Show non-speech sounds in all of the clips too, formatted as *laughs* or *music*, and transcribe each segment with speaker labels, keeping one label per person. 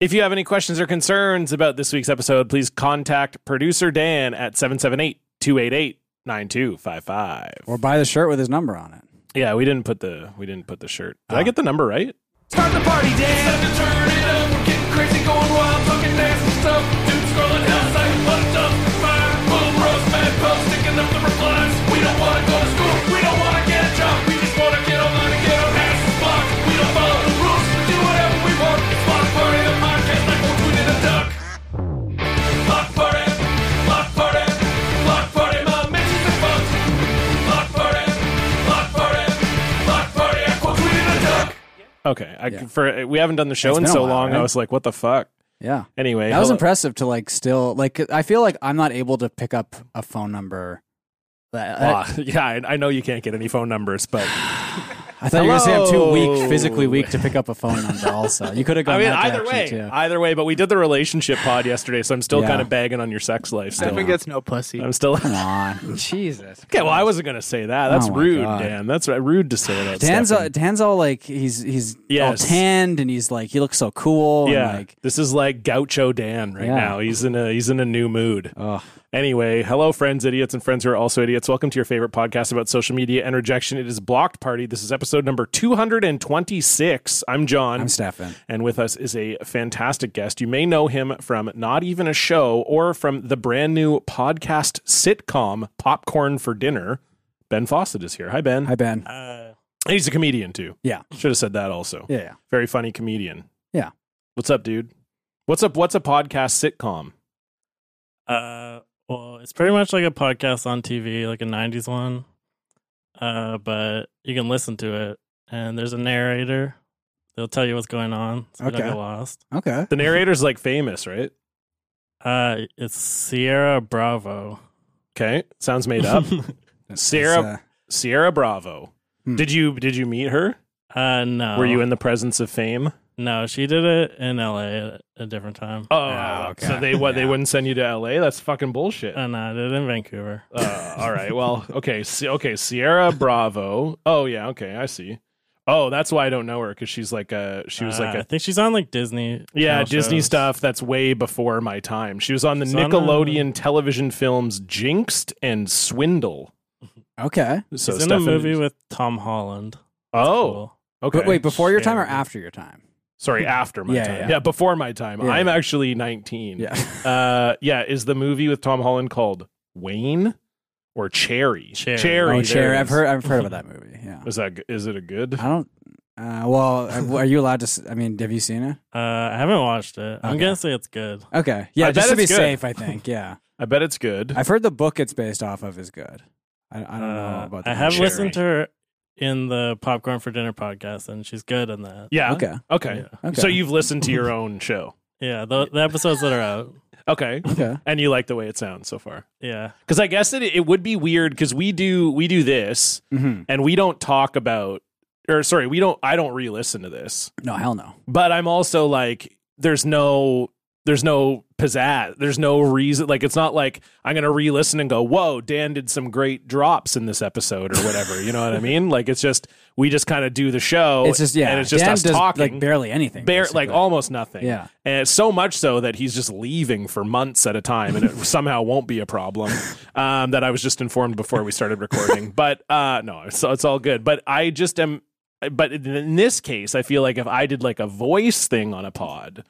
Speaker 1: If you have any questions or concerns about this week's episode, please contact producer Dan at 778 288 9255.
Speaker 2: Or buy the shirt with his number on it.
Speaker 1: Yeah, we didn't put the we didn't put the shirt. Did I get the number right?
Speaker 3: Start the party, Dan. Time to turn it up. We're getting crazy, going wild, talking nasty stuff. Dudes scrolling outside, fucked up. Fire, full roast, mad post, sticking up the replies. We don't want to go to school. We don't want to get a job. We just want to get online and get our asses blocked. We don't follow the rules. We do whatever we want. It's Block Party, the podcast, like we're tweeting a duck. Block Party. Block Party. Block Party, my mentions are fucked. Block Party. Block Party. Block Party, I quote tweeted a duck.
Speaker 1: Okay. I for we haven't done the show
Speaker 2: It's
Speaker 1: in
Speaker 2: been a
Speaker 1: so long.
Speaker 2: while,
Speaker 1: I
Speaker 2: right?
Speaker 1: was like, what the fuck?
Speaker 2: Yeah.
Speaker 1: Anyway,
Speaker 2: That was
Speaker 1: hello-
Speaker 2: impressive to like still like I feel like I'm not able to pick up a phone number. That, I, *laughs*
Speaker 1: Ah, yeah, I, I know you can't get any phone numbers, but
Speaker 2: I thought you were going to say I'm too
Speaker 1: Hello.
Speaker 2: weak, physically weak to pick up a phone number. Also, you could have
Speaker 1: *laughs*
Speaker 2: gone.
Speaker 1: I mean,
Speaker 2: that
Speaker 1: either way,
Speaker 2: direction, too.
Speaker 1: either way. But we did the relationship pod yesterday, so I'm still
Speaker 2: Yeah.
Speaker 1: kind of bagging on your sex life. Still.
Speaker 4: Stefan gets no pussy.
Speaker 1: I'm still. *laughs*
Speaker 2: Come on,
Speaker 4: Jesus.
Speaker 1: Okay, well, I wasn't gonna say that. That's
Speaker 2: Oh my
Speaker 1: rude,
Speaker 2: God.
Speaker 1: Dan. That's ri- rude to say that.
Speaker 2: Dan's all,
Speaker 1: Stefan.
Speaker 2: Dan's all like he's he's
Speaker 1: Yes.
Speaker 2: all tanned and he's like he looks so cool.
Speaker 1: yeah,
Speaker 2: and like
Speaker 1: this is like Gaucho Dan right
Speaker 2: Yeah.
Speaker 1: now. He's in a he's in a new mood.
Speaker 2: Ugh.
Speaker 1: Anyway, hello, friends, idiots, and friends who are also idiots. Welcome to your favorite podcast about social media and rejection. It is Blocked Party. This is episode number two hundred and twenty six. I'm John.
Speaker 2: I'm Stefan.
Speaker 1: And with us is a fantastic guest. You may know him from Not Even a Show or from the brand new podcast sitcom Popcorn for Dinner. Ben Fawcett is here. Hi, Ben.
Speaker 2: Hi Ben.
Speaker 5: uh,
Speaker 1: He's a comedian too.
Speaker 2: Yeah.
Speaker 1: Should have said that also.
Speaker 2: Yeah, yeah.
Speaker 1: Very funny comedian.
Speaker 2: Yeah.
Speaker 1: What's up, dude? What's up? What's a podcast sitcom?
Speaker 5: Uh, well, it's pretty much like a podcast on TV, like a '90s one. Uh, but you can listen to it, and there's a narrator. They'll tell you what's going on, so you
Speaker 2: Okay.
Speaker 5: don't get lost.
Speaker 2: Okay.
Speaker 1: The narrator's like famous, right?
Speaker 5: Uh, it's
Speaker 1: *laughs*
Speaker 5: Sierra Bravo.
Speaker 1: Okay. Sounds made
Speaker 2: *laughs*
Speaker 1: up. Sierra-
Speaker 2: It's, uh,
Speaker 1: Sierra Bravo.
Speaker 2: Hmm. Uh-huh.
Speaker 1: Did you did you meet her?
Speaker 5: Uh, no,
Speaker 1: Were you in the presence of fame?
Speaker 5: No, she did it in L.A. at a different time.
Speaker 1: Oh,
Speaker 2: Oh, okay.
Speaker 1: so they what they
Speaker 2: Yeah.
Speaker 1: wouldn't send you to LA? That's fucking bullshit.
Speaker 5: Uh, no, I did it in Vancouver.
Speaker 1: Uh, all right. Well, okay. Si- okay. Sierra Bravo. Oh yeah. Okay. I see. Oh, that's why I don't know her because she's like a she was like
Speaker 5: Uh, I
Speaker 1: a
Speaker 5: think she's on like Disney.
Speaker 1: yeah
Speaker 5: Channel
Speaker 1: Disney
Speaker 5: shows.
Speaker 1: stuff that's way before my time. She was on the
Speaker 5: She's on, uh,
Speaker 1: Nickelodeon television films Jinxed and Swindle.
Speaker 2: okay.
Speaker 1: So
Speaker 5: She's in a
Speaker 1: Stefan-
Speaker 5: movie with Tom Holland.
Speaker 1: oh okay.
Speaker 2: But wait, before your time or
Speaker 5: Yeah.
Speaker 2: after your time?
Speaker 1: sorry, after my
Speaker 2: Yeah,
Speaker 1: time. Yeah.
Speaker 2: yeah.
Speaker 1: before my time.
Speaker 2: Yeah,
Speaker 1: I'm
Speaker 2: yeah.
Speaker 1: actually 19. *laughs* Uh, yeah. Is the movie with Tom Holland called Wayne or Cherry?
Speaker 5: Cherry.
Speaker 2: Oh,
Speaker 1: Cherry. there
Speaker 2: Cherry.
Speaker 1: it
Speaker 2: I've
Speaker 1: is.
Speaker 2: heard. I've heard about that movie. Yeah.
Speaker 1: Is that g- is it a good?
Speaker 2: I don't. Uh, well, are you allowed to? s- I mean, have you seen it?
Speaker 5: Uh, I haven't watched it. I'm
Speaker 2: Okay.
Speaker 5: gonna say it's good.
Speaker 2: Okay. Yeah,
Speaker 1: I bet
Speaker 2: just to be
Speaker 1: it's good.
Speaker 2: safe, I think. Yeah,
Speaker 1: I bet it's good.
Speaker 2: I've heard the book it's based off of is good. I, I don't know
Speaker 5: Uh,
Speaker 2: about. The
Speaker 5: I have
Speaker 2: movie.
Speaker 5: listened to her in the Popcorn for Dinner podcast, and she's good in that.
Speaker 1: Yeah.
Speaker 2: Okay.
Speaker 1: Okay.
Speaker 5: Yeah.
Speaker 2: Okay.
Speaker 1: So you've listened to your own show.
Speaker 5: Yeah, the, the episodes that are out.
Speaker 2: *laughs*
Speaker 1: Okay.
Speaker 2: Okay.
Speaker 1: And you like the way it sounds so far.
Speaker 5: Yeah,
Speaker 1: Cuz I guess it it would be weird cuz we do we do this
Speaker 2: hmm
Speaker 1: and we don't talk about or sorry, we don't I don't re-listen to this.
Speaker 2: No, hell no.
Speaker 1: But I'm also like there's no there's no pizzazz. There's no reason like it's not like I'm going to re-listen and go, "Whoa, Dan did some great drops in this episode or whatever." you know what I mean? Like it's just we just kind of do the show
Speaker 2: it's just yeah.
Speaker 1: and it's just
Speaker 2: Dan
Speaker 1: us
Speaker 2: does,
Speaker 1: talking.
Speaker 2: like barely anything.
Speaker 1: bare
Speaker 2: basically.
Speaker 1: like almost nothing.
Speaker 2: Yeah.
Speaker 1: and it's Eh, so much so that he's just leaving for months at a time,
Speaker 2: *laughs*
Speaker 1: and it somehow won't be a problem. Um, that I was just informed before we started
Speaker 2: *laughs*
Speaker 1: recording, but uh, no, it's, it's all good. But I just am. But in- in this case, I feel like if I did like a voice thing on a pod,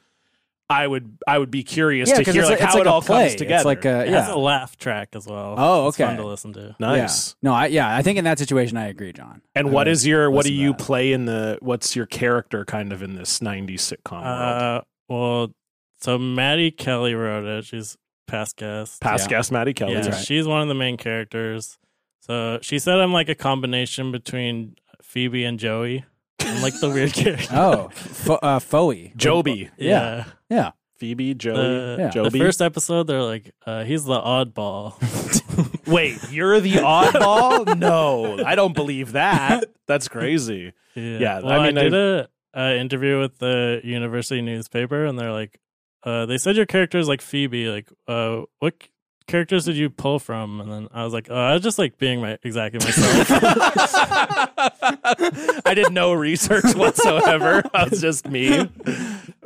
Speaker 1: I would I would be curious
Speaker 2: yeah,
Speaker 1: to
Speaker 2: 'cause
Speaker 1: hear
Speaker 2: it's,
Speaker 1: like
Speaker 2: it's
Speaker 1: how it
Speaker 2: like a
Speaker 1: all
Speaker 2: play.
Speaker 1: comes together.
Speaker 2: It's like a
Speaker 5: it has
Speaker 2: Uh, yeah.
Speaker 5: a laugh track as well.
Speaker 2: Oh,
Speaker 5: It's fun
Speaker 2: okay.
Speaker 5: to listen to.
Speaker 1: nice.
Speaker 2: Yeah. No, I, yeah, I think in that situation, I agree, John.
Speaker 1: And what is your what do
Speaker 2: listen to
Speaker 1: you
Speaker 2: that.
Speaker 1: play in the what's your character kind of in this '90s sitcom world?
Speaker 5: Uh, well, so Maddie Kelly wrote it. She's past guest.
Speaker 1: Past guest Maddie Kelly.
Speaker 5: yeah,
Speaker 2: right.
Speaker 5: she's one of the main characters. So she said I'm like a combination between Phoebe and Joey. I'm like
Speaker 2: *laughs*
Speaker 5: the weird character.
Speaker 1: *laughs*
Speaker 2: Oh, fo- uh, Foey.
Speaker 1: Joby,
Speaker 2: yeah. Yeah.
Speaker 1: Phoebe, Joey,
Speaker 5: The,
Speaker 2: Yeah.
Speaker 5: the
Speaker 1: Joby.
Speaker 5: first episode, they're like, uh, he's the oddball.
Speaker 1: Wait, you're
Speaker 2: *laughs*
Speaker 1: the oddball? no, I don't believe that. That's crazy. Yeah,
Speaker 5: Well,
Speaker 1: I
Speaker 5: I
Speaker 1: mean,
Speaker 5: did a uh, interview with the university newspaper, and they're like, uh, they said your character is like Phoebe. Like, uh, what c- characters did you pull from? And then I was like, oh, I was just like being my exactly
Speaker 1: *laughs*
Speaker 5: myself.
Speaker 2: *laughs*
Speaker 1: I did no research whatsoever. I was just me.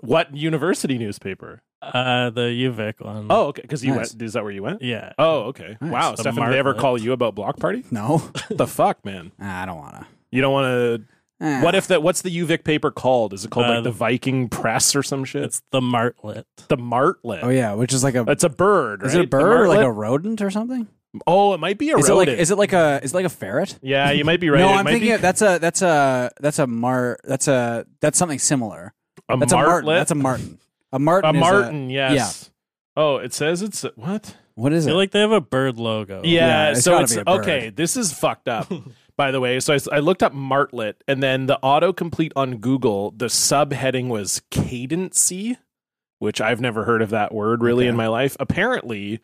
Speaker 1: What university newspaper?
Speaker 5: Uh, the UVic one.
Speaker 1: Oh, okay. Because you
Speaker 2: Nice.
Speaker 1: went. Is that where you went?
Speaker 5: yeah.
Speaker 1: Oh, okay.
Speaker 2: Nice.
Speaker 1: Wow,
Speaker 5: The
Speaker 1: Stefan. Did they ever
Speaker 5: Martlet.
Speaker 1: call you about block
Speaker 2: *laughs*
Speaker 1: party?
Speaker 2: No,
Speaker 1: the fuck, man.
Speaker 2: Ah, I don't want to.
Speaker 1: You don't want to.
Speaker 2: Eh.
Speaker 1: What if that? What's the UVic paper called? Is it called
Speaker 5: Uh,
Speaker 1: like the Viking Press or some shit?
Speaker 5: It's the Martlet.
Speaker 1: the martlet.
Speaker 2: Oh yeah, which is like a.
Speaker 1: It's a bird.
Speaker 2: is it a
Speaker 1: right? The
Speaker 2: bird or like a
Speaker 1: martlet?
Speaker 2: rodent or something?
Speaker 1: Oh, it might be a
Speaker 2: Is it like
Speaker 1: rodent.
Speaker 2: is it like a is it like a ferret?
Speaker 1: yeah, you might be right.
Speaker 2: No,
Speaker 1: It
Speaker 2: I'm
Speaker 1: might
Speaker 2: thinking
Speaker 1: be
Speaker 2: of, that's a that's a that's a mar that's a that's something similar.
Speaker 1: a
Speaker 2: That's a martin.
Speaker 1: martlet.
Speaker 2: That's a martin. A martin.
Speaker 1: a
Speaker 2: is a-
Speaker 1: martin. yes. Oh, it says it's what?
Speaker 2: what is
Speaker 5: I
Speaker 2: it?
Speaker 5: feel like they have a bird logo.
Speaker 1: Yeah,
Speaker 2: it's
Speaker 1: so
Speaker 2: gotta
Speaker 1: it's
Speaker 2: be a bird.
Speaker 1: okay. This is fucked
Speaker 2: *laughs*
Speaker 1: up. By the way, so I, s- I looked up martlet, and then the autocomplete on Google, the subheading was cadency, which I've never heard of that word really in
Speaker 2: Okay.
Speaker 1: my life. Apparently,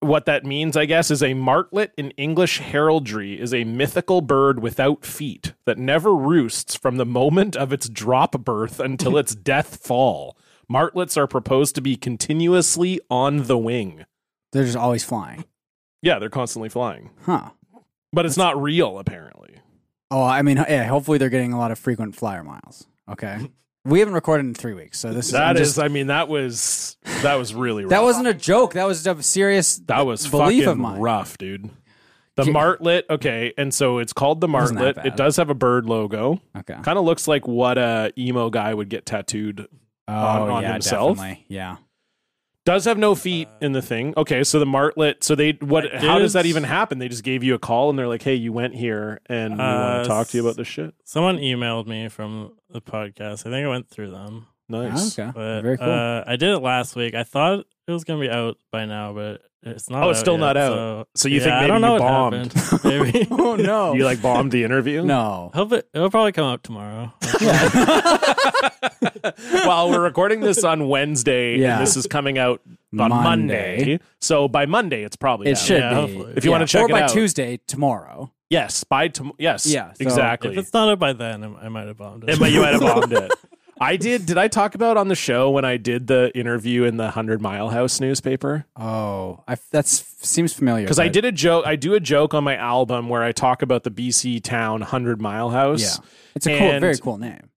Speaker 1: what that means, I guess, is a martlet in English heraldry is a mythical bird without feet that never roosts from the moment of its drop birth
Speaker 2: *laughs*
Speaker 1: until its death fall. Martlets are proposed to be continuously on the wing.
Speaker 2: They're just always flying,
Speaker 1: Yeah, they're constantly flying.
Speaker 2: huh?
Speaker 1: But it's not real, apparently.
Speaker 2: Oh, I mean, yeah. Hopefully, they're getting a lot of frequent flyer miles.
Speaker 1: *laughs*
Speaker 2: Okay, we haven't recorded in three weeks, so this is
Speaker 1: That
Speaker 2: I'm
Speaker 1: is,
Speaker 2: just-
Speaker 1: I mean, that was that was really rough.
Speaker 2: that wasn't a joke. That was a serious
Speaker 1: that was fucking
Speaker 2: belief of mine.
Speaker 1: rough, dude. The
Speaker 2: Yeah.
Speaker 1: martlet, okay, and so it's called the
Speaker 2: Wasn't that
Speaker 1: martlet. It
Speaker 2: bad.
Speaker 1: does have a bird logo.
Speaker 2: Okay.
Speaker 1: Kind of looks like what a emo guy would get tattooed.
Speaker 2: Oh
Speaker 1: on- on
Speaker 2: yeah,
Speaker 1: himself?
Speaker 2: definitely. Yeah.
Speaker 1: Does have no feet in the thing. Okay, so the martlet. So they what?
Speaker 5: That
Speaker 1: How does that
Speaker 5: dude's-
Speaker 1: even happen? They just gave you a call and they're like, "Hey, you went here, and we want
Speaker 5: Uh,
Speaker 1: to talk to you about this shit."
Speaker 5: Someone emailed me from the podcast. I think I went through them.
Speaker 1: Nice.
Speaker 2: Okay.
Speaker 5: But
Speaker 2: Very
Speaker 1: *laughs*
Speaker 2: cool.
Speaker 5: uh, I did it last week. I thought it was gonna be out by now, but it's not.
Speaker 1: Oh, it's
Speaker 5: out
Speaker 1: still
Speaker 5: yet,
Speaker 1: not out.
Speaker 5: So,
Speaker 1: So you
Speaker 5: Yeah,
Speaker 1: think
Speaker 5: I
Speaker 1: maybe
Speaker 5: don't know
Speaker 1: you
Speaker 5: what
Speaker 1: bombed?
Speaker 5: happened. *laughs* Maybe.
Speaker 2: oh no.
Speaker 1: You like bombed the interview?
Speaker 2: no.
Speaker 5: Hope it, it'll probably come out tomorrow.
Speaker 1: well, we're recording this on Wednesday,
Speaker 2: Yeah.
Speaker 1: and this is coming out on Monday. So by Monday, it's probably
Speaker 2: It
Speaker 1: down.
Speaker 2: should
Speaker 5: Yeah,
Speaker 2: be.
Speaker 5: hopefully.
Speaker 1: If you wanna check
Speaker 2: or
Speaker 1: it
Speaker 2: by
Speaker 1: out.
Speaker 2: Tuesday tomorrow.
Speaker 1: Yes, by tomorrow. Yes,
Speaker 2: Yeah, so-
Speaker 1: exactly.
Speaker 5: if it's not out by then, I, I might have bombed
Speaker 1: *laughs*
Speaker 5: it.
Speaker 1: But you might have
Speaker 2: *laughs*
Speaker 1: bombed it. I did. Did I talk about on the show when I did the interview in the Hundred Mile House newspaper?
Speaker 2: Oh, I, that seems familiar.
Speaker 1: Because I
Speaker 2: but-
Speaker 1: did a joke. I do a joke on my album where I talk about the BC town Hundred Mile House.
Speaker 2: Yeah, it's a cool,
Speaker 1: and-
Speaker 2: very cool name.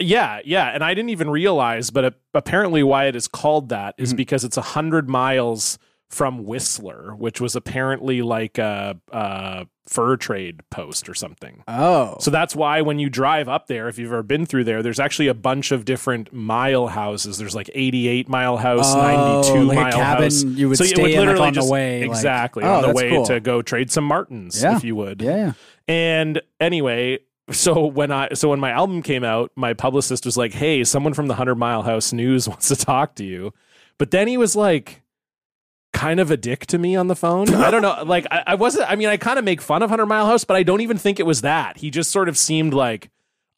Speaker 1: Yeah, yeah, and I didn't even realize, but a- apparently, why it is called that is
Speaker 2: Mm-hmm.
Speaker 1: because it's a hundred miles from Whistler, which was apparently like a, a fur trade post or something.
Speaker 2: Oh,
Speaker 1: So that's why when you drive up there, if you've ever been through there, there's actually a bunch of different mile houses. There's like 88 mile house,
Speaker 2: Oh,
Speaker 1: 92
Speaker 2: like a
Speaker 1: mile
Speaker 2: cabin
Speaker 1: house.
Speaker 2: you would
Speaker 1: so
Speaker 2: stay in,
Speaker 1: it would
Speaker 2: like,
Speaker 1: literally
Speaker 2: on the
Speaker 1: just,
Speaker 2: way, like-
Speaker 1: exactly
Speaker 2: Oh,
Speaker 1: on the
Speaker 2: that's
Speaker 1: way
Speaker 2: cool.
Speaker 1: to go trade some Martins,
Speaker 2: Yeah.
Speaker 1: if you would.
Speaker 2: yeah, yeah.
Speaker 1: And anyway, so when I so when my album came out, my publicist was like, "Hey, someone from the Hundred Mile House News *laughs* wants to talk to you," but then he was like. Kind of a dick to me on the phone. I don't know. Like, I, I wasn't, I mean, I kind of make fun of Hundred Mile House, but I don't even think it was that. He just sort of seemed like,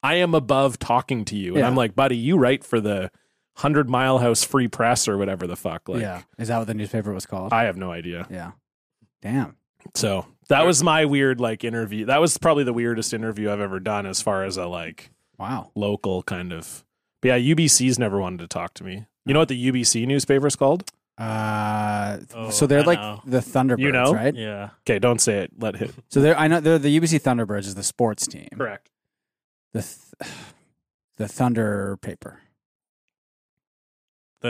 Speaker 1: I am above talking to you. And
Speaker 2: Yeah.
Speaker 1: I'm like, buddy, you write for the Hundred Mile House Free Press or whatever the fuck. Like,
Speaker 2: yeah. Is that what the newspaper was called?
Speaker 1: I have no idea.
Speaker 2: yeah. Damn.
Speaker 1: So oh, that was my weird like interview. That was probably the weirdest interview I've ever done as far as a like
Speaker 2: Wow.
Speaker 1: local kind of. But yeah, UBC's never wanted to talk to me. You know what the UBC newspaper is called?
Speaker 2: Uh, th-
Speaker 5: Oh,
Speaker 2: so they're
Speaker 5: I
Speaker 2: like
Speaker 5: know.
Speaker 2: the Thunderbirds,
Speaker 1: You know?
Speaker 2: right?
Speaker 5: *laughs* yeah.
Speaker 1: Okay, don't say it. Let hit.
Speaker 2: So they're I know they're the UBC Thunderbirds is the sports team.
Speaker 1: Correct.
Speaker 2: The th- *sighs* the Thunder paper.
Speaker 5: The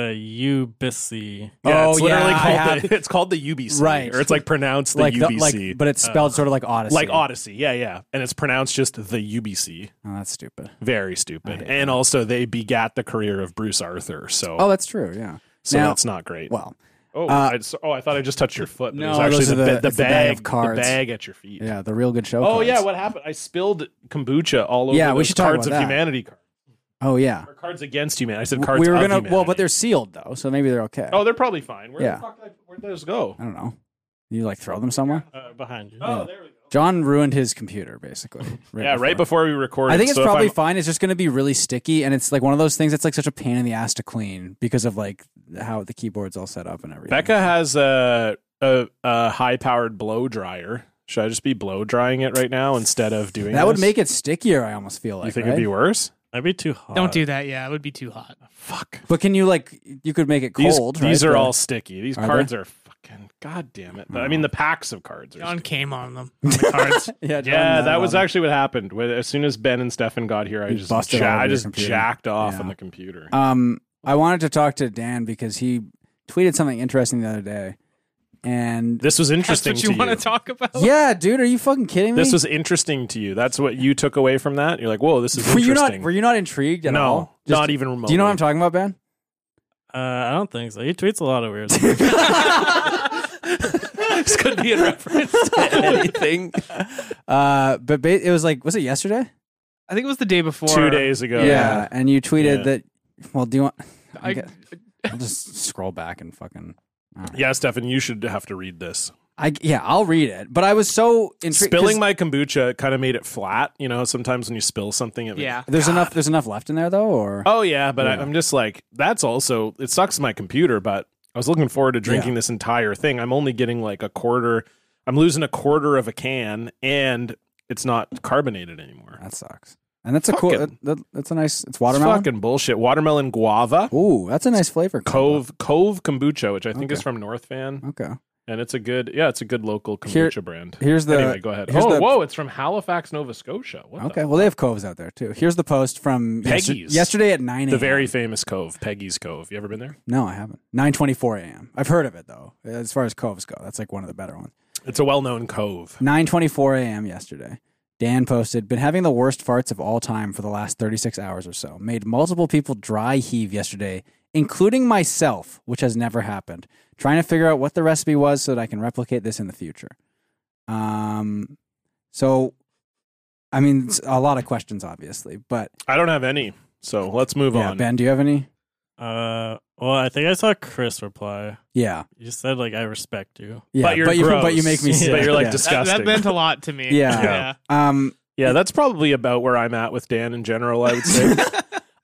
Speaker 5: Ubisi.
Speaker 1: Yeah,
Speaker 2: oh
Speaker 1: it's literally
Speaker 2: yeah, I
Speaker 1: called
Speaker 2: have-
Speaker 1: the, it's called the UBC,
Speaker 2: Right.
Speaker 1: Or it's like pronounced the
Speaker 2: like the-
Speaker 1: UBC,
Speaker 2: like, but it's spelled sort of like Odyssey.
Speaker 1: Uh, like Odyssey. Yeah, yeah, and it's pronounced just the UBC.
Speaker 2: Oh, that's stupid.
Speaker 1: Very
Speaker 2: I
Speaker 1: stupid.
Speaker 2: hate
Speaker 1: And also, they begat the career of Bruce Arthur. So,
Speaker 2: Oh, that's true. Yeah.
Speaker 1: so
Speaker 2: now-
Speaker 1: that's not great.
Speaker 2: Well,
Speaker 1: Oh,
Speaker 2: Uh,
Speaker 1: I, just- oh, I thought I just touched your foot. But
Speaker 2: No,
Speaker 1: it was actually
Speaker 2: those
Speaker 1: the,
Speaker 2: are the-
Speaker 1: ba- the,
Speaker 2: it's
Speaker 1: bag,
Speaker 2: of cards.
Speaker 1: the bag at your feet.
Speaker 2: yeah, the real good show.
Speaker 1: Oh
Speaker 2: cards.
Speaker 1: yeah, what happened? I spilled kombucha all over.
Speaker 2: Yeah, we
Speaker 1: those
Speaker 2: should talk
Speaker 1: cards
Speaker 2: about
Speaker 1: of
Speaker 2: that.
Speaker 1: humanity cards
Speaker 2: Oh yeah.
Speaker 1: or cards against humanity. I said cards.
Speaker 2: we were
Speaker 1: of
Speaker 2: gonna.
Speaker 1: humanity.
Speaker 2: Well, but they're sealed though, so maybe they're okay.
Speaker 1: oh, they're probably fine. Where
Speaker 2: Yeah.
Speaker 1: the fuck did I, where'd those go?
Speaker 2: I don't know. You like throw them somewhere?
Speaker 5: Uh, behind you.
Speaker 1: Oh,
Speaker 2: Yeah.
Speaker 1: there we go.
Speaker 2: John ruined his computer
Speaker 1: *laughs*
Speaker 2: basically.
Speaker 1: yeah, right before we recorded.
Speaker 2: I think it's
Speaker 1: so if
Speaker 2: probably
Speaker 1: I'm-
Speaker 2: fine. It's just going to be really sticky, and it's like one of those things that's like such a pain in the ass to clean because of like how the keyboard's all set up and everything.
Speaker 1: Becca has a a, a high powered blow dryer. Should I just be blow drying it right now instead of doing
Speaker 2: that would
Speaker 1: this?
Speaker 2: make it stickier. I almost feel like.
Speaker 1: you think
Speaker 2: right?
Speaker 1: it'd be worse?
Speaker 5: That'd be too hot.
Speaker 4: Don't do that. Yeah, it would be too hot.
Speaker 1: Fuck.
Speaker 2: But can you like you could make it
Speaker 1: These
Speaker 2: cold?
Speaker 1: these
Speaker 2: right?
Speaker 1: are
Speaker 2: The- *laughs*
Speaker 1: all sticky. These
Speaker 2: Are
Speaker 1: cards are fucking fucking god damn it. I mean the packs of cards are
Speaker 4: John
Speaker 1: stupid.
Speaker 4: came on
Speaker 1: *laughs*
Speaker 4: them on the cards.
Speaker 2: Yeah,
Speaker 1: Yeah, that was actually what happened. When- As soon as Ben and Stefan got here, I
Speaker 2: You
Speaker 1: just
Speaker 2: busted
Speaker 1: ja-
Speaker 2: all of
Speaker 1: I
Speaker 2: your
Speaker 1: just
Speaker 2: computer.
Speaker 1: jacked off
Speaker 2: Yeah.
Speaker 1: on the computer.
Speaker 2: Um, I wanted to talk to Dan because he tweeted something interesting the other day, and
Speaker 1: this was
Speaker 4: That's
Speaker 1: interesting
Speaker 4: what you
Speaker 1: to
Speaker 4: want
Speaker 1: you.
Speaker 4: to talk about.
Speaker 2: yeah, dude, are you fucking kidding me?
Speaker 1: this was interesting to you. That's what you took away from that. You're like, whoa, this is
Speaker 2: were you not
Speaker 1: interesting.
Speaker 2: were you not intrigued at
Speaker 1: no,
Speaker 2: all? Just-
Speaker 1: not even remotely.
Speaker 2: Do you know what I'm talking about, Ben?
Speaker 5: Uh, I don't think so. He tweets a lot of
Speaker 1: *laughs*
Speaker 5: weird stuff.
Speaker 4: this could be in reference to anything.
Speaker 2: Uh, but ba- it was like, was it yesterday?
Speaker 4: I think it was the day before.
Speaker 1: Two days ago.
Speaker 2: and you tweeted
Speaker 1: Oh, Yeah.
Speaker 2: that. Well, do you want? *laughs*
Speaker 4: I,
Speaker 2: Okay. I'll just scroll back and fucking.
Speaker 1: Yeah, Stefan, you should have to read this.
Speaker 2: I yeah, I'll read it. But I was so intrigued. 'cause
Speaker 1: Spilling my kombucha kind of made it flat. You know, sometimes when you spill something, it
Speaker 4: yeah.
Speaker 2: There's enough. There's enough left in there though, or
Speaker 1: Oh yeah, but I, I'm just like that's also it sucks my computer. But I was looking forward to drinking this entire thing. I'm only getting like a quarter. I'm losing a quarter of a can, and it's not carbonated anymore.
Speaker 2: that sucks. And that's a cool.
Speaker 1: Fucking-
Speaker 2: that- that- that's a nice. It's
Speaker 1: It's
Speaker 2: watermelon.
Speaker 1: fucking bullshit. Watermelon guava,
Speaker 2: Ooh, that's a nice flavor.
Speaker 1: Cove Cove kombucha, which I think
Speaker 2: Okay.
Speaker 1: is from North Van,
Speaker 2: Okay.
Speaker 1: and it's a good yeah, it's a good local kombucha
Speaker 2: Here-
Speaker 1: brand.
Speaker 2: here's the-
Speaker 1: anyway. Go ahead.
Speaker 2: here's
Speaker 1: Oh
Speaker 2: the-
Speaker 1: whoa, it's from Halifax, Nova Scotia. What
Speaker 2: Okay.
Speaker 1: The,
Speaker 2: Well, they have coves out there too. Here's the post from yester-
Speaker 1: Peggy's.
Speaker 2: yesterday at nine.
Speaker 1: the
Speaker 2: a.m..
Speaker 1: very famous cove, Peggy's Cove. You ever been there?
Speaker 2: No, I haven't. Nine twenty-four a.m. I've heard of it though. As far as coves go, that's like one of the better ones.
Speaker 1: It's a well-known cove.
Speaker 2: 9:24 a.m. yesterday. Dan posted, "Been having the worst farts of all time for the last 36 hours or so. Made multiple people dry heave yesterday, including myself, which has never happened. Trying to figure out what the recipe was so that I can replicate this in the future." Um so I mean, it's a lot of questions obviously, but
Speaker 1: I don't have any, so let's move
Speaker 2: yeah,
Speaker 1: on.
Speaker 2: Ben, do you have any?
Speaker 5: Uh, well, I think I saw Chris reply.
Speaker 2: Yeah.
Speaker 5: You said like I respect you.
Speaker 2: Yeah,
Speaker 1: but you're
Speaker 2: but, you,
Speaker 1: gross.
Speaker 2: but you make me
Speaker 5: Yeah.
Speaker 1: *laughs*
Speaker 2: sick.
Speaker 1: But you're like
Speaker 2: Yeah.
Speaker 4: That,
Speaker 1: disgusting.
Speaker 4: that meant a lot to me.
Speaker 2: Yeah. um
Speaker 1: yeah, that's probably about where I'm at with Dan in general. I would
Speaker 2: *laughs*
Speaker 1: say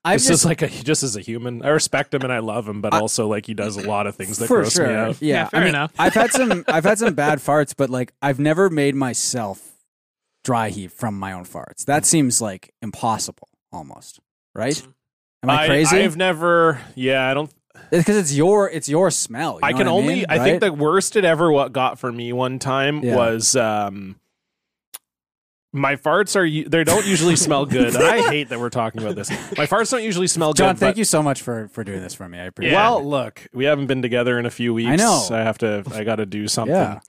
Speaker 2: I've
Speaker 1: it's
Speaker 2: just
Speaker 1: just like a, just as a human, I respect him and I love him, but also like he does a lot of things that
Speaker 2: for
Speaker 1: gross
Speaker 2: sure.
Speaker 1: me out.
Speaker 2: Yeah,
Speaker 4: Yeah, fair
Speaker 2: I mean,
Speaker 4: enough.
Speaker 2: I've had
Speaker 4: *laughs*
Speaker 2: some I've had some bad farts, but like I've never made myself dry heave from my own farts. That
Speaker 1: Mm.
Speaker 2: seems like impossible almost, right?
Speaker 4: Mm.
Speaker 2: Am I, crazy?
Speaker 1: I've never. Yeah, I don't.
Speaker 2: Because it's your it's your smell. you
Speaker 1: I
Speaker 2: know
Speaker 1: can
Speaker 2: what
Speaker 1: only. I,
Speaker 2: mean,
Speaker 1: think
Speaker 2: right?
Speaker 1: the worst it ever what got for me one time
Speaker 2: Yeah.
Speaker 1: was. um my farts are u- they don't usually smell good. And
Speaker 2: *laughs*
Speaker 1: I hate that we're talking about this. My farts don't usually smell
Speaker 2: John,
Speaker 1: good.
Speaker 2: thank
Speaker 1: but-
Speaker 2: you so much for for doing this for me. I appreciate
Speaker 1: Well,
Speaker 2: it.
Speaker 1: look, we haven't been together in a few weeks.
Speaker 2: know.
Speaker 1: I have to. I got to do something.
Speaker 2: Yeah.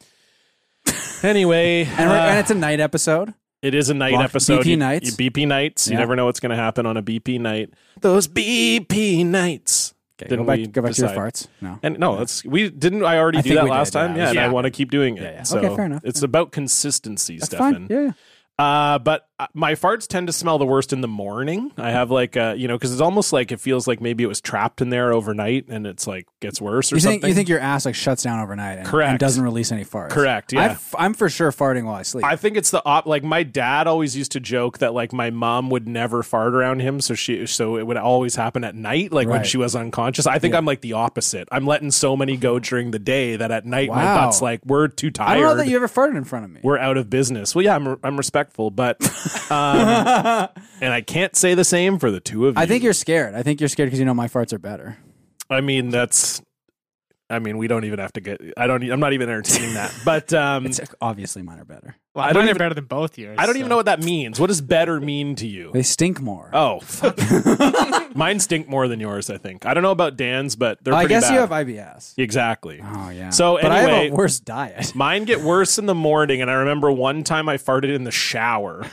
Speaker 1: Anyway,
Speaker 2: And, we're-
Speaker 1: uh,
Speaker 2: and it's a night episode.
Speaker 1: It is a night
Speaker 2: Block-
Speaker 1: episode.
Speaker 2: BP
Speaker 1: You-
Speaker 2: nights.
Speaker 1: you- BP nights. You
Speaker 2: Yeah.
Speaker 1: never know what's going to happen on a BP night. Those BP nights.
Speaker 2: Okay,
Speaker 1: Didn't
Speaker 2: go back
Speaker 1: we
Speaker 2: go back to
Speaker 1: decide?
Speaker 2: your farts. No.
Speaker 1: And no, that's we didn't. I already
Speaker 2: I
Speaker 1: do
Speaker 2: think
Speaker 1: that
Speaker 2: we
Speaker 1: last
Speaker 2: did,
Speaker 1: time.
Speaker 2: yeah.
Speaker 1: Yeah, and I
Speaker 4: Yeah.
Speaker 1: want to keep doing it.
Speaker 2: Yeah, yeah.
Speaker 1: So
Speaker 2: Okay, fair enough.
Speaker 1: It's about consistency,
Speaker 2: That's
Speaker 1: Stefan.
Speaker 2: fine. Yeah, yeah.
Speaker 1: Uh, but uh, my farts tend to smell the worst in the morning. I have like uh, you know, because it's almost like it feels like maybe it was trapped in there overnight, and it's like gets worse or
Speaker 2: You
Speaker 1: something.
Speaker 2: think you think your ass like shuts down overnight and,
Speaker 1: Correct.
Speaker 2: and doesn't release any farts.
Speaker 1: Correct, yeah.
Speaker 2: I've, I'm for sure farting while I sleep.
Speaker 1: I think it's the op. Like my dad always used to joke that like my mom would never fart around him, so she so it would always happen at night, like when
Speaker 2: Right.
Speaker 1: she was unconscious. I think I'm like the opposite. I'm letting so many go during the day that at night my
Speaker 2: Wow.
Speaker 1: butt's like we're too
Speaker 2: I
Speaker 1: tired.
Speaker 2: don't know that you ever farted in front of me.
Speaker 1: we're out of business. Well, yeah, I'm I'm respectful, but um,
Speaker 2: *laughs*
Speaker 1: and I can't say the same for the two of you.
Speaker 2: I think you're scared. I think you're scared because you know my farts are better.
Speaker 1: I mean, that's. I mean, we don't even have to get. I don't. I'm not even entertaining that. *laughs* But um,
Speaker 2: It's obviously mine are better.
Speaker 4: Well,
Speaker 1: I don't
Speaker 4: mine are
Speaker 1: even-
Speaker 4: better than both yours.
Speaker 1: I don't
Speaker 4: so.
Speaker 1: even know what that means. What does better mean to you?
Speaker 2: They stink more.
Speaker 1: Oh, *laughs* mine stink more than yours. I think. I don't know about Dan's, but they're.
Speaker 2: I
Speaker 1: pretty
Speaker 2: guess
Speaker 1: bad.
Speaker 2: you have IBS.
Speaker 1: Exactly.
Speaker 2: Oh yeah.
Speaker 1: So
Speaker 2: but I have a
Speaker 1: anyway- *laughs*
Speaker 2: worse diet.
Speaker 1: Mine get worse in the morning, and I remember one time I farted in the shower.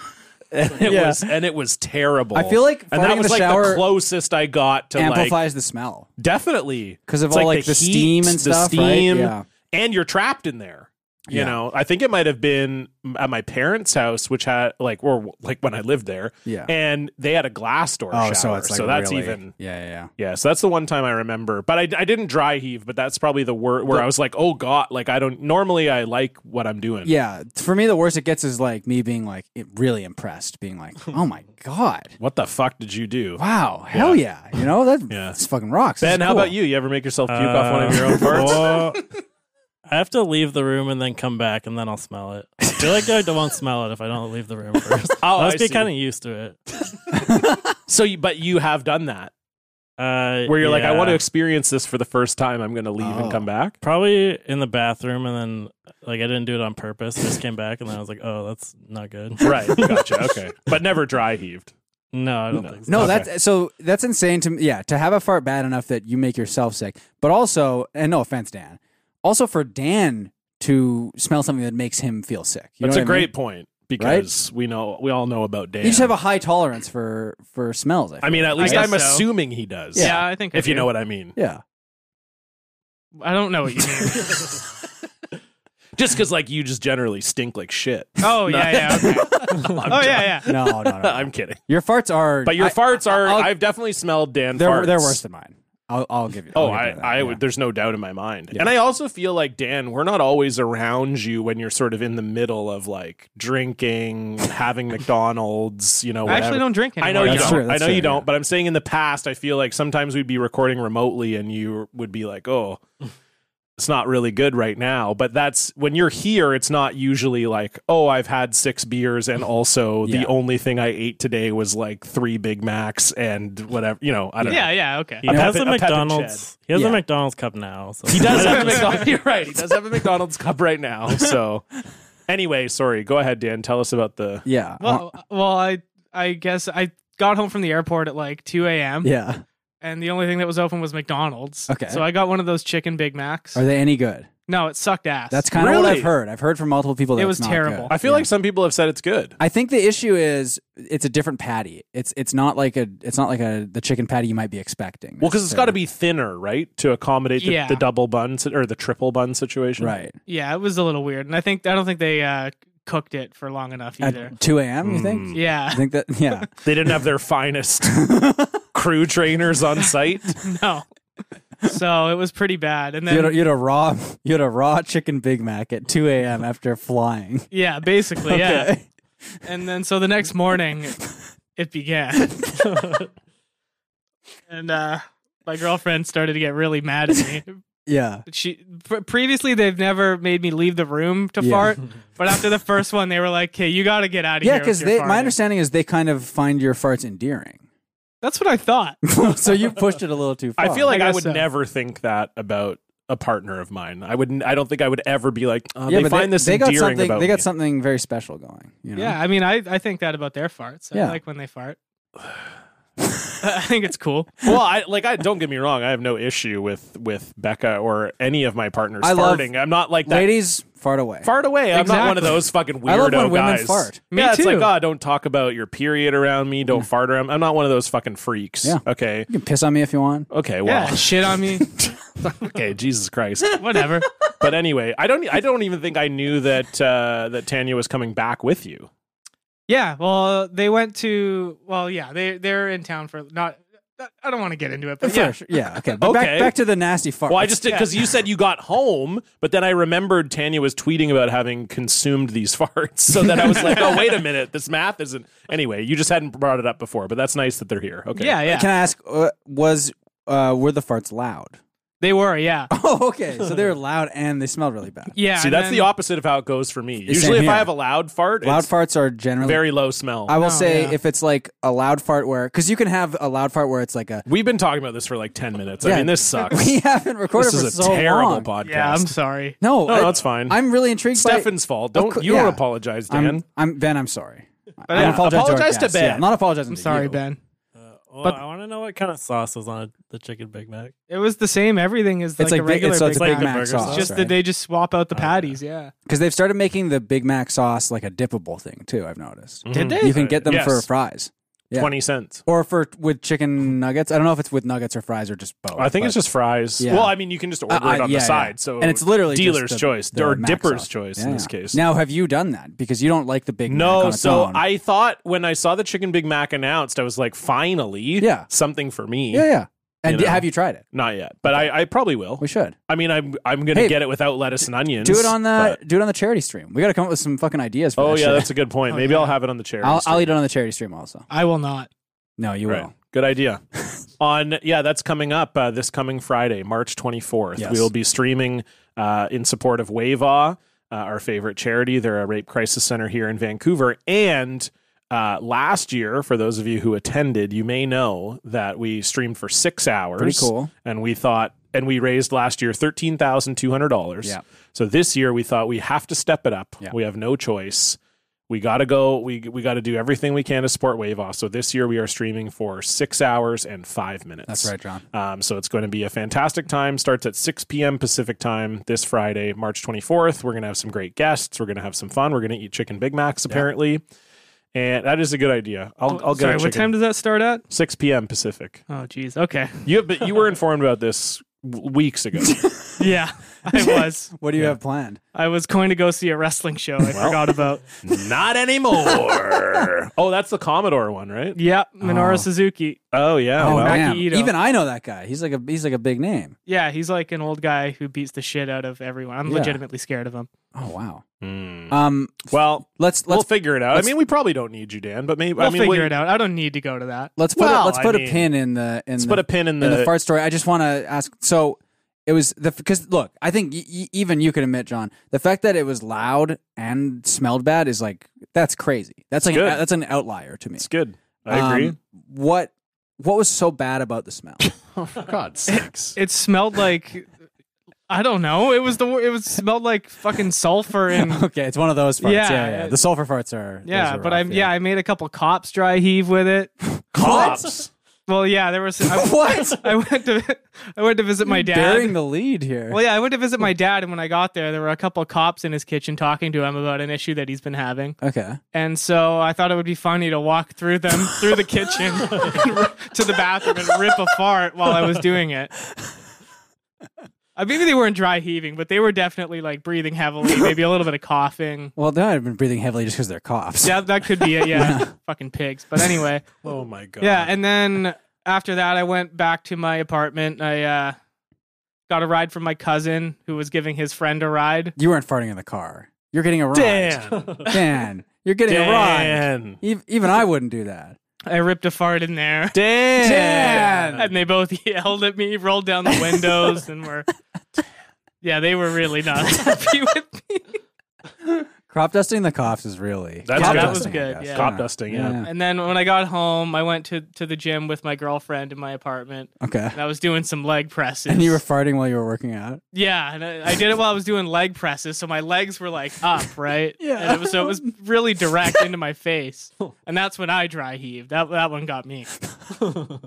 Speaker 1: And it
Speaker 2: Yeah.
Speaker 1: was and it was terrible.
Speaker 2: I feel like
Speaker 1: and
Speaker 2: farting
Speaker 1: that
Speaker 2: in
Speaker 1: was
Speaker 2: the
Speaker 1: like the
Speaker 2: shower
Speaker 1: closest I got to
Speaker 2: Amplifies
Speaker 1: like
Speaker 2: the smell.
Speaker 1: definitely
Speaker 2: 'Cause of
Speaker 1: It's
Speaker 2: all, like, the
Speaker 1: heat,
Speaker 2: steam and
Speaker 1: the
Speaker 2: stuff, right?
Speaker 1: steam,
Speaker 2: Yeah.
Speaker 1: and you're trapped in there. You
Speaker 2: Yeah.
Speaker 1: know, I think it might have been at my parents' house, which had like or like when I lived there,
Speaker 2: Yeah.
Speaker 1: and they had a glass door
Speaker 2: Oh,
Speaker 1: shower,
Speaker 2: so it's like
Speaker 1: that's
Speaker 2: really-
Speaker 1: even
Speaker 2: Yeah, yeah, yeah.
Speaker 1: Yeah, so that's the one time I remember. But I, I didn't dry heave, but that's probably the word where I was like, oh god, like I don't normally I like what I'm doing.
Speaker 2: Yeah, for me the worst it gets is like me being like it really impressed, being
Speaker 1: *laughs*
Speaker 2: like, "Oh my god,
Speaker 1: What the fuck did you do?
Speaker 2: wow, hell yeah!" You know that
Speaker 1: Yeah.
Speaker 2: it's fucking rocks. This
Speaker 1: Ben,
Speaker 2: is
Speaker 1: how
Speaker 2: cool.
Speaker 1: about you? You ever make yourself puke off one of your own
Speaker 5: Uh,
Speaker 1: farts? *laughs*
Speaker 5: well, I have to leave the room and then come back and then I'll smell it. I feel like I don't- won't smell it if I don't leave
Speaker 1: *laughs*
Speaker 5: the room first.
Speaker 1: Oh,
Speaker 5: I must
Speaker 1: I
Speaker 5: be
Speaker 1: see.
Speaker 5: kind of used to it.
Speaker 1: so, you, but you have done that.
Speaker 5: Uh,
Speaker 1: Where you're like, I
Speaker 5: yeah.
Speaker 1: want to experience this for the first time. I'm going to leave
Speaker 2: Oh.
Speaker 1: and come back.
Speaker 5: Probably in the bathroom, and then like I didn't do it on purpose. I just came back, and then I was like, "Oh, that's not good."
Speaker 1: *laughs* Right. Gotcha.
Speaker 2: *laughs*
Speaker 1: Okay. But never dry heaved.
Speaker 5: *laughs* No, I don't
Speaker 1: No.
Speaker 5: think so.
Speaker 2: No,
Speaker 1: Okay.
Speaker 2: that's uh, so that's insane to me. Yeah, to have a fart bad enough that you make yourself sick, but also, and no offense, Dan, also for Dan to smell something that makes him feel sick. You
Speaker 1: That's
Speaker 2: know
Speaker 1: a
Speaker 2: what I mean?
Speaker 1: great point because we know we all know about Dan.
Speaker 2: You just have a high tolerance for for smells. I,
Speaker 1: I mean, at least
Speaker 4: guess
Speaker 1: I'm
Speaker 4: so.
Speaker 1: assuming he does.
Speaker 4: Yeah, I think I
Speaker 1: If you
Speaker 4: do.
Speaker 1: know what I mean.
Speaker 2: feel. yeah,
Speaker 1: *laughs*
Speaker 4: I don't know what you mean.
Speaker 1: Just because, like, you just generally stink like
Speaker 2: *laughs*
Speaker 1: shit.
Speaker 4: oh yeah, yeah.
Speaker 1: *laughs*
Speaker 4: Okay. oh yeah, yeah.
Speaker 2: no, no, no. no.
Speaker 1: I'm kidding.
Speaker 2: your farts are,
Speaker 1: But your
Speaker 2: I-
Speaker 1: farts are,
Speaker 2: I'll-
Speaker 1: i have definitely smelled Dan
Speaker 2: they're
Speaker 1: farts.
Speaker 2: they're worse than mine. I'll, I'll give you.
Speaker 1: Oh,
Speaker 2: I'll
Speaker 1: I,
Speaker 2: give you that,
Speaker 1: I
Speaker 2: yeah.
Speaker 1: would. There's no doubt in my mind, and I also feel like Dan, we're not always around you when you're sort of in the middle of like drinking, having McDonald's, you know.
Speaker 4: I
Speaker 1: Whatever.
Speaker 4: actually don't drink anymore.
Speaker 1: I know you
Speaker 2: That's
Speaker 1: don't.
Speaker 2: true, that's
Speaker 1: I know
Speaker 2: true,
Speaker 1: you don't.
Speaker 2: yeah.
Speaker 1: But I'm saying in the past, I feel like sometimes we'd be recording remotely, and you would be like, "Oh, it's not really good right now." But that's when you're here. It's not usually like, "Oh, I've had six beers, and also
Speaker 2: Yeah.
Speaker 1: the only thing I ate today was like three Big Macs and whatever." You know, I don't.
Speaker 4: Yeah, yeah. Okay.
Speaker 5: He
Speaker 1: know.
Speaker 5: has
Speaker 1: A
Speaker 5: a,
Speaker 1: pep- a pep and
Speaker 5: McDonald's. He has
Speaker 2: Yeah.
Speaker 5: a McDonald's cup now. So.
Speaker 1: He does *laughs* have a McDonald's. You're right. He does have a McDonald's cup right now. *laughs* So, anyway, sorry. Go ahead, Dan. Tell us about the.
Speaker 2: Yeah,
Speaker 4: Well, well, I I guess I got home from the airport at like 2 a.m.
Speaker 2: yeah.
Speaker 4: and the only thing that was open was McDonald's.
Speaker 2: Okay.
Speaker 4: So I got one of those chicken Big Macs.
Speaker 2: Are they any good?
Speaker 4: no, it sucked ass.
Speaker 2: That's kind of what
Speaker 1: Really?
Speaker 2: I've heard. I've heard from multiple people. That
Speaker 4: It
Speaker 2: it's
Speaker 4: was
Speaker 2: not
Speaker 4: terrible.
Speaker 2: good.
Speaker 1: I feel
Speaker 2: Yeah.
Speaker 1: like some people have said it's good.
Speaker 2: I think the issue is it's a different patty. It's it's not like a it's not like a the chicken patty you might be expecting.
Speaker 1: Well, because it's got to be thinner, right, to accommodate the,
Speaker 4: Yeah.
Speaker 1: the double bun si- or the triple bun situation.
Speaker 2: right
Speaker 4: yeah, it was a little weird, and I think I don't think they uh, cooked it for long enough either.
Speaker 2: at two a.m. You think?
Speaker 1: Hmm.
Speaker 2: *laughs* I
Speaker 4: yeah.
Speaker 1: *laughs*
Speaker 2: think that yeah.
Speaker 1: They didn't
Speaker 2: *laughs*
Speaker 1: have their finest crew trainers on site.
Speaker 4: *laughs* No. so it was pretty bad, and
Speaker 2: you, had a,
Speaker 4: then
Speaker 2: you had a raw you had a raw chicken Big Mac at two a.m. after flying.
Speaker 4: yeah, basically yeah,
Speaker 2: e- Okay. *laughs*
Speaker 4: and then so the next morning
Speaker 2: *laughs*
Speaker 4: it began, and uh, my girlfriend started to get really mad at me
Speaker 2: yeah.
Speaker 4: she pre- previously they've never made me leave the room to
Speaker 2: Yeah.
Speaker 4: fart, but after the first one they were like, "Okay, you got to get out of
Speaker 2: Yeah,
Speaker 4: here."
Speaker 2: because
Speaker 4: because
Speaker 2: my understanding is they kind of find your farts endearing. *laughs*
Speaker 4: That's what I thought.
Speaker 2: so you pushed it a little too far.
Speaker 1: I feel like I,
Speaker 4: I guess
Speaker 1: would
Speaker 4: so.
Speaker 1: never think that about a partner of mine. I wouldn't. I don't think I would ever be like. Uh,
Speaker 2: yeah,
Speaker 1: they
Speaker 2: but
Speaker 1: find
Speaker 2: they,
Speaker 1: this
Speaker 2: they got
Speaker 1: endearing
Speaker 2: something
Speaker 1: about
Speaker 2: they got
Speaker 1: me.
Speaker 2: something very special going. You know?
Speaker 4: Yeah, I mean, I, I think that about their farts. I
Speaker 2: Yeah.
Speaker 4: like when they fart. I think it's
Speaker 2: *laughs*
Speaker 4: cool.
Speaker 1: well, I like I don't get me wrong, I have no issue with with Becca or any of my partners
Speaker 2: I love-
Speaker 1: farting. I'm not like that
Speaker 2: Ladies, fart away.
Speaker 1: fart away. I'm not one of
Speaker 4: Exactly.
Speaker 1: those fucking weirdo
Speaker 2: I love when women
Speaker 1: guys.
Speaker 2: fart. Mm.
Speaker 4: Me
Speaker 1: yeah, it's
Speaker 4: too.
Speaker 1: like, oh, don't talk about your period around me, don't fart around. I'm not one of those fucking freaks.
Speaker 2: Yeah.
Speaker 1: Okay.
Speaker 2: You can piss on me if you want.
Speaker 1: Okay,
Speaker 4: Yeah,
Speaker 1: well. *laughs*
Speaker 4: shit
Speaker 2: *laughs*
Speaker 4: on me,
Speaker 1: Okay, Jesus Christ.
Speaker 4: *laughs* whatever.
Speaker 1: but anyway, I don't I don't even think I knew that uh that Tanya was coming back with you.
Speaker 4: Yeah, well, they went to well, yeah, they they're in town for not. I don't want to get into it, but yeah,
Speaker 2: Yeah, sure. yeah, okay. But Back,
Speaker 1: Okay.
Speaker 2: back to the nasty farts.
Speaker 1: Well, I just did because you said you got home, but then I remembered Tanya was tweeting about having consumed these *laughs* farts. So then I was like, oh, wait a minute. This math isn't. Anyway, you just hadn't brought it up before, but that's nice that they're here. Okay.
Speaker 4: yeah, yeah.
Speaker 2: Can I ask, uh, was uh, were the farts loud?
Speaker 4: they were, yeah,
Speaker 2: Oh, okay. So they were loud and they smelled
Speaker 1: *laughs*
Speaker 2: really bad.
Speaker 4: yeah.
Speaker 1: See,
Speaker 4: and
Speaker 1: that's
Speaker 4: then-
Speaker 1: the opposite of how it goes for me.
Speaker 2: Same
Speaker 1: Usually, if
Speaker 2: here.
Speaker 1: I have a loud fart,
Speaker 2: Loud
Speaker 1: it's
Speaker 2: farts are generally.
Speaker 1: very low smell.
Speaker 2: I will
Speaker 4: Oh,
Speaker 2: say
Speaker 4: yeah.
Speaker 2: if it's like a loud fart where, because you can have a loud fart where it's like a. *laughs*
Speaker 1: We've been talking about this for like 10 minutes.
Speaker 2: Yeah.
Speaker 1: I mean, this sucks.
Speaker 2: *laughs* We haven't recorded
Speaker 1: this is
Speaker 2: for
Speaker 1: a
Speaker 2: so
Speaker 1: terrible
Speaker 2: long.
Speaker 1: podcast.
Speaker 4: Yeah, I'm sorry.
Speaker 2: No,
Speaker 1: no,
Speaker 2: I,
Speaker 1: no, it's fine.
Speaker 2: I'm really intrigued.
Speaker 1: Stefan's fault.
Speaker 2: by,
Speaker 1: Don't
Speaker 2: Of cou-
Speaker 1: you
Speaker 2: yeah.
Speaker 1: don't apologize, Dan.
Speaker 2: I'm, I'm Ben. I'm sorry. I
Speaker 4: yeah,
Speaker 2: apologize. our
Speaker 1: apologize to
Speaker 2: guests.
Speaker 1: Ben.
Speaker 2: Yeah, I'm not apologizing.
Speaker 4: I'm
Speaker 2: to
Speaker 4: sorry,
Speaker 2: you.
Speaker 4: Ben.
Speaker 5: Well,
Speaker 4: But-
Speaker 5: I want to know what kind of sauce was on the chicken Big Mac.
Speaker 4: It was the same. Everything is
Speaker 2: It's like,
Speaker 4: like, a
Speaker 2: big-
Speaker 4: regular.
Speaker 2: it's, so it's
Speaker 4: Big
Speaker 2: a Big
Speaker 4: Mac.
Speaker 5: Mac.
Speaker 2: Mac Oh,
Speaker 5: It's
Speaker 2: sauce.
Speaker 4: just that they just swap out the patties. Yeah.
Speaker 2: because they've started making the Big Mac sauce like a dippable thing too. I've noticed.
Speaker 1: Did
Speaker 4: they?
Speaker 2: You can get them
Speaker 1: Mm. Yes.
Speaker 2: for fries. Yeah.
Speaker 1: 20 cents.
Speaker 2: or for with chicken nuggets. I don't know if it's with nuggets or fries or just both.
Speaker 1: I think it's
Speaker 2: but-
Speaker 1: just fries.
Speaker 2: Yeah.
Speaker 1: Well, I mean, you can just order
Speaker 2: Uh,
Speaker 1: it
Speaker 2: uh,
Speaker 1: on
Speaker 2: yeah,
Speaker 1: the
Speaker 2: yeah.
Speaker 1: side. So
Speaker 2: and it's literally just
Speaker 1: dealer's
Speaker 2: the-
Speaker 1: choice
Speaker 2: the
Speaker 1: or
Speaker 2: Mac
Speaker 1: dipper's
Speaker 2: sauce.
Speaker 1: choice
Speaker 2: Yeah.
Speaker 1: in this case.
Speaker 2: Now, have you done that because you don't like the Big Mac? on
Speaker 1: no,
Speaker 2: its
Speaker 1: so
Speaker 2: own.
Speaker 1: I thought when I saw the chicken Big Mac announced, I was like, finally,
Speaker 2: Yeah.
Speaker 1: something for me.
Speaker 2: yeah yeah. And
Speaker 1: You know.
Speaker 2: have you tried it?
Speaker 1: Not yet, but I, I probably will.
Speaker 2: We should
Speaker 1: I mean, I'm I'm gonna
Speaker 2: Hey,
Speaker 1: get it without lettuce and onions.
Speaker 2: do it on the
Speaker 1: but-
Speaker 2: do it on the charity stream. We got to come up with some fucking ideas. For
Speaker 1: *laughs* oh
Speaker 2: that
Speaker 1: yeah,
Speaker 2: shit.
Speaker 1: that's a good point. Maybe I'll have it on the chair.
Speaker 2: I'll, I'll eat it on the charity stream also.
Speaker 4: I will not.
Speaker 2: No, you
Speaker 1: Right.
Speaker 2: will.
Speaker 1: Good idea. *laughs* on yeah, that's coming up uh, this coming Friday, March 24th.
Speaker 2: Yes.
Speaker 1: We will be streaming uh, in support of WAVAW, uh, our favorite charity. They're a rape crisis center here in Vancouver, and Uh, last year, for those of you who attended, you may know that we streamed for six hours.
Speaker 2: Pretty cool.
Speaker 1: And we thought, and we raised last year thirteen thousand two hundred dollars.
Speaker 2: Yeah.
Speaker 1: So this year we thought we have to step it up.
Speaker 2: Yeah.
Speaker 1: We have no choice. We got to go. We we got to do everything we can to support Wave Off. So this year we are streaming for six hours and five minutes.
Speaker 2: That's right, John.
Speaker 1: Um, so it's going to be a fantastic time. Starts at 6 p.m. Pacific time this Friday, March 24th. We're going to have some great guests. We're going to have some fun. We're going to eat chicken Big Macs apparently, and that is a good idea. I'll I'll get
Speaker 4: Oh, Sorry,
Speaker 1: a
Speaker 4: what
Speaker 1: chicken.
Speaker 4: time does that start at?
Speaker 1: 6 p.m. Pacific.
Speaker 4: Oh, geez.
Speaker 2: *laughs*
Speaker 4: Okay.
Speaker 1: You but you were informed about this w- weeks ago.
Speaker 4: Yeah, I was.
Speaker 2: What do you have planned?
Speaker 4: I was going to go see a wrestling show. I forgot about. *laughs*
Speaker 1: Not anymore. *laughs* oh, that's the Commodore one, right?
Speaker 4: Yeah, Minoru
Speaker 2: Oh.
Speaker 4: Suzuki.
Speaker 1: Oh yeah.
Speaker 2: Oh,
Speaker 1: well,
Speaker 4: man.
Speaker 2: damn.
Speaker 4: Ito.
Speaker 2: Even I know that guy. He's like a he's like a big name.
Speaker 4: Yeah, he's like an old guy who beats the shit out of everyone. I'm
Speaker 2: Yeah.
Speaker 4: legitimately scared of him.
Speaker 2: Oh wow.
Speaker 1: Hmm.
Speaker 2: Um,
Speaker 1: well,
Speaker 2: let's
Speaker 1: we'll
Speaker 2: let's
Speaker 1: figure it out. I
Speaker 2: let's-
Speaker 1: mean, we probably don't need you, Dan, but maybe
Speaker 4: We'll
Speaker 1: I mean,
Speaker 4: figure
Speaker 1: we-
Speaker 4: it out. I don't need to go to that.
Speaker 2: let's put
Speaker 1: Well,
Speaker 2: a, let's
Speaker 1: I
Speaker 2: put
Speaker 1: mean,
Speaker 2: a pin in the in
Speaker 1: Let's
Speaker 2: the
Speaker 1: put a pin in the,
Speaker 2: in the fart story, I just want to ask. So it was the because look, I think y- y- even you could admit, John, the fact that it was loud and smelled bad is like that's crazy. That's like an,
Speaker 1: Good.
Speaker 2: that's an outlier to me.
Speaker 1: It's good. I agree.
Speaker 2: Um, what what was so bad about
Speaker 1: *laughs*
Speaker 2: the smell?
Speaker 1: God, sex.
Speaker 4: It smelled like I don't know. It was the wor- it was smelled like fucking sulfur *laughs* and
Speaker 2: okay, it's one of those farts. Yeah,
Speaker 4: Yeah,
Speaker 2: yeah.
Speaker 4: it-
Speaker 2: The sulfur farts are
Speaker 4: yeah.
Speaker 2: those are
Speaker 4: But
Speaker 2: rough,
Speaker 4: I'm yeah. I made a couple cops dry heave with it.
Speaker 2: *laughs*
Speaker 1: Cops.
Speaker 4: Well, yeah, there was. I,
Speaker 1: *laughs*
Speaker 2: What?
Speaker 4: *laughs* I went to I went to visit my dad.
Speaker 2: Bearing the lead here.
Speaker 4: Well, yeah, I went to visit my dad, and when I got there, there were a couple cops in his kitchen talking to him about an issue that he's been having.
Speaker 2: Okay.
Speaker 4: And so I thought it would be funny to walk through them, through the kitchen, *laughs* and r- to the bathroom, and rip a fart while I was doing it. Uh, maybe they weren't dry heaving, but they were definitely like breathing heavily, maybe a little bit of coughing.
Speaker 2: Well, then I've been breathing heavily just because they're coughs.
Speaker 4: Yeah, that could be it. Yeah, *laughs* fucking pigs. But anyway,
Speaker 1: Oh my god.
Speaker 4: yeah. And then after that, I went back to my apartment. I uh, got a ride from my cousin who was giving his friend a ride.
Speaker 2: You weren't farting in the car. You're getting a ride.
Speaker 1: Dan.
Speaker 2: Dan, you're getting a ride.
Speaker 1: Dan.
Speaker 2: Ev- Even I wouldn't do that.
Speaker 4: I ripped a fart in there.
Speaker 1: Dan.
Speaker 4: and they both *laughs* yelled at me, rolled down the windows,
Speaker 2: *laughs*
Speaker 4: and were yeah, they were really not happy *laughs* with me.
Speaker 2: Crop dusting the coughs is really
Speaker 1: That's
Speaker 2: crop
Speaker 1: good. That was
Speaker 2: dusting, I
Speaker 4: good,
Speaker 2: guess.
Speaker 4: yeah.
Speaker 1: Cop dusting. Yeah.
Speaker 4: And then when I got home, I went to to the gym with my girlfriend in my apartment,
Speaker 2: Okay.
Speaker 4: and I was doing some leg presses.
Speaker 2: And you were farting while you were working out.
Speaker 4: yeah, and I, I did it while I was doing leg presses, so my legs were like
Speaker 2: *laughs*
Speaker 4: up, right?
Speaker 2: Yeah.
Speaker 4: and it was, so it was really direct into
Speaker 2: *laughs*
Speaker 4: my face, and that's when I dry heaved. That that one got me.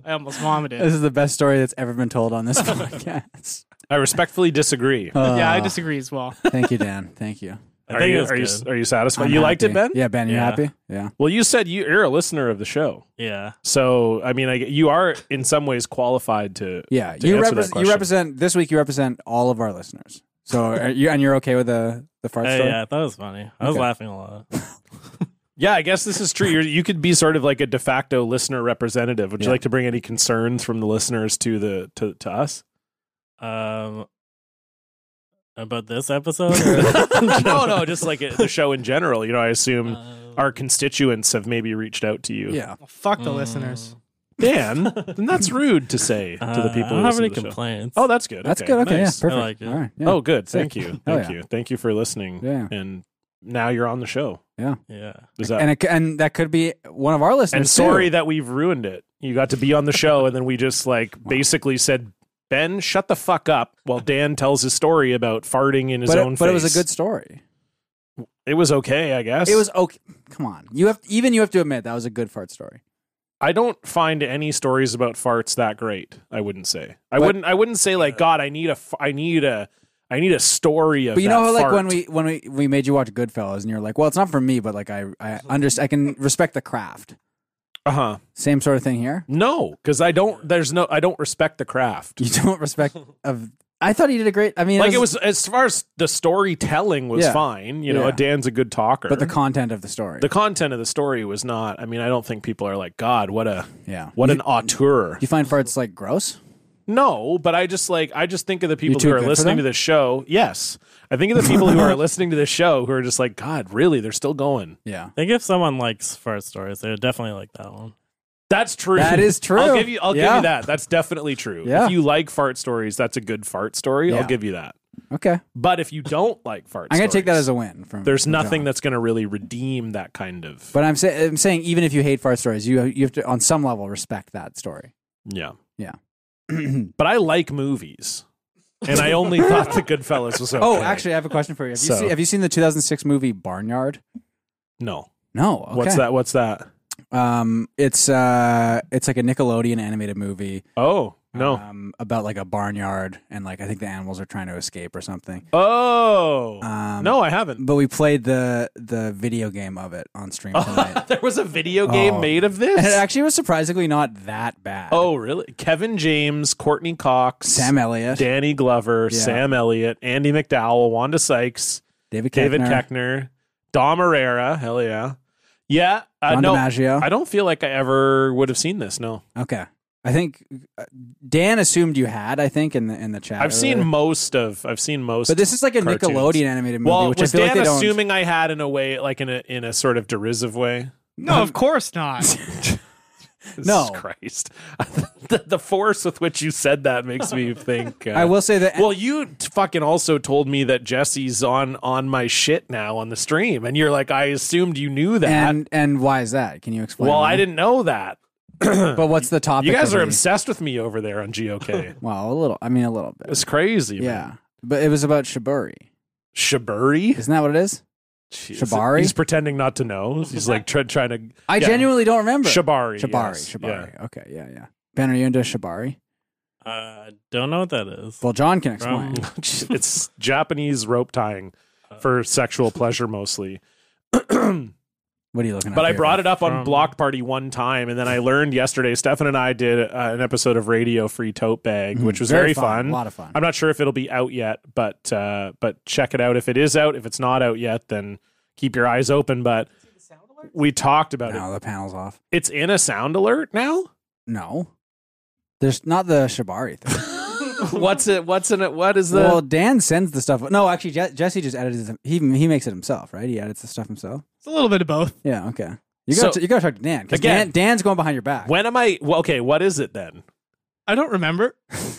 Speaker 4: I almost vomited.
Speaker 2: This is the best story that's ever been told on
Speaker 1: *laughs*
Speaker 2: this podcast.
Speaker 1: I respectfully disagree.
Speaker 2: *laughs* Uh,
Speaker 4: yeah, I disagree
Speaker 2: *laughs*
Speaker 4: as well.
Speaker 2: Thank you, Dan. Thank you.
Speaker 5: I
Speaker 1: are,
Speaker 5: think
Speaker 1: you,
Speaker 5: it's
Speaker 1: are, you,
Speaker 5: good.
Speaker 1: are you satisfied?
Speaker 2: I'm
Speaker 1: you liked it, Ben?
Speaker 2: happy. Yeah, Ben, you
Speaker 5: Yeah.
Speaker 2: happy? Yeah.
Speaker 1: Well, you said you, you're a listener of the show.
Speaker 5: Yeah.
Speaker 1: So, I mean, I, you are in some ways qualified to.
Speaker 2: Yeah.
Speaker 1: to
Speaker 2: You,
Speaker 1: answer that
Speaker 2: repres you
Speaker 1: question.
Speaker 2: represent, this week you represent all of our listeners.
Speaker 1: *laughs*
Speaker 2: So, are you, and you're okay with the, the fart
Speaker 5: Uh,
Speaker 2: story?
Speaker 5: yeah, I thought it was funny. I was
Speaker 2: Okay.
Speaker 5: laughing a lot.
Speaker 1: Yeah, I guess this is true. You're, you could be sort of like a de facto listener representative. Would you
Speaker 2: Yeah.
Speaker 1: like to bring any concerns from the listeners to the to, to us?
Speaker 5: Um, about
Speaker 1: *laughs*
Speaker 5: this episode? *laughs*
Speaker 1: no, no, just like it- the show in general. You know, I assume our constituents have maybe reached out to you.
Speaker 2: Yeah.
Speaker 4: Well, fuck the listeners.
Speaker 1: Dan, then that's rude to say *laughs* to the people.
Speaker 5: Uh, I
Speaker 1: who
Speaker 5: don't have
Speaker 1: listen
Speaker 5: any
Speaker 1: to the show.
Speaker 5: complaints.
Speaker 1: Oh, that's good.
Speaker 2: That's good. Okay.
Speaker 1: nice.
Speaker 2: Yeah. Perfect.
Speaker 5: like it.
Speaker 2: All right. Yeah.
Speaker 1: Oh, good.
Speaker 2: Sick.
Speaker 1: Thank you.
Speaker 2: Hell
Speaker 1: Thank
Speaker 2: yeah.
Speaker 1: you. Thank you for listening.
Speaker 2: Yeah.
Speaker 1: And now you're on the show.
Speaker 5: yeah.
Speaker 1: Is that
Speaker 2: And, it, c- and that could be one of our listeners.
Speaker 1: and sorry
Speaker 2: too.
Speaker 1: that we've ruined it. You got to be on the show, and then we just like basically said, Ben, shut the fuck up while Dan tells his story about farting in his
Speaker 2: But,
Speaker 1: own
Speaker 2: it, but it was a
Speaker 1: face.
Speaker 2: good story.
Speaker 1: It was okay, I guess.
Speaker 2: It was okay. Come on. You have even you have to admit that was a good fart story.
Speaker 1: I don't find any stories about farts that great. I wouldn't say. I
Speaker 2: But-
Speaker 1: wouldn't. I wouldn't say like God. I need a. f- I need a. I need a story of.
Speaker 2: But you
Speaker 1: that
Speaker 2: know how like
Speaker 1: fart.
Speaker 2: when we when we we made you watch Goodfellas and you're like, well, it's not for me, but like I I understand I can respect the craft.
Speaker 1: Uh huh.
Speaker 2: Same sort of thing here.
Speaker 1: No, because I don't. There's no. I don't respect the craft.
Speaker 2: You don't respect *laughs* of. I thought he did a great. I mean,
Speaker 1: Like it was as far as the storytelling was
Speaker 2: Yeah.
Speaker 1: fine. You know,
Speaker 2: Yeah.
Speaker 1: Dan's a good talker. *laughs*
Speaker 2: but the content of the story.
Speaker 1: the content of the story was not. I mean, I don't think people are like, God, what a
Speaker 2: yeah.
Speaker 1: what
Speaker 2: you,
Speaker 1: an auteur.
Speaker 2: you find farts like gross?
Speaker 1: No, but I just like I just think of the people
Speaker 2: too
Speaker 1: who are
Speaker 2: good for
Speaker 1: listening to
Speaker 2: them?
Speaker 1: this show. Yes, I think of the people
Speaker 2: *laughs*
Speaker 1: who are listening to this show who are just like, God, really? They're still going.
Speaker 2: Yeah.
Speaker 5: I think if someone likes fart stories, they would definitely like that one.
Speaker 1: That's true.
Speaker 2: That is true.
Speaker 1: I'll give you. I'll give
Speaker 2: Yeah.
Speaker 1: you that. That's definitely true.
Speaker 2: Yeah.
Speaker 1: If you like fart stories, that's a good fart story.
Speaker 2: Yeah.
Speaker 1: I'll give you that.
Speaker 2: Okay.
Speaker 1: But if you don't like fart,
Speaker 2: I'm going to take that
Speaker 1: stories,
Speaker 2: as a win from
Speaker 1: There's
Speaker 2: from
Speaker 1: nothing
Speaker 2: John.
Speaker 1: that's going to really redeem that kind of.
Speaker 2: But I'm, say, I'm saying even if you hate fart stories, you you have to on some level respect that story.
Speaker 1: yeah.
Speaker 2: oh,
Speaker 1: But I like movies, and I only thought The Goodfellas
Speaker 2: *laughs*
Speaker 1: was okay.
Speaker 2: Oh, actually, I have a question for you. Have,
Speaker 1: So-
Speaker 2: you, seen, have you seen the 2006 movie Barnyard?
Speaker 1: no.
Speaker 2: No. Okay.
Speaker 1: What's that? What's that?
Speaker 2: Um, it's uh, it's like a Nickelodeon animated movie.
Speaker 1: Oh no.
Speaker 2: Um, about like a barnyard and like I think the animals are trying to escape or something.
Speaker 1: oh
Speaker 2: Uh, Um,
Speaker 1: no, I
Speaker 2: *laughs*
Speaker 1: haven't.
Speaker 2: But we played the the video game of it on
Speaker 1: Oh,
Speaker 2: stream
Speaker 1: *laughs*
Speaker 2: tonight.
Speaker 1: there was a video game
Speaker 2: Oh.
Speaker 1: made
Speaker 2: *laughs*
Speaker 1: of this.
Speaker 2: and it actually was surprisingly not that bad.
Speaker 1: oh really? Kevin James, Courtney Cox,
Speaker 2: Sam Elliott,
Speaker 1: Danny Glover,
Speaker 2: Yeah.
Speaker 1: Sam Elliott, Andy McDowell, Wanda Sykes,
Speaker 2: David Koechner,
Speaker 1: David Keckner, Dom Herrera. Hell yeah, yeah. Uh,
Speaker 2: John
Speaker 1: no,
Speaker 2: DiMaggio.
Speaker 1: I don't feel like I ever would have seen this. No,
Speaker 2: Okay. I think uh, Dan assumed you had, I think, in the in the chat.
Speaker 1: I've seen
Speaker 2: earlier.
Speaker 1: most of. I've seen most.
Speaker 2: But this is like a
Speaker 1: cartoons.
Speaker 2: Nickelodeon animated movie,
Speaker 1: well,
Speaker 2: which
Speaker 1: was
Speaker 2: I feel
Speaker 1: Dan
Speaker 2: like they
Speaker 1: assuming I had in a way, like in a in a sort of derisive way?
Speaker 2: Mm.
Speaker 4: No, of
Speaker 2: *laughs*
Speaker 4: course not.
Speaker 1: Jesus
Speaker 2: No.
Speaker 1: Christ. *laughs* the, the force with which you said that makes
Speaker 2: *laughs*
Speaker 1: me think. Uh,
Speaker 2: don't. I will say that.
Speaker 1: Well, you t- fucking also told me that Jesse's on on my shit now on the stream, and you're like, I assumed you knew that.
Speaker 2: and and why is that? Can you explain?
Speaker 1: well,
Speaker 2: why?
Speaker 1: I didn't know that. *clears throat*
Speaker 2: But what's the topic?
Speaker 1: You guys
Speaker 2: of
Speaker 1: are
Speaker 2: the-
Speaker 1: obsessed with me over there on
Speaker 2: *laughs*
Speaker 1: GOK.
Speaker 2: Well, a little. I mean, a little bit.
Speaker 1: it's crazy. man.
Speaker 2: Yeah, but it was about Shibari.
Speaker 1: Shibari.
Speaker 2: Isn't that what it is?
Speaker 1: Jeez.
Speaker 2: Shibari?
Speaker 1: He's pretending not to know. He's like try, trying to.
Speaker 2: I
Speaker 1: Yeah.
Speaker 2: genuinely don't remember.
Speaker 1: Shibari.
Speaker 2: Shibari.
Speaker 1: yes.
Speaker 2: Shibari. Okay. Yeah. Yeah. Ben, are you into Shibari?
Speaker 5: Uh, I don't know what that is.
Speaker 2: Well, John
Speaker 1: Um,
Speaker 2: can explain.
Speaker 5: From-
Speaker 1: Yeah. *laughs* it's Japanese rope tying for *laughs* sexual pleasure mostly.
Speaker 2: what are you looking at?
Speaker 1: But I brought it up on
Speaker 5: From-
Speaker 1: Block Party one time, and then I learned yesterday. Stefan and I did uh, an episode of Radio Free Tote Bag, which was Mm-hmm. very, fun.
Speaker 2: A lot of Mm-hmm. fun.
Speaker 1: I'm not sure if it'll be out yet, but uh, but check it out. If it is out, if it's not out yet, then keep your eyes open. But we talked about it.
Speaker 2: no, the panel's off.
Speaker 1: It's in a sound alert now.
Speaker 2: No, there's not the
Speaker 1: *laughs*
Speaker 2: Shibari thing.
Speaker 1: *laughs* what's it? What's in it? What is
Speaker 2: well, Dan sends the stuff. No, actually, Je- Jesse just edits. It. He he makes it himself, right? He edits the stuff himself.
Speaker 4: It's a little bit of both.
Speaker 2: Yeah. Okay. You got
Speaker 1: So-
Speaker 2: to you got to talk to Dan because
Speaker 1: Again-
Speaker 2: Dan, Dan's going behind your back.
Speaker 1: when am I? Well, okay, what is it then?
Speaker 4: I don't remember.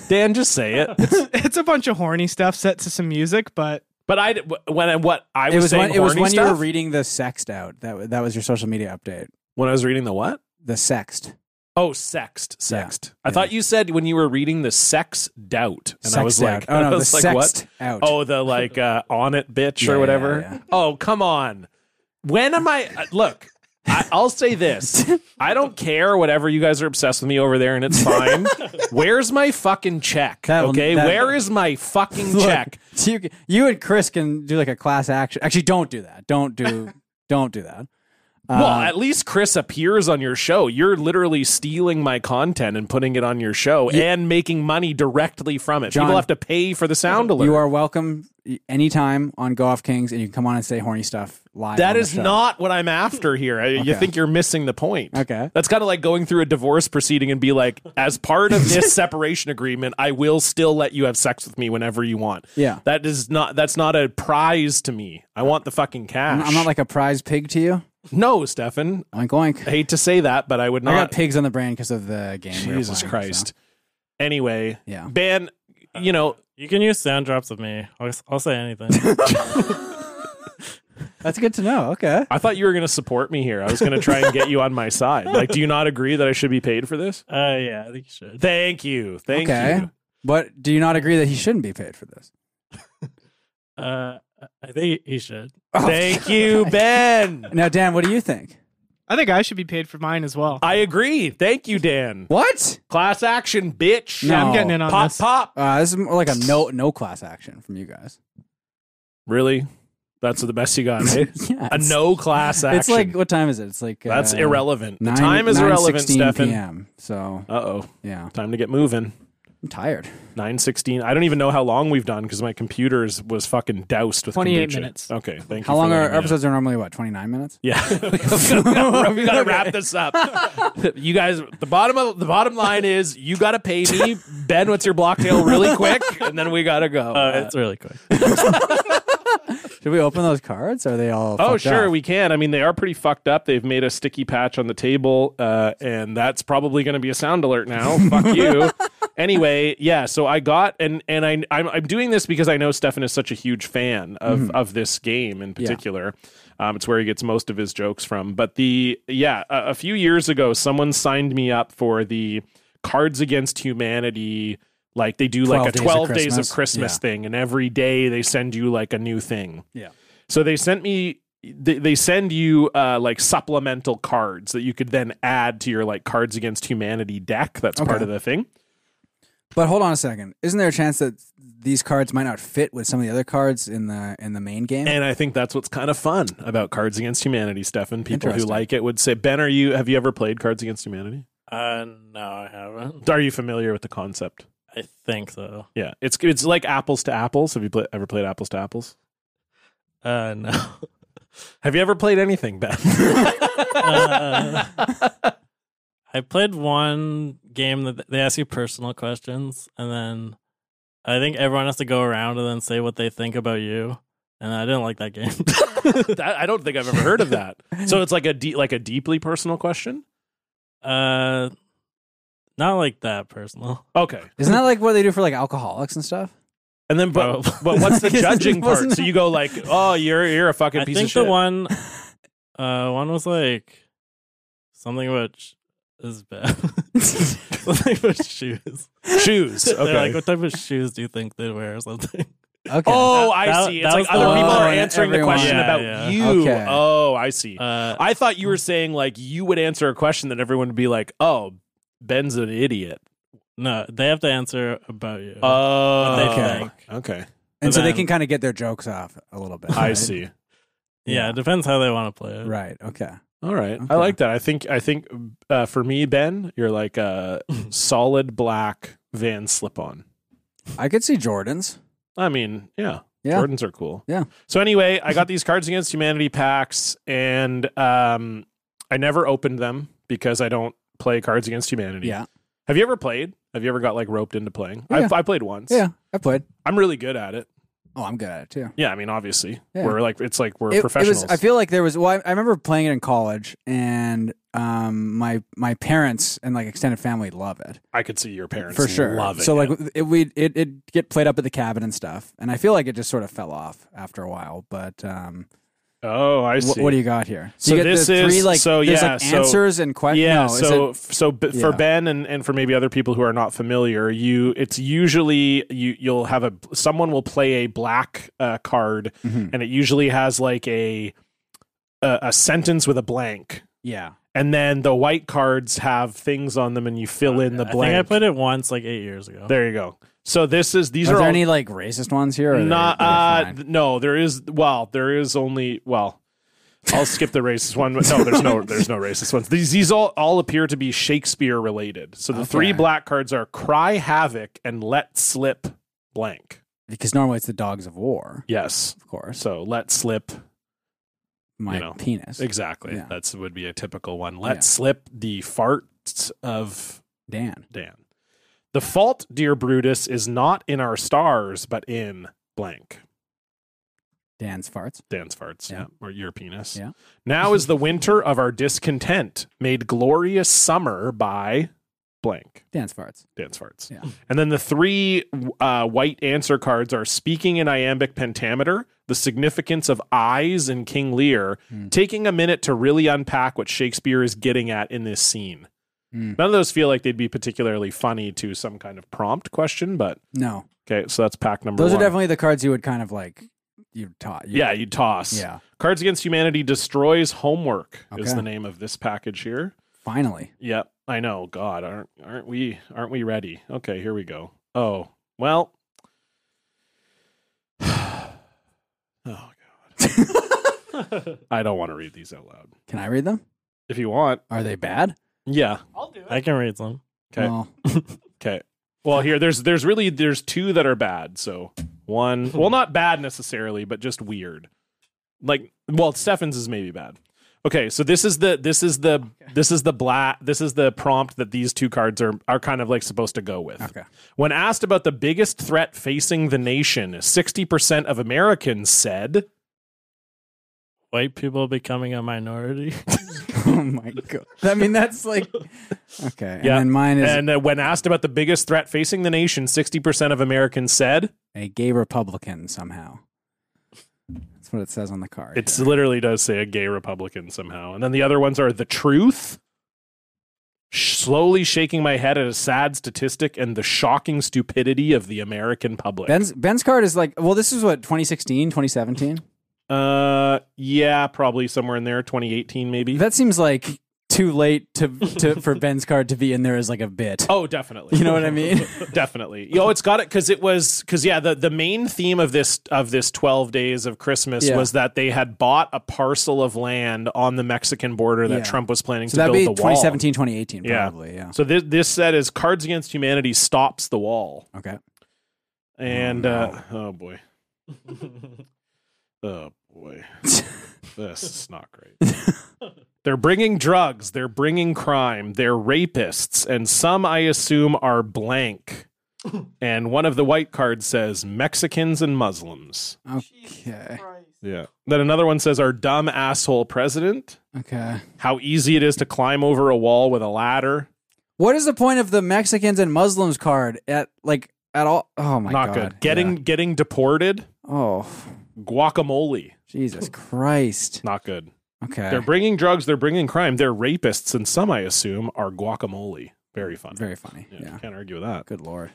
Speaker 1: Dan, just say it.
Speaker 2: *laughs*
Speaker 4: It's a bunch of horny stuff set to some music, but
Speaker 1: but I when I, what I was,
Speaker 2: it was
Speaker 1: saying
Speaker 2: when it was
Speaker 1: horny
Speaker 2: when you were
Speaker 1: stuff?
Speaker 2: reading the sext out. That wa- that was your social media update.
Speaker 1: when I was reading the what.
Speaker 2: The sext.
Speaker 1: Oh, sexed, sexed. I
Speaker 2: yeah.
Speaker 1: thought you said when you were reading the sex doubt, and I
Speaker 2: Sexed
Speaker 1: was
Speaker 2: out.
Speaker 1: like, *laughs*
Speaker 2: oh
Speaker 1: I
Speaker 2: no, the
Speaker 1: was like,
Speaker 2: sext
Speaker 1: what?
Speaker 2: out.
Speaker 1: Oh, the like uh, on it bitch
Speaker 2: Yeah,
Speaker 1: or whatever.
Speaker 2: yeah, yeah.
Speaker 1: Oh, come on. When am I? uh, look, I, I'll say
Speaker 2: *laughs*
Speaker 1: this. I don't care whatever you guys are obsessed with me over there, and it's fine.
Speaker 2: *laughs*
Speaker 1: Where's my fucking check?
Speaker 2: That will-
Speaker 1: okay,
Speaker 2: that-
Speaker 1: where is my fucking
Speaker 2: *laughs* *laughs* Look,
Speaker 1: check?
Speaker 2: so you, you and Chris can do like a class action. Actually, don't do that.
Speaker 1: *laughs*
Speaker 2: Don't do don't do that.
Speaker 1: Well,
Speaker 2: Uh,
Speaker 1: at least Chris appears on your show. You're literally stealing my content and putting it on your show and making money directly from it.
Speaker 2: John,
Speaker 1: People have to pay for the sound alert.
Speaker 2: You are welcome anytime on Go Off Kings, and you can come on and say horny stuff live. on
Speaker 1: That
Speaker 2: the
Speaker 1: is
Speaker 2: show.
Speaker 1: not what I'm after here. I, You
Speaker 2: Okay.
Speaker 1: think you're missing the point.
Speaker 2: Okay.
Speaker 1: That's kind of like going through a divorce proceeding and be like, as part of
Speaker 2: *laughs*
Speaker 1: this separation agreement, I will still let you have sex with me whenever you want.
Speaker 2: Yeah.
Speaker 1: That is not that's not a prize to me. I want the fucking cash.
Speaker 2: I'm not like a prize pig to you.
Speaker 1: No, Stefan.
Speaker 2: Oink oink.
Speaker 1: I hate to say that, but I would
Speaker 2: I got
Speaker 1: not
Speaker 2: pigs on the brain because of the game. we were
Speaker 1: Jesus
Speaker 2: playing,
Speaker 1: Christ.
Speaker 2: so.
Speaker 1: Anyway,
Speaker 2: Yeah.
Speaker 1: *laughs* ban you know,
Speaker 5: *laughs* You can use sound drops of me. I'll, I'll
Speaker 1: *laughs*
Speaker 5: say anything.
Speaker 2: That's good to know. Okay.
Speaker 1: I thought you were going to support me here. I was going to try and get you on my side. Like, do you not agree that I should be paid for this?
Speaker 5: uh, yeah, I think you should.
Speaker 1: Thank you. Thank
Speaker 2: okay.
Speaker 1: you.
Speaker 2: But do you not agree that he shouldn't be paid for this?
Speaker 5: Uh, I think he should.
Speaker 2: *laughs*
Speaker 1: Thank you, Ben.
Speaker 2: Now, Dan, what do you think?
Speaker 4: I think I should be paid for mine as well.
Speaker 1: I agree. Thank you, Dan.
Speaker 2: What?
Speaker 1: Class action, bitch.
Speaker 2: No.
Speaker 4: I'm getting in on
Speaker 1: pop,
Speaker 4: this.
Speaker 1: pop.
Speaker 2: Uh, this is more like a no no class action from you guys.
Speaker 1: Really? That's the best you got,
Speaker 2: *laughs*
Speaker 1: right?
Speaker 2: Yeah,
Speaker 1: A
Speaker 2: it's-
Speaker 1: no class action.
Speaker 2: It's like what time is it? It's like
Speaker 1: That's
Speaker 2: uh,
Speaker 1: irrelevant. The
Speaker 2: nine-
Speaker 1: time is irrelevant,
Speaker 2: 9:16
Speaker 1: Stefan.
Speaker 2: PM, so
Speaker 1: Uh oh.
Speaker 2: yeah,
Speaker 1: Time to get moving.
Speaker 2: I'm tired.
Speaker 1: 916. I don't even know how long we've done because my computer is, was fucking doused with
Speaker 4: 28
Speaker 1: kombucha.
Speaker 4: minutes.
Speaker 1: Okay. Thank
Speaker 2: How
Speaker 1: you. for
Speaker 2: long are
Speaker 1: letting me know.
Speaker 2: episodes are normally? What twenty nine minutes?
Speaker 1: Yeah, *laughs* we gotta, we gotta wrap this up. *laughs* you guys, the bottom of the bottom line is you gotta pay me, Ben. What's your block deal, Oh, really quick, and then we gotta go.
Speaker 5: Uh, it's really quick.
Speaker 2: Should we open those cards? Are they all?
Speaker 1: Oh,
Speaker 2: fucked
Speaker 1: sure,
Speaker 2: up?
Speaker 1: we can. I mean, they are pretty fucked up. They've made a sticky patch on the table, uh, and that's probably going to be a sound alert now.
Speaker 2: *laughs*
Speaker 1: Fuck you. Anyway, yeah. So I got and and I I'm, I'm doing this because I know Stefan is such a huge fan of
Speaker 2: Mm-hmm.
Speaker 1: of this game in particular. Um, it's where he gets most of his jokes from. But the yeah, a, a few years ago, someone signed me up for the Cards Against Humanity. Like they do like a
Speaker 2: 12 Days of
Speaker 1: twelve days of
Speaker 2: Christmas.
Speaker 1: Christmas
Speaker 2: Yeah.
Speaker 1: thing, and every day they send you like a new thing.
Speaker 2: Yeah.
Speaker 1: So they sent me they, they send you uh, like supplemental cards that you could then add to your like Cards Against Humanity deck. That's part
Speaker 2: Okay.
Speaker 1: of the thing.
Speaker 2: But hold on a second. Isn't there a chance that these cards might not fit with some of the other cards in the in the main game?
Speaker 1: And I think that's what's kind of fun about Cards Against Humanity, Stefan. People who
Speaker 2: Interesting.
Speaker 1: like it would say, Ben, are you have you ever played Cards Against Humanity?
Speaker 5: *laughs* Uh, no, I haven't.
Speaker 1: Are you familiar with the concept?
Speaker 5: I think so.
Speaker 1: Yeah. It's it's like apples to apples. Have you play, ever played apples to apples?
Speaker 5: Uh, no.
Speaker 1: Have you ever played anything, Ben?
Speaker 5: Uh, *laughs* I played one game that they ask you personal questions, and then I think everyone has to go around and then say what they think about you. And I didn't like that
Speaker 1: *laughs*
Speaker 5: game. *laughs*
Speaker 1: that, I don't think I've ever heard of that. *laughs* So it's like a de- like a deeply personal question.
Speaker 5: uh, not like that personal.
Speaker 1: Okay.
Speaker 2: Isn't that like what they do for like alcoholics and stuff?
Speaker 1: And then, but,
Speaker 5: Probably.
Speaker 1: but what's
Speaker 2: *laughs*
Speaker 1: the judging part?
Speaker 2: Wasn't
Speaker 1: So you go like, oh, you're you're a fucking
Speaker 5: I
Speaker 1: piece
Speaker 5: think
Speaker 1: of shit.
Speaker 5: the one,
Speaker 1: *laughs*
Speaker 5: uh, one was like something which is bad. *laughs* something about shoes.
Speaker 1: Shoes.
Speaker 5: *laughs* They're
Speaker 1: Okay.
Speaker 5: like, what type of shoes do you think they wear or something?
Speaker 1: *laughs*
Speaker 2: Okay.
Speaker 1: oh,
Speaker 5: That-
Speaker 1: I
Speaker 5: that-
Speaker 1: see.
Speaker 5: that
Speaker 1: It's like
Speaker 5: was the
Speaker 1: other
Speaker 5: one
Speaker 1: people are
Speaker 5: where
Speaker 1: answering the
Speaker 2: everyone-
Speaker 1: question
Speaker 5: Yeah,
Speaker 1: about
Speaker 5: yeah.
Speaker 1: you.
Speaker 2: Okay.
Speaker 1: Oh, I see.
Speaker 5: Uh,
Speaker 1: I thought you were saying like you would answer a question that everyone would be like, oh, Ben's an idiot.
Speaker 5: no, they have to answer about you.
Speaker 1: Oh,
Speaker 5: They
Speaker 2: okay.
Speaker 5: think.
Speaker 1: Okay.
Speaker 2: and so they
Speaker 5: then-
Speaker 2: can kind of get their jokes off a little bit.
Speaker 1: I
Speaker 2: right?
Speaker 1: see.
Speaker 5: Yeah, it depends how they want to play it.
Speaker 2: Right. Okay.
Speaker 1: All right.
Speaker 2: Okay.
Speaker 1: I like that. I think I think uh, for me, Ben, you're like
Speaker 5: *clears throat*
Speaker 1: a solid black van slip on.
Speaker 2: I could see Jordan's.
Speaker 1: I mean, yeah.
Speaker 2: Yeah.
Speaker 1: Jordans are cool.
Speaker 2: Yeah.
Speaker 1: So anyway, I got these Cards Against Humanity packs, and um, I never opened them because I don't play Cards Against Humanity.
Speaker 2: Yeah.
Speaker 1: Have you ever played? Have you ever got like roped into playing?
Speaker 2: Yeah.
Speaker 1: I, I played once.
Speaker 2: Yeah. I played.
Speaker 1: I'm really good at it.
Speaker 2: Oh, I'm good at it too.
Speaker 1: Yeah. I mean, obviously,
Speaker 2: Yeah.
Speaker 1: we're like it's like we're
Speaker 2: It- it was-
Speaker 1: professionals.
Speaker 2: I feel like there was. Well, I, I remember playing it in college, and um, my my parents and like extended family love it.
Speaker 1: I could see your parents
Speaker 2: for sure.
Speaker 1: Love it.
Speaker 2: so like it we it it get played up at the cabin and stuff, and I feel like it just sort of fell off after a while. But um,
Speaker 1: oh, I
Speaker 2: wh-
Speaker 1: see.
Speaker 2: what do you got here?
Speaker 1: So
Speaker 2: you get
Speaker 1: this
Speaker 2: the three
Speaker 1: is-
Speaker 2: like
Speaker 1: so
Speaker 2: there's
Speaker 1: yeah,
Speaker 2: like
Speaker 1: so-
Speaker 2: answers and questions.
Speaker 1: yeah.
Speaker 2: no, is
Speaker 1: so
Speaker 2: it-
Speaker 1: so b- for
Speaker 2: Yeah.
Speaker 1: Ben and, and for maybe other people who are not familiar, you it's usually you you'll have a someone will play a black uh, card,
Speaker 2: Mhm.
Speaker 1: and it usually has like a, a a sentence with a blank,
Speaker 2: yeah,
Speaker 1: and then the white cards have things on them, and you fill in the
Speaker 5: Uh, I think
Speaker 1: blank.
Speaker 5: I played it once, like eight years ago.
Speaker 1: there you go. So this is these
Speaker 2: are,
Speaker 1: are,
Speaker 2: there
Speaker 1: all
Speaker 2: any like racist ones here? Or
Speaker 1: not
Speaker 2: they,
Speaker 1: uh th- no there is well there is only well I'll skip the racist one but no there's no there's no racist ones these these all all appear to be Shakespeare related so the three
Speaker 2: Okay.
Speaker 1: black cards are cry havoc and let slip blank
Speaker 2: because normally it's the dogs of war,
Speaker 1: yes
Speaker 2: of course.
Speaker 1: so let slip
Speaker 2: My
Speaker 1: you know,
Speaker 2: penis.
Speaker 1: exactly
Speaker 2: Yeah.
Speaker 1: that's would be a typical one let
Speaker 2: Yeah.
Speaker 1: slip the farts of
Speaker 2: Dan.
Speaker 1: Dan the fault dear Brutus is not in our stars but in blank
Speaker 2: Dan's farts.
Speaker 1: Dan's farts,
Speaker 2: Yeah.
Speaker 1: yeah. or your penis.
Speaker 2: Yeah.
Speaker 1: Now is the winter of our discontent made glorious summer by blank.
Speaker 2: Dan's farts.
Speaker 1: Dan's farts.
Speaker 2: Yeah.
Speaker 1: And then the three uh, white answer cards are speaking in iambic pentameter, the significance of eyes in King Lear,
Speaker 2: Mm.
Speaker 1: taking a minute to really unpack what Shakespeare is getting at in this scene.
Speaker 2: Mm.
Speaker 1: None of those feel like they'd be particularly funny to some kind of prompt question, but
Speaker 2: No,
Speaker 1: okay, so that's pack number
Speaker 2: those
Speaker 1: one.
Speaker 2: are definitely the cards you would kind of like. You taught. You,
Speaker 1: yeah, you toss.
Speaker 2: Yeah.
Speaker 1: Cards Against Humanity destroys homework is
Speaker 2: Okay.
Speaker 1: the name of this package here.
Speaker 2: Finally.
Speaker 1: Yep, I know. God, aren't aren't we aren't we ready? Okay, here we go. Oh well. *sighs* oh God. *laughs* I don't want to read these out loud.
Speaker 2: Can I read them?
Speaker 1: If you want,
Speaker 2: Are they bad?
Speaker 1: yeah.
Speaker 4: I'll do it.
Speaker 5: I can read some.
Speaker 1: Okay.
Speaker 2: Well, *laughs*
Speaker 1: Okay. Well, here there's there's really there's two that are bad. So one,
Speaker 2: Hmm.
Speaker 1: well, not bad necessarily, but just weird. Like, well, Stefan's is maybe bad. Okay, so this is the this is the this is the black this is the prompt that these two cards are are kind of like supposed to go with.
Speaker 2: Okay.
Speaker 1: When asked about the biggest threat facing the nation, sixty percent of Americans said
Speaker 5: white people becoming a minority. *laughs*
Speaker 2: oh my god! I mean, that's like okay.
Speaker 1: Yeah.
Speaker 2: And then mine is
Speaker 1: And uh, when asked about the biggest threat facing the nation, 60% of Americans said
Speaker 2: a gay Republican somehow. That's what it says on the card.
Speaker 1: it literally does say a gay Republican somehow. And then the other ones are the truth, sh- slowly shaking my head at a sad statistic and the shocking stupidity of the American public.
Speaker 2: Ben's Ben's card is like well, this is what 2016, 2017.
Speaker 1: uh, yeah, probably somewhere in there, 2018 maybe.
Speaker 2: That seems like too late to,
Speaker 1: *laughs*
Speaker 2: to for Ben's card to be in there as like a bit.
Speaker 1: Oh, definitely.
Speaker 2: You know what I mean?
Speaker 1: *laughs* definitely. Yo, it's got it because it was because yeah, the the main theme of this of this twelve days of Christmas
Speaker 2: Yeah.
Speaker 1: was that they had bought a parcel of land on the Mexican border that
Speaker 2: Yeah.
Speaker 1: Trump was planning to
Speaker 2: So that'd
Speaker 1: build
Speaker 2: be
Speaker 1: the wall.
Speaker 2: 2017, 2018,
Speaker 1: Yeah.
Speaker 2: probably. Yeah.
Speaker 1: So this this set is Cards Against Humanity stops the wall,
Speaker 2: Okay.
Speaker 1: and
Speaker 2: Oh,
Speaker 1: uh, oh
Speaker 2: *laughs*
Speaker 1: boy, oh boy, this is not
Speaker 2: *laughs*
Speaker 1: great. They're bringing drugs. They're bringing crime. They're rapists, and some I assume are blank.
Speaker 2: *laughs*
Speaker 1: And one of the white cards says Mexicans and Muslims.
Speaker 2: Okay.
Speaker 1: Yeah. Then another one says our dumb asshole president.
Speaker 2: Okay.
Speaker 1: How easy it is to climb over a wall with a ladder.
Speaker 2: What is the point of the Mexicans and Muslims card at like at all? Oh my
Speaker 1: not
Speaker 2: god.
Speaker 1: good. Getting
Speaker 2: Yeah.
Speaker 1: getting deported.
Speaker 2: Oh,
Speaker 1: Guacamole. *laughs*
Speaker 2: Jesus Christ.
Speaker 1: Not good.
Speaker 2: Okay.
Speaker 1: They're bringing drugs. They're bringing crime. They're rapists, and some I assume are guacamole. Very fun.
Speaker 2: Very funny. Yeah.
Speaker 1: Can't argue with that.
Speaker 2: Good lord.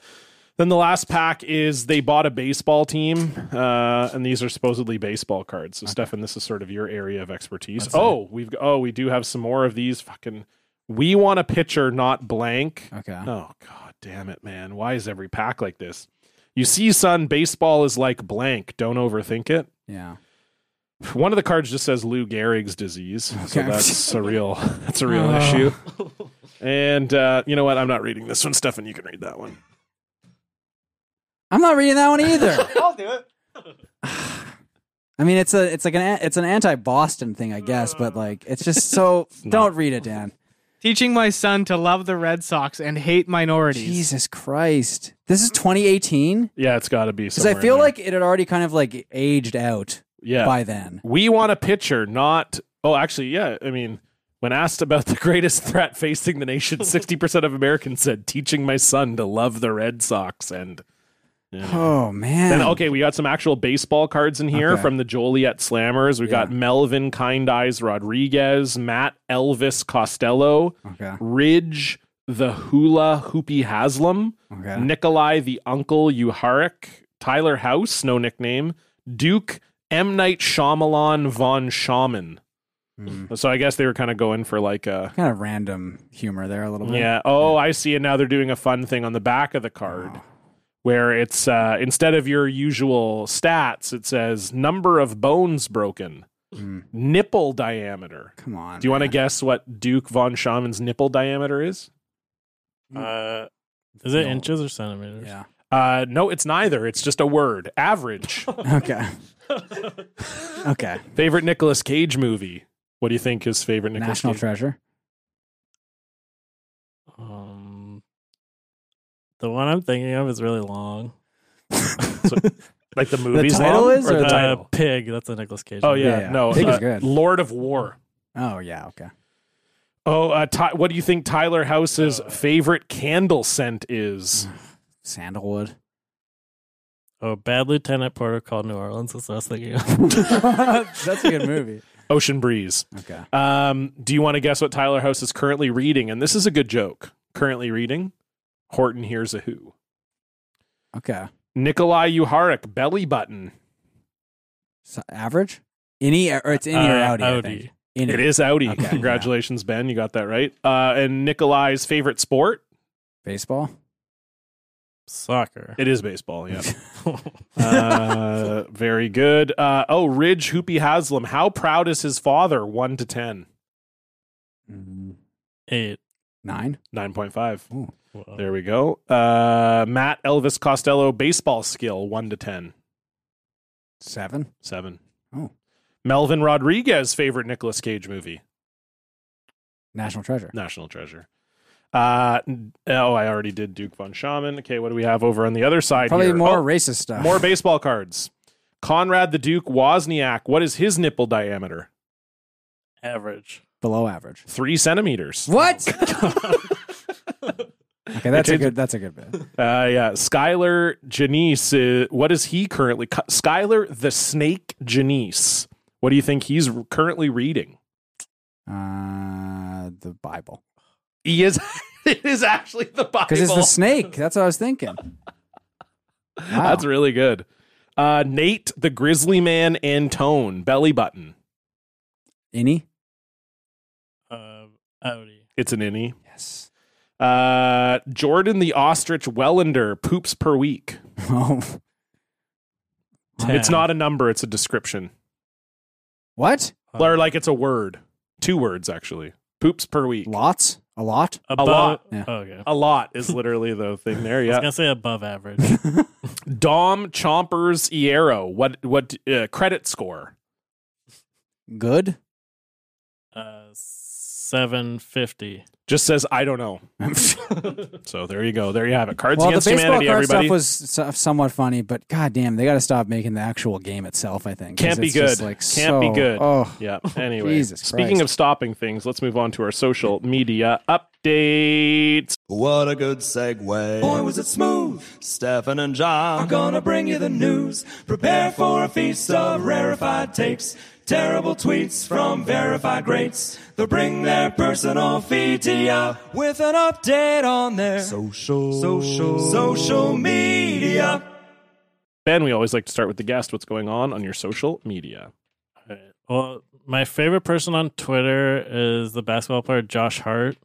Speaker 1: Then the last pack is they bought a baseball team, uh, and these are supposedly baseball cards. So, Stefan, this is sort of your area of expertise. oh, we've oh we do have some more of these. Fucking, we want a pitcher, not blank.
Speaker 2: Okay.
Speaker 1: Oh god damn it, man! Why is every pack like this? You see, son, baseball is like blank. Don't overthink it.
Speaker 2: Yeah.
Speaker 1: One of the cards just says Lou Gehrig's disease, so
Speaker 2: Okay. *laughs* Oh.
Speaker 1: that's a real that's a real issue. And uh, you know what? I'm not reading this one, Stefan. You can read that one.
Speaker 2: I'm not reading that one either.
Speaker 4: *laughs* I'll do it.
Speaker 2: *sighs* I mean, it's a it's like an a- it's an anti-Boston thing, I guess, but like it's
Speaker 1: *laughs*
Speaker 2: just so don't read it, Dan.
Speaker 4: Teaching my son to love the Red Sox and hate minorities.
Speaker 2: Jesus Christ. This is 2018
Speaker 1: Yeah, it's got to be.
Speaker 2: cuz I
Speaker 1: Because
Speaker 2: feel like it had already kind of like aged out
Speaker 1: yeah,
Speaker 2: by then.
Speaker 1: we want a pitcher, not. Oh, actually, yeah. I mean, when asked about the greatest threat facing the
Speaker 2: *laughs*
Speaker 1: nation, sixty percent of Americans said teaching my son to love the Red Sox and.
Speaker 2: Oh man.
Speaker 1: And okay, we got some actual baseball cards in here
Speaker 2: Okay.
Speaker 1: from the Joliet Slammers. We got Melvin Kind Eyes Rodriguez, Matt Elvis Costello,
Speaker 2: Okay.
Speaker 1: Ridge the Hula Hoopy Haslam,
Speaker 2: Okay.
Speaker 1: Nikolai the Uncle Uharik, Tyler House, no nickname, Duke M Night Shyamalan Von Shaman.
Speaker 2: Hmm.
Speaker 1: So I guess they were kind of going for like a
Speaker 2: Kind of random humor there a little bit.
Speaker 1: yeah. Oh, I see. And now they're doing a fun thing on the back of the card where it's uh, instead of your usual stats, it says number of bones broken, nipple diameter.
Speaker 2: Mm, Come on.
Speaker 1: Do you want to guess what Duke von Schumann's nipple diameter is?
Speaker 5: Uh, is it
Speaker 2: No.
Speaker 5: inches or centimeters?
Speaker 2: Yeah.
Speaker 1: Uh, no, it's neither. It's just a word. *laughs* Average.
Speaker 2: *laughs* Okay.
Speaker 1: *laughs*
Speaker 2: okay.
Speaker 1: favorite Nicolas Cage movie. What do you think his favorite Nicolas
Speaker 2: National
Speaker 1: Cage?
Speaker 2: Treasure.
Speaker 5: Um, the one I'm thinking of is really long.
Speaker 1: like the movie's
Speaker 2: title
Speaker 1: long
Speaker 2: is,
Speaker 1: or the
Speaker 2: or
Speaker 5: Uh,
Speaker 2: the-
Speaker 1: title?
Speaker 5: Pig. That's a Nicolas Cage.
Speaker 1: Oh
Speaker 5: movie.
Speaker 1: yeah,
Speaker 2: yeah.
Speaker 1: no.
Speaker 2: Pig is
Speaker 1: uh,
Speaker 2: good.
Speaker 1: Lord of War.
Speaker 2: Oh yeah. Okay.
Speaker 1: Oh, uh, Ty- what do you think Tyler House's favorite candle scent is?
Speaker 2: Mm.
Speaker 1: *laughs*
Speaker 2: Sandalwood. *laughs*
Speaker 5: Oh, Bad Lieutenant Porter called New Orleans. That's what I was thinking of.
Speaker 2: That's a good movie.
Speaker 1: Ocean breeze.
Speaker 2: Okay.
Speaker 1: Um, do you want to guess what Tyler House is currently reading? And this is a good joke. Currently reading Horton Hears a Who.
Speaker 2: Okay.
Speaker 1: Nikolai Uharik, Belly Button.
Speaker 2: So, average? Any or it's any or
Speaker 5: Uh,
Speaker 2: outie? I
Speaker 5: outie.
Speaker 2: think. Any.
Speaker 1: It is Audi.
Speaker 2: Okay.
Speaker 1: Congratulations, Ben. You got that right. Uh, and Nikolai's favorite sport?
Speaker 2: baseball.
Speaker 5: *laughs* Soccer.
Speaker 1: It is baseball. Yeah. uh, *laughs* very good. Uh, oh, Ridge Hoopy Haslam. How proud is his father? One to 10.
Speaker 2: Mm,
Speaker 5: *laughs* Eight.
Speaker 2: Nine.
Speaker 1: 9.5.
Speaker 2: Ooh.
Speaker 5: Whoa.
Speaker 1: There we go. Uh, Matt Elvis Costello, baseball skill, 1 to 10.
Speaker 2: Seven.
Speaker 1: Seven.
Speaker 2: Oh.
Speaker 1: Melvin Rodriguez, favorite Nicolas Cage movie,
Speaker 2: National Treasure.
Speaker 1: National Treasure. Uh, n- oh, I already did Duke von Schaman. Okay, what do we have over on the other side?
Speaker 2: Probably
Speaker 1: here?
Speaker 2: more
Speaker 1: Oh,
Speaker 2: racist stuff.
Speaker 1: more baseball cards. Conrad the Duke Wozniak, what is his nipple diameter?
Speaker 5: Average.
Speaker 1: *laughs*
Speaker 2: below average.
Speaker 1: Three centimeters.
Speaker 2: What? *laughs* okay, that's a
Speaker 1: changed-
Speaker 2: good. That's a good bit.
Speaker 1: Uh, yeah, Skylar Janice. Uh, what is he currently? Cu- Skylar the Snake Janice. What do you think he's r- currently reading?
Speaker 2: Uh, the Bible,
Speaker 1: He is. *laughs* It is actually the Bible.
Speaker 2: because it's the snake. That's what I was thinking. Wow.
Speaker 1: *laughs* That's really good. Uh, Nate the Grizzly Man Antone belly button.
Speaker 2: Any?
Speaker 5: Uh, Audi.
Speaker 1: It's an innie.
Speaker 2: Yes.
Speaker 1: Uh, Jordan the Ostrich Wellander poops per week.
Speaker 2: *laughs* Oh,
Speaker 1: It's not a number. It's a description,
Speaker 2: what?
Speaker 5: Oh.
Speaker 1: or like it's a word. Two words actually. Poops per week.
Speaker 2: Lots? A lot? *laughs*
Speaker 5: above,
Speaker 1: lot.
Speaker 2: Yeah.
Speaker 5: Oh, okay.
Speaker 1: A lot is literally the thing there.
Speaker 5: *laughs* I was
Speaker 1: Yeah.
Speaker 5: gonna say above average.
Speaker 1: *laughs*
Speaker 2: *laughs*
Speaker 1: Dom Chompers Iero. What what uh, credit score?
Speaker 2: Good?
Speaker 5: uh, seven fifty.
Speaker 1: Just says I don't know. So there you go. There you have it. Cards
Speaker 2: well, the
Speaker 1: Against
Speaker 2: baseball
Speaker 1: Humanity.
Speaker 2: card
Speaker 1: Everybody
Speaker 2: stuff was so- somewhat funny, but goddamn, they got to stop making the actual game itself. I think 'cause
Speaker 1: Can't be
Speaker 2: it's just,
Speaker 1: good.
Speaker 2: Like,
Speaker 1: Can't be
Speaker 2: so-
Speaker 1: good.
Speaker 2: Oh,
Speaker 1: Yeah. Anyway,
Speaker 2: Jesus
Speaker 1: speaking
Speaker 2: Christ.
Speaker 1: of stopping things, let's move on to our social media updates.
Speaker 6: What a good segue.
Speaker 3: Boy, was it smooth.
Speaker 6: Stefan and John
Speaker 3: I'm gonna bring you the news. Prepare for a feast of rarefied takes. Terrible tweets from verified greats. They'll bring their personal feed to ya with an update on their
Speaker 6: social
Speaker 3: social, social media.
Speaker 1: Ben, we always like to start with the guest. What's going on on your social media?
Speaker 5: Well, my favorite person on Twitter is the basketball player Josh Hart.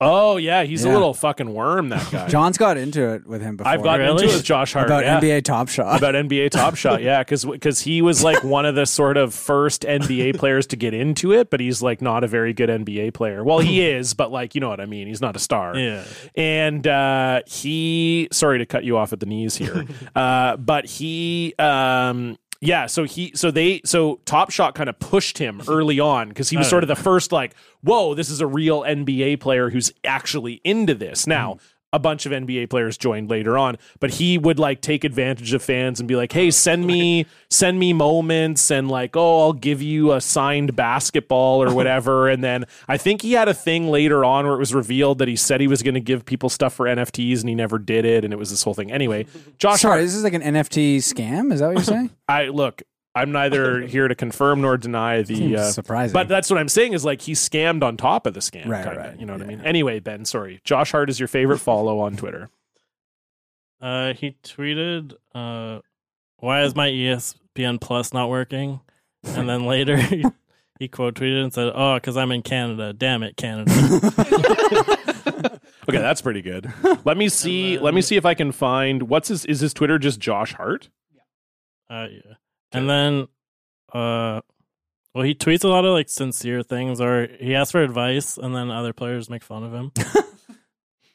Speaker 1: Oh yeah, he's a
Speaker 2: Yeah.
Speaker 1: little fucking worm. That
Speaker 2: *laughs*
Speaker 1: guy.
Speaker 2: John's got into it with him before.
Speaker 1: I've gotten
Speaker 5: Really?
Speaker 1: into it with Josh Hart
Speaker 2: about
Speaker 1: yeah.
Speaker 2: NBA Top Shot.
Speaker 1: about NBA Top Shot. Yeah, because he was like one of the sort of first NBA players to get into it, but he's like not a very good NBA player. Well, he is, but like you know what I mean. He's not a star.
Speaker 5: Yeah.
Speaker 1: And uh, he, sorry to cut you off at the knees here, uh, but he. Um, yeah, so he, so they, so Top Shot kind of pushed him early on because he was sort of the first, like, whoa, this is a real NBA player who's actually into this. Now, a bunch of NBA players joined later on, but he would like take advantage of fans and be like, "Hey, send me send me moments and like, oh, I'll give you a signed basketball or whatever."
Speaker 2: *laughs*
Speaker 1: and then I think he had a thing later on where it was revealed that he said he was going to give people stuff for NFTs and he never did it and it was this whole thing. Anyway, Josh
Speaker 2: Sorry, this is like an NFT scam. Is that what you're saying?
Speaker 1: I look. I'm
Speaker 2: *laughs*
Speaker 1: neither here to confirm nor deny the
Speaker 2: Seems
Speaker 1: uh,
Speaker 2: surprising.
Speaker 1: but that's what I'm saying is like he scammed on top of the scam.
Speaker 2: Right,
Speaker 1: kinda,
Speaker 2: right,
Speaker 1: You know what I
Speaker 2: yeah.
Speaker 1: mean? Anyway, Ben, sorry. Josh Hart is your favorite follow on Twitter.
Speaker 5: Uh, he tweeted, uh, "Why is my E ESPN Plus not working?" And then later *laughs* he, he quote tweeted and said, "Oh, because I'm in Canada. Damn it, Canada."
Speaker 1: Okay, that's pretty *laughs* good. Let me see. let me see if I can find what's his. Is his Twitter just Josh Hart?
Speaker 5: uh, yeah. And then, uh, well, he tweets a lot of like sincere things, or he asks for advice, and then other players make fun of
Speaker 2: *laughs*
Speaker 5: him.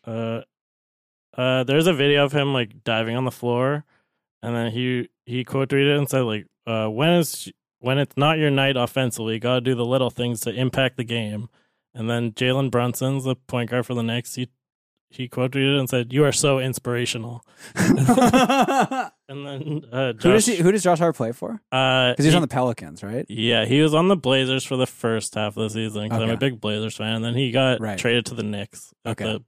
Speaker 5: uh, uh, there's a video of him like diving on the floor, and then he he quote tweeted and said like, uh, "When is when it's not your night offensively, gotta do the little things to impact the game." And then Jalen Brunson's the point guard for the Knicks. He he quote tweeted and said, "You are so inspirational."
Speaker 1: *laughs*
Speaker 2: *laughs*
Speaker 5: And then uh, Josh,
Speaker 2: who does he, who does Josh Hart play for?
Speaker 5: uh,
Speaker 2: Because he's
Speaker 5: he-
Speaker 2: on the Pelicans, right?
Speaker 5: yeah, he was on the Blazers for the first half of the season 'cause I'm
Speaker 2: Okay.
Speaker 5: a big Blazers fan. And then he got
Speaker 2: Right.
Speaker 5: traded to the Knicks at
Speaker 2: Okay.
Speaker 5: the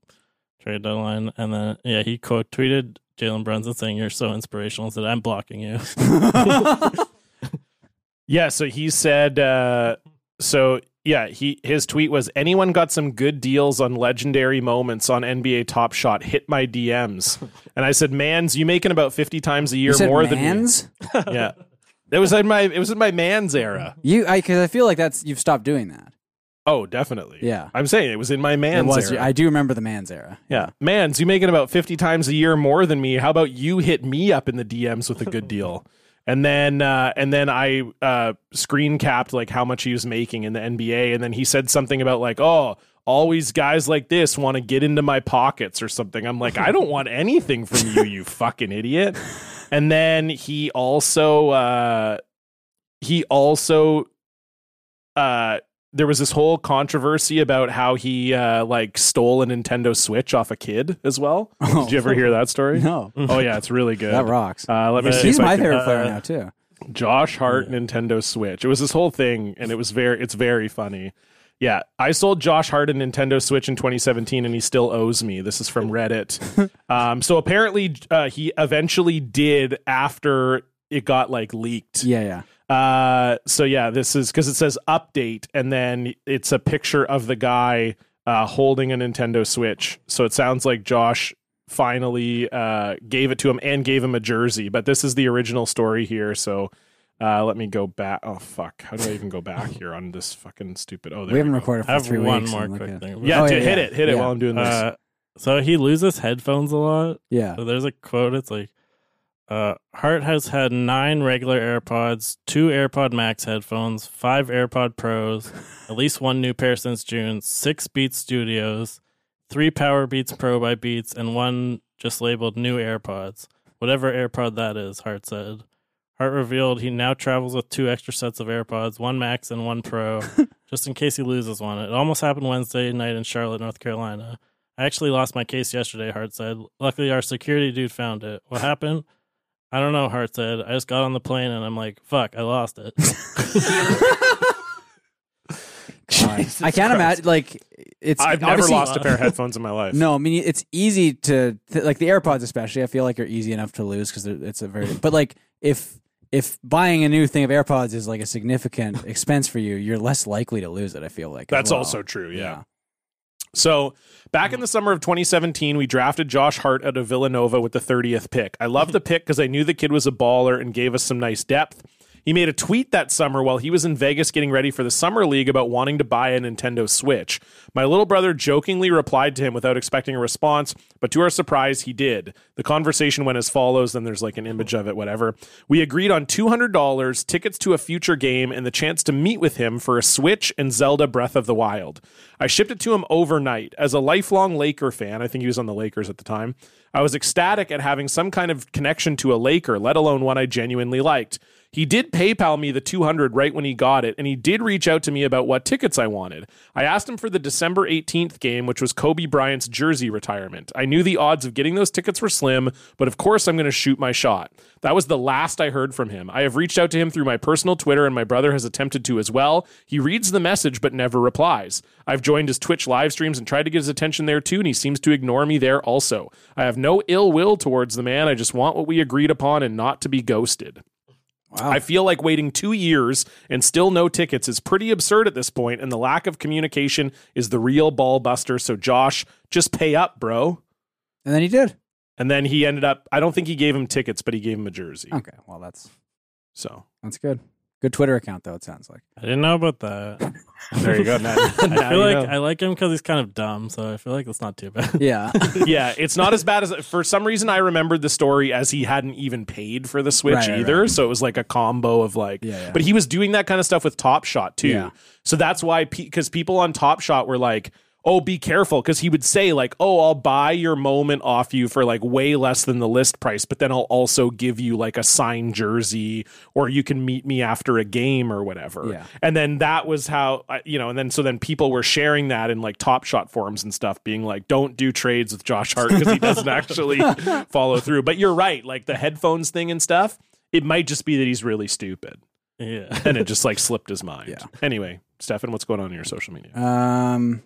Speaker 5: trade deadline. And then, yeah, he quote tweeted Jalen Brunson saying, You're so inspirational. and said, I'm blocking you. *laughs*
Speaker 1: Yeah. So he said. Uh, so yeah, he his tweet was anyone got some good deals on legendary moments on NBA Top Shot? Hit my *laughs* DMs. And I said, "Mans, you making about fifty times a year
Speaker 2: You said
Speaker 1: more
Speaker 2: Mans?
Speaker 1: than me." *laughs* Yeah. It was in my it was in my man's era.
Speaker 2: You, I because I feel like that's you've stopped doing that.
Speaker 1: Oh, definitely.
Speaker 2: Yeah.
Speaker 1: I'm saying it was in my
Speaker 2: It
Speaker 1: man's
Speaker 2: was.
Speaker 1: era.
Speaker 2: I do remember the man's era.
Speaker 1: Yeah. Mans, you making about 50 times a year more than me. How about you hit me up in the DMs with a good deal? And then uh, and then I uh, screen capped like how much he was making in the NBA and then he said something about like, "Oh, always guys like this want to get into my pockets or something." I'm like, "I don't want anything from you, you fucking idiot." And then he also uh, he also uh there was this whole controversy about how he uh like stole a Nintendo Switch off a kid as well.
Speaker 2: Oh.
Speaker 1: Did you ever hear that story?
Speaker 2: *laughs* No,
Speaker 1: Oh yeah, it's really good.
Speaker 2: that rocks.
Speaker 1: Uh let me
Speaker 5: But-
Speaker 1: see.
Speaker 2: he's
Speaker 1: if I
Speaker 2: my
Speaker 1: can-
Speaker 2: favorite player
Speaker 5: uh,
Speaker 2: now too.
Speaker 1: Josh Hart Nintendo Switch. It was this whole thing, and it was very it's very funny. Yeah, I sold Josh Hart a Nintendo Switch in 2017, and he still owes me. This is from Reddit. um, so apparently, uh, he eventually did after it got like leaked.
Speaker 2: Yeah, yeah.
Speaker 1: Uh, so yeah, this is because it says update, and then it's a picture of the guy uh, holding a Nintendo Switch. So it sounds like Josh finally uh, gave it to him and gave him a jersey. But this is the original story here. So uh, let me go back. Oh fuck, how do I even go
Speaker 2: *laughs*
Speaker 1: back here on this fucking stupid? Oh, there
Speaker 2: we haven't
Speaker 1: go.
Speaker 2: recorded
Speaker 5: I
Speaker 2: for
Speaker 5: have
Speaker 2: three
Speaker 5: one
Speaker 2: weeks.
Speaker 5: more
Speaker 2: and look
Speaker 5: quick
Speaker 2: at-
Speaker 5: thing. about
Speaker 1: Yeah,
Speaker 2: Oh,
Speaker 1: dude,
Speaker 2: yeah,
Speaker 1: hit
Speaker 2: yeah.
Speaker 1: it, hit it
Speaker 2: Yeah.
Speaker 1: while I'm doing this.
Speaker 5: Uh, so he loses headphones a lot.
Speaker 1: *laughs*
Speaker 2: Yeah.
Speaker 5: So there's a quote. It's like, uh, Hart has had nine regular AirPods, two AirPod Max headphones, five AirPod Pros, at least one new pair since June, six Beats Studios, three Power Beats Pro by Beats, and one just labeled new AirPods. Whatever AirPod that is, Hart said. Hart revealed he now travels with two extra sets of AirPods, one Max and one Pro, just in case he loses one. It almost happened Wednesday night in Charlotte, North Carolina. I actually lost my case yesterday, Hart said. Luckily, our security dude found it. What happened? I don't know, Hart said. I just got on the plane and I'm like, fuck, I
Speaker 2: *laughs*
Speaker 5: lost it.
Speaker 2: I can't imagine. Like, it's
Speaker 1: I've never
Speaker 2: obviously-
Speaker 1: lost a
Speaker 2: *laughs*
Speaker 1: pair of headphones in my life.
Speaker 2: No, I mean it's easy to th- like the AirPods especially. I feel like are easy enough to lose because it's a very. But like if if buying a new thing of AirPods is like a significant *laughs* expense for you, you're less likely to lose it. I feel like as
Speaker 1: That's
Speaker 2: well.
Speaker 1: also true. yeah. So back in the summer of 2017, we drafted Josh Hart out of Villanova with the 30th pick. I love the pick because I knew the kid was a baller and gave us some nice depth. He made a tweet that summer while he was in Vegas getting ready for the summer league about wanting to buy a Nintendo Switch. My little brother jokingly replied to him without expecting a response, but to our surprise, he did. The conversation went as follows, then there's like an image of it, whatever. We agreed on $200, tickets to a future game, and the chance to meet with him for a Switch and Zelda Breath of the Wild. I shipped it to him overnight. As a lifelong Laker fan, I think he was on the Lakers at the time, I was ecstatic at having some kind of connection to a Laker, let alone one I genuinely liked. He did PayPal me the 200 right when he got it, and he did reach out to me about what tickets I wanted. I asked him for the December 18th game, which was Kobe Bryant's jersey retirement. I knew the odds of getting those tickets were slim, but of course I'm going to shoot my shot. That was the last I heard from him. I have reached out to him through my personal Twitter, and my brother has attempted to as well. He reads the message but never replies. I've joined his Twitch live streams and tried to get his attention there too, and he seems to ignore me there also. I have no ill will towards the man. I just want what we agreed upon and not to be ghosted.
Speaker 2: Wow.
Speaker 1: I feel like waiting two years and still no tickets is pretty absurd at this point, and the lack of communication is the real ball buster. So, Josh, just pay up, bro.
Speaker 2: And then he did.
Speaker 1: And then he ended up, I don't think he gave him tickets, but he gave him a jersey.
Speaker 2: Okay. Well, that's
Speaker 1: So,
Speaker 2: that's good. Good Twitter account though. It sounds like.
Speaker 5: I didn't know about that.
Speaker 1: there you go. Now-
Speaker 5: I
Speaker 1: now
Speaker 5: feel
Speaker 1: you
Speaker 5: like
Speaker 1: know.
Speaker 5: I like him because he's kind of dumb, so I feel like that's not too bad.
Speaker 2: *laughs*
Speaker 5: *laughs*
Speaker 2: Yeah.
Speaker 1: yeah, it's not as bad as for some reason I remembered the story as he hadn't even paid for the Switch
Speaker 2: Right, right,
Speaker 1: either, so it was like a combo of like.
Speaker 2: Yeah, yeah.
Speaker 1: But he was doing that kind of stuff with Top Shot too,
Speaker 2: Yeah.
Speaker 1: so that's why because people on Top Shot were like. Oh, be careful because he would say, like, oh, I'll buy your moment off you for like way less than the list price, but then I'll also give you like a signed jersey or you can meet me after a game or whatever.
Speaker 2: Yeah.
Speaker 1: And then that was how, I- you know, and then so then people were sharing that in like Top Shot forums and stuff, being like, don't do trades with Josh Hart because he
Speaker 2: *laughs*
Speaker 1: doesn't actually follow through. But you're right. Like the headphones thing and stuff, it might just be that he's really stupid
Speaker 5: yeah.
Speaker 1: and it just like slipped his mind.
Speaker 2: Yeah.
Speaker 1: Anyway, Stefan, what's going on in your social media?
Speaker 2: Um,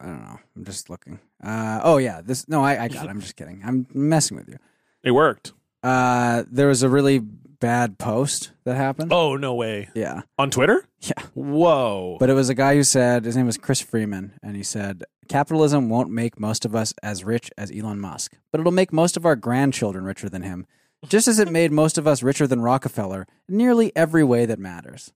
Speaker 2: I don't know. I'm just looking. Uh, oh yeah, this. No, I, I got. It. I'm just kidding. I'm messing with you.
Speaker 1: It worked.
Speaker 2: Uh, there was a really bad post that happened.
Speaker 1: Oh, no way.
Speaker 2: Yeah,
Speaker 1: On Twitter?
Speaker 2: Yeah.
Speaker 1: Whoa.
Speaker 2: but it was a guy who said his name was Chris Freeman, and he said capitalism won't make most of us as rich as Elon Musk, but it'll make most of our grandchildren richer than him, just as it made most of us richer than Rockefeller. in Nearly every way that matters.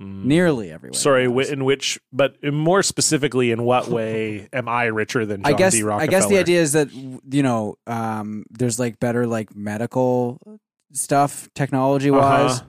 Speaker 1: Mm.
Speaker 2: Nearly every way. that
Speaker 1: Sorry,
Speaker 2: matters.
Speaker 1: wh- in which, but more specifically, in
Speaker 2: *laughs*
Speaker 1: what way am I richer than John
Speaker 2: I guess
Speaker 1: D. Rockefeller?
Speaker 2: I guess the idea is that you know um, there's like better like medical stuff technology wise,
Speaker 1: Uh-huh.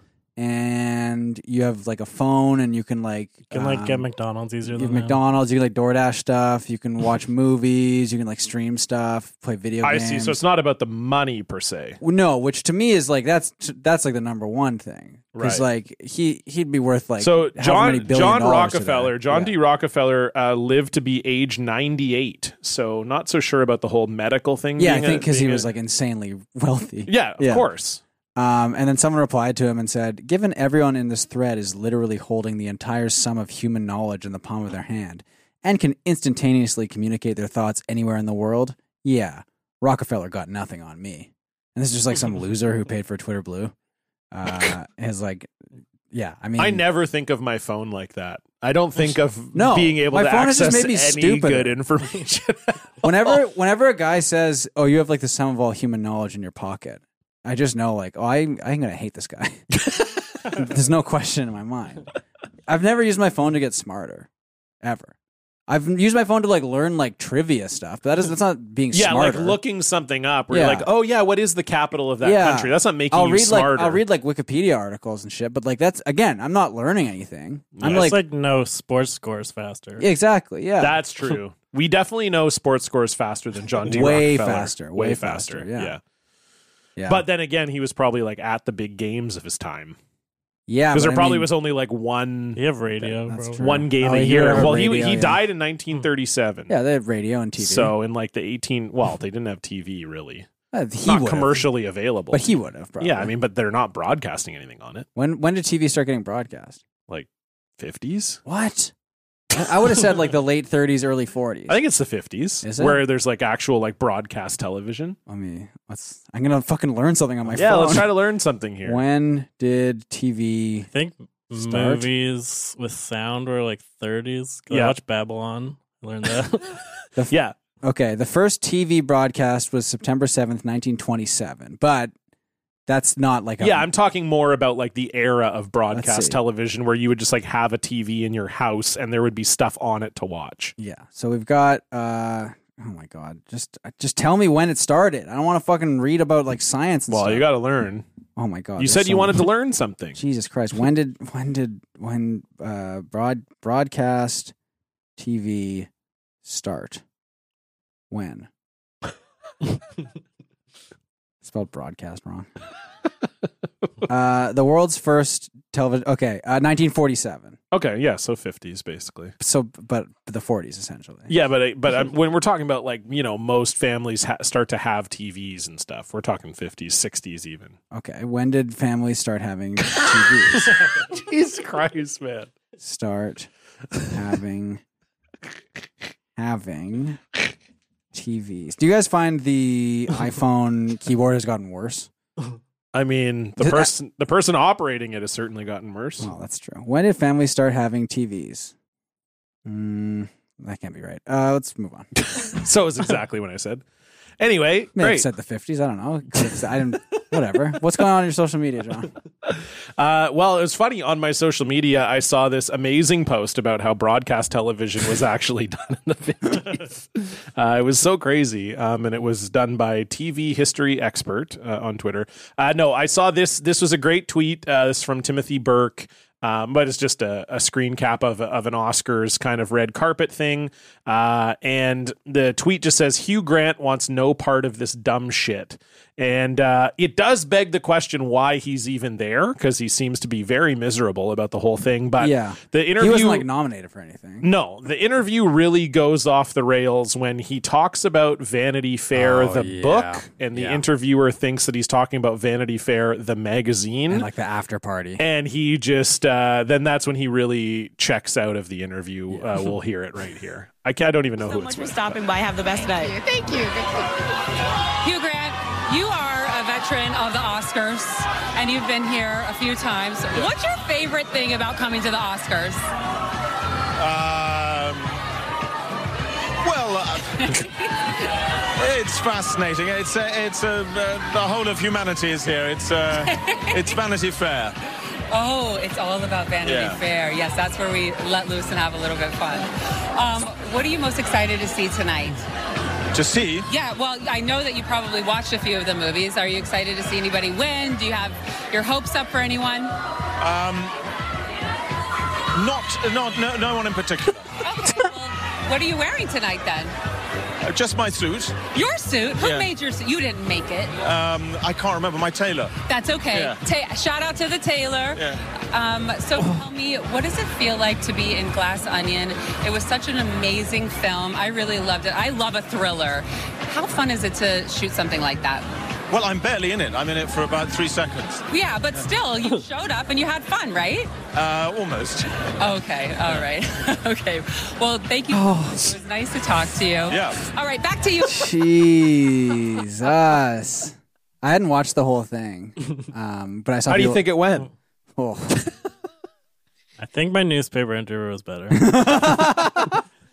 Speaker 2: and you have like a phone and you can like
Speaker 5: You can like get
Speaker 2: um,
Speaker 5: McDonald's easier
Speaker 2: you have
Speaker 5: than now.
Speaker 2: McDonald's, you can like DoorDash stuff, you can
Speaker 1: *laughs*
Speaker 2: watch movies, you can like stream stuff, play video.
Speaker 1: I
Speaker 2: games.
Speaker 1: see. So it's not about the money per se.
Speaker 2: Well, no, which to me is like that's that's like the number one thing because like he he'd be worth like
Speaker 1: so
Speaker 2: however many
Speaker 1: John
Speaker 2: billion
Speaker 1: John
Speaker 2: dollars today.
Speaker 1: Rockefeller, John
Speaker 2: Yeah.
Speaker 1: D. Rockefeller uh, lived to be age ninety eight. So not so sure about the whole medical thing.
Speaker 2: Yeah, I
Speaker 1: being a-
Speaker 2: think because he
Speaker 1: being
Speaker 2: was
Speaker 1: a-
Speaker 2: like insanely wealthy.
Speaker 1: yeah, of course.
Speaker 2: Um, and then someone replied to him and said, Given everyone in this thread is literally holding the entire sum of human knowledge in the palm of their hand and can instantaneously communicate their thoughts anywhere in the world, yeah, Rockefeller got nothing on me. And this is just like some loser who paid for Twitter Blue. Uh, is like, yeah, I mean,
Speaker 1: I never think of my phone like that. I don't think of
Speaker 2: No,
Speaker 1: being able
Speaker 2: my
Speaker 1: to
Speaker 2: phone has
Speaker 1: access
Speaker 2: just made me
Speaker 1: any
Speaker 2: stupider. *laughs*
Speaker 1: good information. *laughs* Oh.
Speaker 2: whenever whenever a guy says, "Oh, you have like the sum of all human knowledge in your pocket," I just know like, "Oh, I I'm gonna hate this
Speaker 1: *laughs*
Speaker 2: guy." There's no question in my mind. I've never used my phone to get smarter, ever. I've used my phone to like learn like trivia stuff, but that is that's not being
Speaker 1: yeah,
Speaker 2: smarter.
Speaker 1: like looking something up where
Speaker 2: Yeah.
Speaker 1: you're like, oh yeah, what is the capital of that
Speaker 2: Yeah.
Speaker 1: country? That's not making
Speaker 2: I'll
Speaker 1: you
Speaker 2: read
Speaker 1: smarter.
Speaker 2: like I'll read like Wikipedia articles and shit, but like that's again, I'm not learning anything. I'm
Speaker 5: it's
Speaker 2: like,
Speaker 5: like no sports scores faster.
Speaker 2: exactly, yeah.
Speaker 1: That's true. we definitely know sports scores faster than John D.
Speaker 2: Way
Speaker 1: Rockefeller.
Speaker 2: faster, way faster, yeah. yeah,
Speaker 1: But then again, he was probably like at the big games of his time
Speaker 2: yeah,
Speaker 1: because
Speaker 2: but
Speaker 1: there
Speaker 2: I
Speaker 1: probably
Speaker 2: mean-
Speaker 1: was only like one
Speaker 5: You have radio,
Speaker 2: That's
Speaker 5: bro.
Speaker 2: true.
Speaker 1: one game
Speaker 2: Oh,
Speaker 1: a
Speaker 2: he
Speaker 1: year.
Speaker 2: had a
Speaker 1: Well, he
Speaker 2: radio,
Speaker 1: he
Speaker 2: yeah.
Speaker 1: died in 1937.
Speaker 2: yeah, they have radio and TV.
Speaker 1: So in like the 18, well, they didn't have TV really.
Speaker 2: Uh, he
Speaker 1: not
Speaker 2: would've.
Speaker 1: commercially available.
Speaker 2: But he would have probably.
Speaker 1: yeah, I mean, but they're not broadcasting anything on it.
Speaker 2: when when did TV start getting broadcast?
Speaker 1: 50s?
Speaker 2: What? I I would have
Speaker 1: *laughs*
Speaker 2: said like the late 30s, early 40s.
Speaker 1: I think it's the 50s
Speaker 2: Is it?
Speaker 1: where there's like actual like broadcast television.
Speaker 2: Let me. Let's. I'm gonna fucking learn something on my
Speaker 1: yeah,
Speaker 2: phone.
Speaker 1: let's try to learn something here.
Speaker 2: When did TV?
Speaker 5: I think
Speaker 2: Start.
Speaker 5: movies with sound were like 30s. 'Cause I
Speaker 1: Yeah.
Speaker 5: watched Babylon. Learned
Speaker 2: *laughs*
Speaker 5: that.
Speaker 1: yeah.
Speaker 2: Okay, the first TV broadcast was September 7th, 1927. But that's not like a,
Speaker 1: Yeah, I'm talking more about like the era of
Speaker 2: see.
Speaker 1: broadcast television where you would just like have a TV in your house and there would be stuff on it to watch.
Speaker 2: Yeah. So we've got. uh Oh my god! Just just tell me when it started. I don't want to fucking read about like science. And
Speaker 1: Well,
Speaker 2: stuff.
Speaker 1: you got to learn.
Speaker 2: Oh my god!
Speaker 1: you
Speaker 2: there's
Speaker 1: said
Speaker 2: so
Speaker 1: you wanted
Speaker 2: much.
Speaker 1: to learn
Speaker 2: *laughs*
Speaker 1: something.
Speaker 2: Jesus Christ! When did when did when uh broad broadcast TV start? When? Spelled broadcast wrong. uh, the world's first television. Okay, uh, 1947.
Speaker 1: Okay, yeah, so 50s basically.
Speaker 2: So, but the 40s essentially.
Speaker 1: Yeah, but I- but I,
Speaker 2: *laughs*
Speaker 1: when we're talking about like, you know, most families ha- start to have TVs and stuff. We're talking 50s, 60s even.
Speaker 2: Okay. When did families start having TVs?
Speaker 1: Jesus Christ, man.
Speaker 2: start having having TVs. Do you guys find the
Speaker 1: *laughs*
Speaker 2: iPhone keyboard has gotten worse?
Speaker 1: I mean, the
Speaker 2: Th-
Speaker 1: person the person operating it has certainly gotten worse.
Speaker 2: Well, that's true. When did families start having TVs? Mm, that can't be right. Uh, let's
Speaker 1: *laughs*
Speaker 2: move on.
Speaker 1: *laughs* so is exactly what I said. Anyway,
Speaker 2: Maybe it
Speaker 1: great.
Speaker 2: said the fifties. I don't know. It could've said- I didn't. Whatever. What's going on in your social media,
Speaker 1: *laughs*
Speaker 2: John?
Speaker 1: Uh, well, it was funny on my social media. I saw this amazing post about how broadcast television was actually *laughs* done in the 50s. Uh, it was so crazy, um, and it was done by TV history expert uh, on Twitter. Uh, no, I saw this. This was a great tweet. Uh, this is from Timothy Burke. Um, but it's just a, a screen cap of, of an Oscars kind of red carpet thing. Uh, and the tweet just says Hugh Grant wants no part of this dumb shit. And uh, it does beg the question why he's even there because he seems to be very miserable about the whole thing. But
Speaker 2: Yeah.
Speaker 1: the interview.
Speaker 2: He wasn't like nominated for anything.
Speaker 1: *laughs* No, the interview really goes off the rails when he talks about Vanity Fair,
Speaker 2: Oh,
Speaker 1: the
Speaker 2: yeah.
Speaker 1: book, and the
Speaker 2: Yeah.
Speaker 1: interviewer thinks that he's talking about Vanity Fair, the magazine.
Speaker 2: And
Speaker 1: And,
Speaker 2: like the after party.
Speaker 1: he just, uh, then that's when he really checks out of the interview. Uh, we'll hear it right here. I, can't, I don't even know
Speaker 7: so
Speaker 1: who
Speaker 7: much
Speaker 1: it's
Speaker 7: for
Speaker 1: with.
Speaker 7: stopping by. Have the best night.
Speaker 8: Thank you.
Speaker 7: Hugh Grant, you are a veteran of the Oscars, and you've been here a few times. What's your favorite thing about coming to the Oscars?
Speaker 6: Um, well, uh, *laughs* it's fascinating. It's uh, it's uh, uh, the whole of humanity is here. It's uh, it's Vanity Fair.
Speaker 7: Oh, it's all about Vanity
Speaker 6: Yeah.
Speaker 7: Fair. Yes, that's where we let loose and have a little bit of fun. Um, what are you most excited to see tonight?
Speaker 6: To see,
Speaker 7: Yeah, well, I know that you probably watched a few of the movies. Are you excited to see anybody win? Do you have your hopes up for anyone?
Speaker 6: not not no, no one in particular.
Speaker 7: *laughs* Okay, well, what are you wearing tonight then?
Speaker 6: Uh, Just my suit.
Speaker 7: Your suit? Who
Speaker 6: Yeah.
Speaker 7: made your suit? You didn't make it.
Speaker 6: Um, I can't remember my tailor.
Speaker 7: That's okay.
Speaker 6: Yeah.
Speaker 7: Ta- shout out to the tailor.
Speaker 6: Yeah.
Speaker 7: Um, so tell me, what does it feel like to be in Glass Onion? It was such an amazing film. I really loved it. I love a thriller. How fun is it to shoot something like that?
Speaker 6: Well, I'm barely in it. I'm in it for about three seconds.
Speaker 7: Yeah, but still, you showed up and you had fun, right?
Speaker 6: Uh, almost.
Speaker 7: Okay, all right. *laughs* okay. Well, thank you. It was nice to talk to you.
Speaker 6: Yeah.
Speaker 7: All right, back to you.
Speaker 2: Jesus. I hadn't watched the
Speaker 1: *laughs*
Speaker 2: whole thing, um, but I saw.
Speaker 1: How do you
Speaker 2: people-
Speaker 1: think it went?
Speaker 2: Oh,
Speaker 5: I think my newspaper interview was better.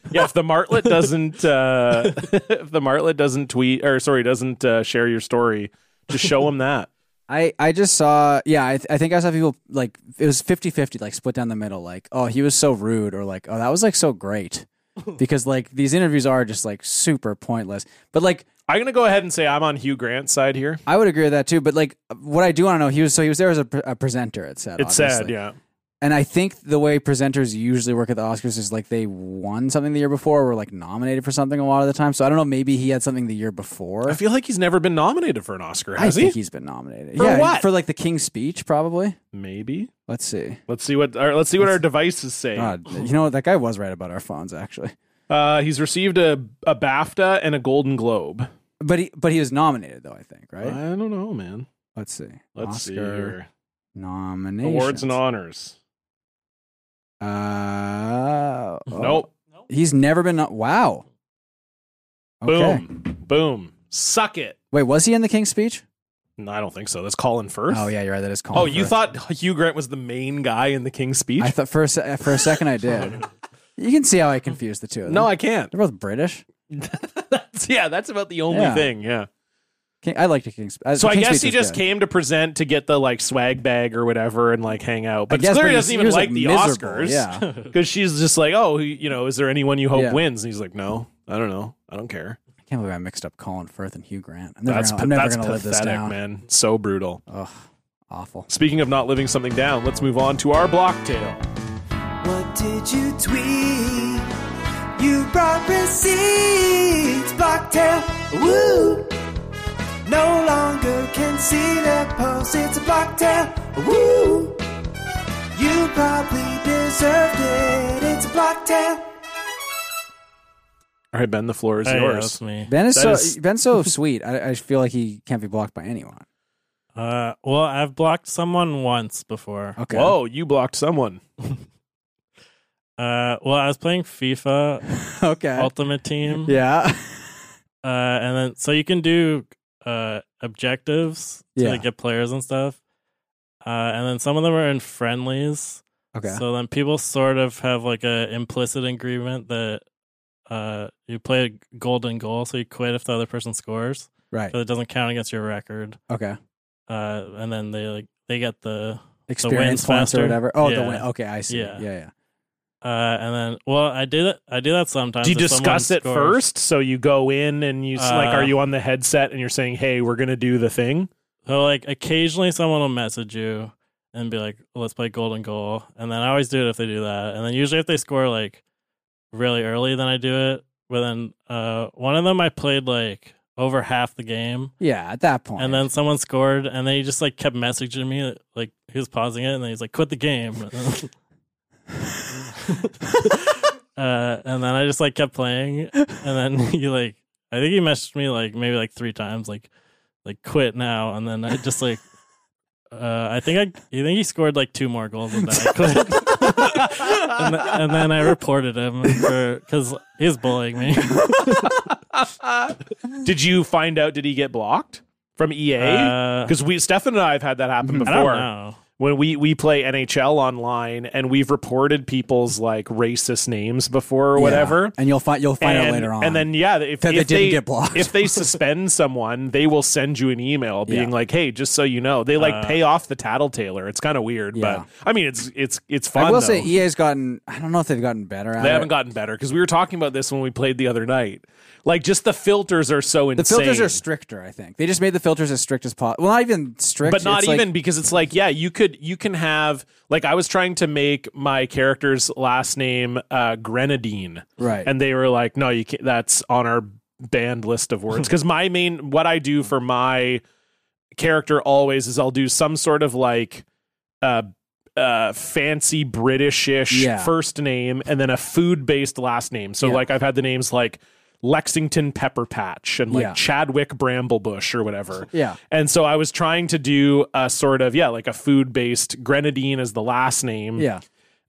Speaker 1: Yeah, if the martlet doesn't, uh, if the martlet doesn't tweet or sorry, doesn't uh, share your story, just show him that. *laughs*
Speaker 2: I, I just saw. Yeah, I, th- I think I saw people like it was 50-50, like split down the middle. Like, oh, he was so rude, or like, oh, that was like so great,
Speaker 1: *laughs*
Speaker 2: because like these interviews are just like super pointless. But like,
Speaker 1: I'm gonna go ahead and say I'm on Hugh Grant's side here.
Speaker 2: I would agree with that too. But like, what I do want to know, he was so he was there as a, pre- a presenter. It said
Speaker 1: It's sad,
Speaker 2: obviously.
Speaker 1: yeah.
Speaker 2: And I think the way presenters usually work at the Oscars is like they won something the year before, or were like nominated for something a lot of the time. So I don't know. Maybe he had something the year before.
Speaker 1: I feel like he's never been nominated for an Oscar,
Speaker 2: I
Speaker 1: has
Speaker 2: think
Speaker 1: he?
Speaker 2: has been nominated
Speaker 1: For
Speaker 2: yeah,
Speaker 1: what?
Speaker 2: For like the King's Speech, probably.
Speaker 1: Maybe.
Speaker 2: Let's see.
Speaker 1: Let's see what. Our, let's see what our devices say.
Speaker 2: God, you know what? That guy was right about our phones, actually.
Speaker 1: Uh, he's received a, a BAFTA and a Golden Globe.
Speaker 2: But he, but he was nominated though. I think right.
Speaker 1: I don't know, man.
Speaker 2: Let's see.
Speaker 1: Let's see
Speaker 2: Oscar
Speaker 1: here.
Speaker 2: nomination
Speaker 1: awards and honors.
Speaker 2: Uh, oh.
Speaker 1: Nope.
Speaker 2: He's never been. No- wow. Okay.
Speaker 1: Boom. Boom. Suck it.
Speaker 2: Wait, was he in the King's Speech?
Speaker 1: No, I don't think so. That's Colin Firth.
Speaker 2: Oh yeah, you're right. That is Colin.
Speaker 1: Oh, you
Speaker 2: Firth.
Speaker 1: thought Hugh Grant was the main guy in the King's Speech?
Speaker 2: I thought for a, se- for a second
Speaker 1: *laughs*
Speaker 2: I did. you can see how I confused the two of them.
Speaker 1: no, I can't. *laughs*
Speaker 2: they're both British.
Speaker 1: yeah, that's about the only
Speaker 2: Yeah.
Speaker 1: thing. Yeah.
Speaker 2: King- I like the King's. Uh,
Speaker 1: So I
Speaker 2: King's
Speaker 1: guess he
Speaker 2: Speech was
Speaker 1: just
Speaker 2: good.
Speaker 1: came to present to get the like swag bag or whatever and like hang out. But
Speaker 2: guess,
Speaker 1: clearly
Speaker 2: but
Speaker 1: doesn't
Speaker 2: he
Speaker 1: even
Speaker 2: was,
Speaker 1: like
Speaker 2: like,
Speaker 1: the
Speaker 2: miserable,
Speaker 1: Oscars. *laughs*
Speaker 2: yeah.
Speaker 1: Because she's just like, oh, who- you know, is there anyone you hope
Speaker 2: Yeah.
Speaker 1: wins? And he's like, no, I don't know. I don't care.
Speaker 2: I can't believe I mixed up Colin Firth and Hugh Grant. I'm never
Speaker 1: that's
Speaker 2: gonna, I'm never
Speaker 1: that's
Speaker 2: gonna live
Speaker 1: pathetic,
Speaker 2: this down.
Speaker 1: man. So brutal.
Speaker 2: Awful.
Speaker 1: Speaking of not living something down, let's move on to our block tale.
Speaker 8: What did you tweet? You brought receipts, Blocktail. Woo! No longer can see the post. It's a Blocktail. Woo! You probably deserved it. It's a Blocktail.
Speaker 1: All right, Ben, the floor is
Speaker 5: Hey,
Speaker 1: yours.
Speaker 5: that's me.
Speaker 2: Ben is
Speaker 1: That
Speaker 2: so
Speaker 1: is- *laughs*
Speaker 2: Ben's so sweet. I, I feel like he can't be blocked by anyone.
Speaker 5: Uh, well, I've blocked someone once before.
Speaker 2: Okay.
Speaker 1: Whoa, you blocked someone.
Speaker 5: Uh, well, I was playing
Speaker 2: *laughs*
Speaker 5: FIFA
Speaker 2: okay.
Speaker 5: Ultimate Team.
Speaker 1: *laughs*
Speaker 2: yeah.
Speaker 5: Uh, and then so you can do uh objectives to
Speaker 2: Yeah.
Speaker 5: like, get players and stuff. Uh, and then some of them are in friendlies.
Speaker 2: Okay.
Speaker 5: So then people sort of have like a implicit agreement that uh you play a golden goal, so you quit if the other person scores,
Speaker 2: right.
Speaker 1: uh,
Speaker 5: so it doesn't count against your record.
Speaker 2: Okay.
Speaker 5: Uh, and then they like they get the
Speaker 2: Experience
Speaker 5: wins
Speaker 2: points or
Speaker 5: faster.
Speaker 2: whatever. Oh, the
Speaker 5: Yeah.
Speaker 2: win. Okay, I see. Yeah.
Speaker 5: Yeah.
Speaker 2: Yeah.
Speaker 5: uh, and then well I do that I do that sometimes.
Speaker 1: Do you
Speaker 5: if someone
Speaker 1: discuss it
Speaker 5: scores.
Speaker 1: first? So you go in and you s like,
Speaker 5: Uh,
Speaker 1: are you on the headset and you're saying, hey, we're gonna do the thing?
Speaker 5: So like occasionally someone will message you and be like, "Let's play golden goal," and then I always do it if they do that. And then usually if they score like really early, then I do it. But then uh, one of them I played like over half the game,
Speaker 2: Yeah. At that point.
Speaker 5: and then someone scored, and then he just like kept messaging me like he was pausing it, and then he's like, "Quit the game." *laughs* Uh, and then I just like kept playing, and then *laughs* he like I think he messaged me like maybe like three times like like quit now, and then I just like uh, I think I you think he scored like two more goals and then I quit, *laughs* and, th- and then I reported him for because he's bullying me.
Speaker 1: Did you find out did he get blocked from EA?
Speaker 5: Uh, Mm,
Speaker 1: Because we Stefan and I have had that happen
Speaker 5: I don't
Speaker 1: before.
Speaker 5: know.
Speaker 1: When we we play NHL online and we've reported people's like racist names before or
Speaker 2: Yeah.
Speaker 1: whatever.
Speaker 2: And you'll find you'll find
Speaker 1: and,
Speaker 2: out later on.
Speaker 1: And then yeah, if,
Speaker 2: That they
Speaker 1: if
Speaker 2: didn't get blocked.
Speaker 1: if
Speaker 2: *laughs*
Speaker 1: they suspend someone, they will send you an email being
Speaker 2: Yeah.
Speaker 1: like, "Hey, just so you know, they like
Speaker 5: Uh,
Speaker 1: pay off the tattle tailor." It's kind of weird,
Speaker 2: Yeah.
Speaker 1: but I mean, it's it's it's fun.
Speaker 2: I will
Speaker 1: though.
Speaker 2: say EA's gotten. I don't know if they've gotten better at
Speaker 1: they
Speaker 2: it.
Speaker 1: haven't gotten better because we were talking about this when we played the other night. Like, just the filters are so
Speaker 2: The
Speaker 1: insane.
Speaker 2: filters are stricter, I think. They just made the filters as strict as possible. Well, not even strict,
Speaker 1: but not
Speaker 2: it's like-
Speaker 1: even because it's like yeah you could you can have like i was trying to make my character's last name uh grenadine
Speaker 2: Right.
Speaker 1: and they were like no you can't that's on our banned list of words because my main what i do for my character always is i'll do some sort of like uh uh fancy britishish
Speaker 2: Yeah.
Speaker 1: first name and then a food based last name so
Speaker 2: Yeah.
Speaker 1: like i've had the names like Lexington Pepper Patch and like
Speaker 2: Yeah.
Speaker 1: Chadwick Bramblebush or whatever.
Speaker 2: Yeah.
Speaker 1: And so I was trying to do a sort of, yeah, like a food based grenadine as the last name.
Speaker 2: Yeah.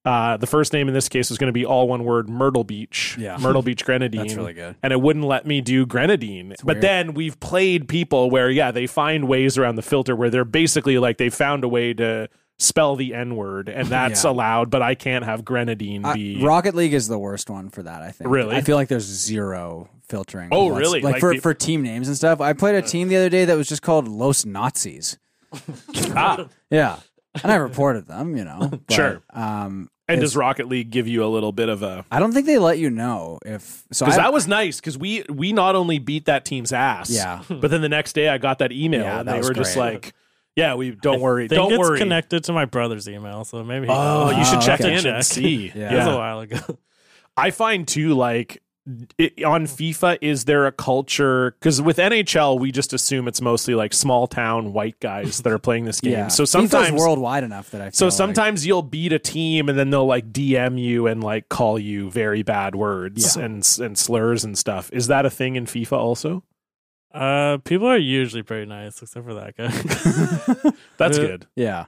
Speaker 1: Uh, the first name in this case was going to be all one word Myrtle Beach.
Speaker 2: Yeah. *laughs*
Speaker 1: Myrtle Beach Grenadine.
Speaker 2: That's really good.
Speaker 1: And it wouldn't let me do Grenadine. but
Speaker 2: weird.
Speaker 1: then we've played people where, yeah, they find ways around the filter where they're basically like they found a way to spell the N word and that's
Speaker 2: *laughs* Yeah.
Speaker 1: allowed, but I can't have Grenadine
Speaker 2: I-
Speaker 1: be.
Speaker 2: Rocket League is the worst one for that. I think.
Speaker 1: Really?
Speaker 2: I feel like there's zero filtering.
Speaker 1: Oh,
Speaker 2: what's-
Speaker 1: really?
Speaker 2: Like,
Speaker 1: Like
Speaker 2: for
Speaker 1: the-
Speaker 2: for team names and stuff. I played a team the other day that was just called Los Nazis.
Speaker 1: *laughs* Ah.
Speaker 2: Yeah, and I reported them. You
Speaker 1: *laughs*
Speaker 2: know. but,
Speaker 1: Sure.
Speaker 2: Um,
Speaker 1: And does Rocket League give you a little bit of a.
Speaker 2: I don't think they let you know if so. I,
Speaker 1: Because that was nice because we we not only beat that team's ass,
Speaker 2: Yeah.
Speaker 1: *laughs* but then the next day I got that email
Speaker 2: Yeah,
Speaker 1: and
Speaker 2: that
Speaker 1: they
Speaker 2: was
Speaker 1: were just
Speaker 2: great.
Speaker 1: like, "Yeah, we don't
Speaker 5: I
Speaker 1: worry,
Speaker 5: think
Speaker 1: don't
Speaker 5: it's
Speaker 1: worry."
Speaker 5: connected to my brother's email, so maybe. he
Speaker 1: Oh,
Speaker 5: knows.
Speaker 1: you should
Speaker 2: Oh,
Speaker 1: check
Speaker 2: okay.
Speaker 1: in and see.
Speaker 2: *laughs* Yeah.
Speaker 5: It was
Speaker 1: Yeah.
Speaker 5: a while ago. *laughs*
Speaker 1: I find too like it, on FIFA is there a culture cuz with NHL we just assume it's mostly like small town white guys that are playing this game.
Speaker 2: yeah.
Speaker 1: So
Speaker 2: FIFA's
Speaker 1: sometimes
Speaker 2: worldwide enough that I. Feel
Speaker 1: so
Speaker 2: like-
Speaker 1: sometimes you'll beat a team and then they'll like DM you and like call you very bad words
Speaker 2: Yeah.
Speaker 1: and s- and slurs and stuff. Is that a thing in FIFA also?
Speaker 5: Uh, people are usually pretty nice, except for that guy.
Speaker 2: *laughs*
Speaker 1: That's
Speaker 5: Uh,
Speaker 1: good.
Speaker 2: yeah.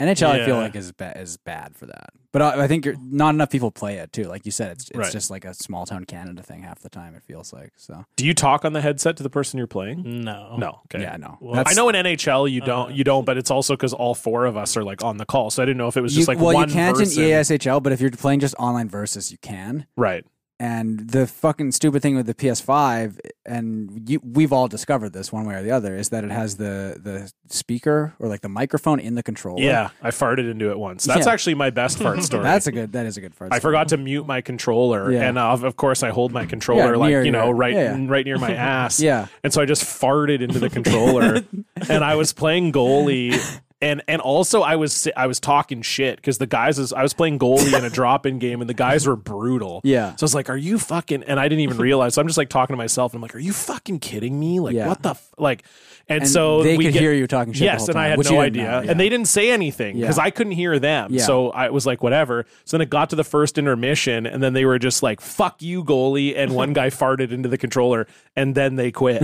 Speaker 2: NHL, I feel
Speaker 5: Yeah.
Speaker 2: like is ba- is bad for that, but uh, I, I think you're, not enough people play it too. Like you said, it's it's
Speaker 1: Right.
Speaker 2: just like a small town Canada thing half the time. It feels like so.
Speaker 1: Do you talk on the headset to the person you're playing?
Speaker 5: no,
Speaker 1: No. Okay.
Speaker 2: Yeah, no.
Speaker 5: Well,
Speaker 1: I
Speaker 2: That's- Uh,
Speaker 1: know in NHL you don't you don't, but it's also because all four of us are like on the call, so I didn't know if it was
Speaker 2: You-
Speaker 1: just like
Speaker 2: well,
Speaker 1: one
Speaker 2: you can't
Speaker 1: person.
Speaker 2: in E EASHL, but if you're playing just online versus, you can.
Speaker 1: Right.
Speaker 2: And the fucking stupid thing with the PS5, and you, we've all discovered this one way or the other, is that it has the the speaker or like the microphone in the controller.
Speaker 1: Yeah, I farted into it once. That's
Speaker 2: Yeah.
Speaker 1: actually my best
Speaker 2: *laughs*
Speaker 1: fart story.
Speaker 2: that's a good. That is a good first.
Speaker 1: I forgot to mute my controller,
Speaker 2: Yeah.
Speaker 1: and of, of course I hold my controller
Speaker 2: Yeah,
Speaker 1: like
Speaker 2: near
Speaker 1: you know
Speaker 2: your-
Speaker 1: right
Speaker 2: yeah, yeah.
Speaker 1: right near
Speaker 2: *laughs*
Speaker 1: my ass.
Speaker 2: Yeah.
Speaker 1: *laughs* and so I just farted into the
Speaker 2: *laughs*
Speaker 1: controller, and I was playing goalie. And and also I was si- I was talking shit because the guys was, I was playing goalie
Speaker 2: *laughs*
Speaker 1: in a drop in game and the guys were brutal.
Speaker 2: Yeah.
Speaker 1: So I was like, "Are you fucking?" And I didn't even realize. So I'm just like talking to myself and I'm like, "Are you fucking kidding me? Like
Speaker 2: Yeah.
Speaker 1: what the f-? like?" And,
Speaker 2: And
Speaker 1: so
Speaker 2: they
Speaker 1: we
Speaker 2: could
Speaker 1: get-
Speaker 2: hear you talking shit the
Speaker 1: Yes,
Speaker 2: whole
Speaker 1: and I
Speaker 2: time,
Speaker 1: had
Speaker 2: which
Speaker 1: no
Speaker 2: you didn't
Speaker 1: idea,
Speaker 2: know, yeah.
Speaker 1: and they didn't say anything because
Speaker 2: Yeah.
Speaker 1: I couldn't hear them.
Speaker 2: Yeah.
Speaker 1: So I was like, whatever. So then it got to the first intermission, and then they were just like, "Fuck you, goalie!" And one
Speaker 2: *laughs*
Speaker 1: guy farted into the controller, and then they quit.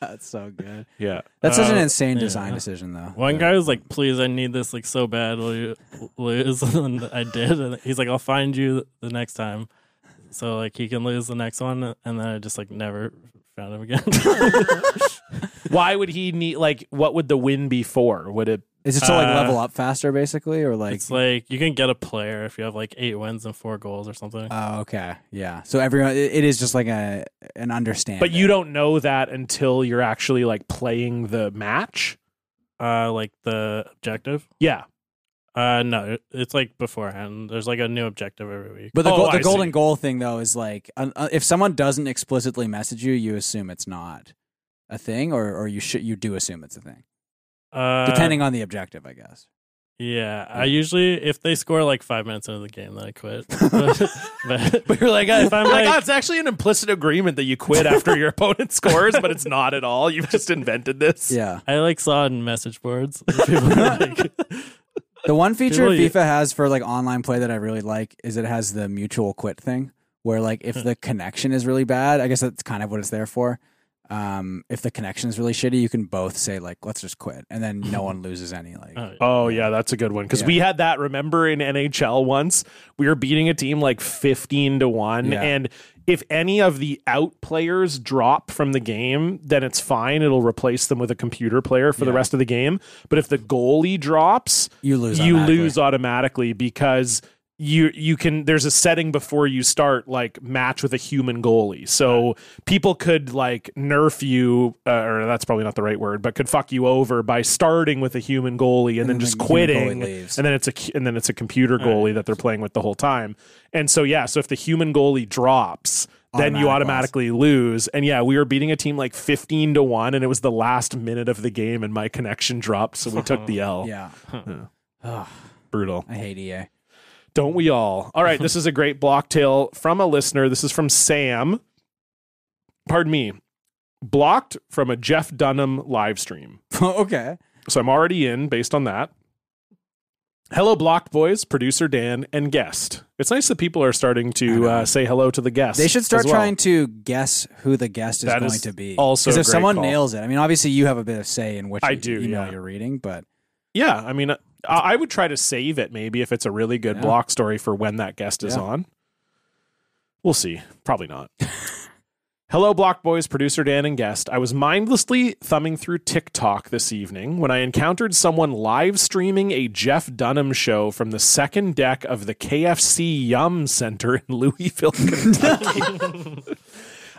Speaker 2: That's so good.
Speaker 1: Oh, yeah,
Speaker 2: That's such an insane design decision, though.
Speaker 5: One guy was like, "Please, I need this like so bad, will you lose?" *laughs* and I did. And he's like, "I'll find you the next time." So like he can lose the next one, and then I just like never found him again. *laughs*
Speaker 1: why would he need? Like, what would the win be for? Would it?
Speaker 2: Is it to like
Speaker 5: Uh,
Speaker 2: level up faster, basically, or like? *laughs*
Speaker 5: it's like you can get a player if you have like eight wins and four goals or something.
Speaker 2: oh, okay, yeah. So everyone, it, it is just like a an understanding.
Speaker 1: But you don't know that until you're actually like playing the match.
Speaker 5: Uh, like the objective.
Speaker 1: Yeah,
Speaker 5: Uh, no, it's like beforehand. There's like a new objective every week.
Speaker 2: But the,
Speaker 1: Oh,
Speaker 2: goal,
Speaker 1: I
Speaker 2: the golden
Speaker 1: see.
Speaker 2: goal thing though is like un, uh, if someone doesn't explicitly message you, you assume it's not a thing, or or you should you do assume it's a thing,
Speaker 5: Uh,
Speaker 2: depending on the objective, I guess.
Speaker 5: Yeah, I usually if they score like five minutes into the game, then I
Speaker 1: *laughs*
Speaker 5: quit. *laughs* but,
Speaker 1: but you're like, if I'm
Speaker 5: I'm
Speaker 1: like,
Speaker 5: *laughs* like-
Speaker 1: "Oh, it's actually an implicit agreement that you quit after *laughs* your opponent scores, but it's not at all. You've just invented this.
Speaker 2: Yeah,
Speaker 5: I like saw it in message boards. People were like,
Speaker 2: the one feature
Speaker 5: People, you-
Speaker 2: FIFA has for like online play that I really like is it has the mutual quit thing, where like if the connection is really bad, I guess that's kind of what it's there for. Um, if the connection is really shitty, you can both say like, "Let's just quit," and then no one loses any. Like,
Speaker 5: Oh,
Speaker 1: Oh yeah, that's a good one because
Speaker 2: Yeah.
Speaker 1: we had that. Remember in NHL once we were beating a team like fifteen to one,
Speaker 2: Yeah.
Speaker 1: and if any of the out players drop from the game, then it's fine. It'll replace them with a computer player for the
Speaker 2: Yeah.
Speaker 1: rest of the game. But if the goalie drops,
Speaker 2: You lose
Speaker 1: You
Speaker 2: automatically.
Speaker 1: lose automatically because. You you can there's a setting before you start like match with a human goalie, so people could like nerf you, uh, or that's probably not the right word, but could fuck you over by starting with a human goalie and, then,
Speaker 2: then
Speaker 1: just
Speaker 2: the Oh human goalie
Speaker 1: quitting,
Speaker 2: leaves.
Speaker 1: and then it's a and then it's a computer goalie that they're playing with the whole time. And so yeah, so if the human goalie drops, then you
Speaker 2: Automatic
Speaker 1: automatically lose. And yeah, we were beating a team like fifteen to one, and it was the last minute of the game, and my connection dropped, so we took
Speaker 2: *laughs*
Speaker 1: the L.
Speaker 2: yeah,
Speaker 1: brutal.
Speaker 2: I hate E EA.
Speaker 1: Don't we all? All right, this is a great block tale from a listener. This is from Sam. Pardon me. Blocked from a Jeff Dunham live stream.
Speaker 2: *laughs* okay,
Speaker 1: So I'm already in based on that. Hello, Blocked Boys, producer Dan, and guest. It's nice that people are starting to uh, say hello to the guest.
Speaker 2: They should start
Speaker 1: as well.
Speaker 2: trying to guess who the guest is
Speaker 1: That
Speaker 2: going
Speaker 1: is
Speaker 2: to be.
Speaker 1: also a
Speaker 2: if
Speaker 1: great
Speaker 2: someone
Speaker 1: call.
Speaker 2: nails it, I mean, obviously you have a bit of say in which e-
Speaker 1: I do,
Speaker 2: email
Speaker 1: yeah.
Speaker 2: you're reading, but
Speaker 1: Yeah, I mean, I, I would try to save it maybe if it's a really good
Speaker 2: Yeah.
Speaker 1: block story for when that guest is
Speaker 2: Yeah.
Speaker 1: on. We'll see. Probably not. *laughs* Hello, Block Boys producer Dan and guest. I was mindlessly thumbing through TikTok this evening when I encountered someone live streaming a Jeff Dunham show from the second deck of the KFC Yum Center in *laughs*
Speaker 2: *laughs*
Speaker 1: Louisville, Kentucky.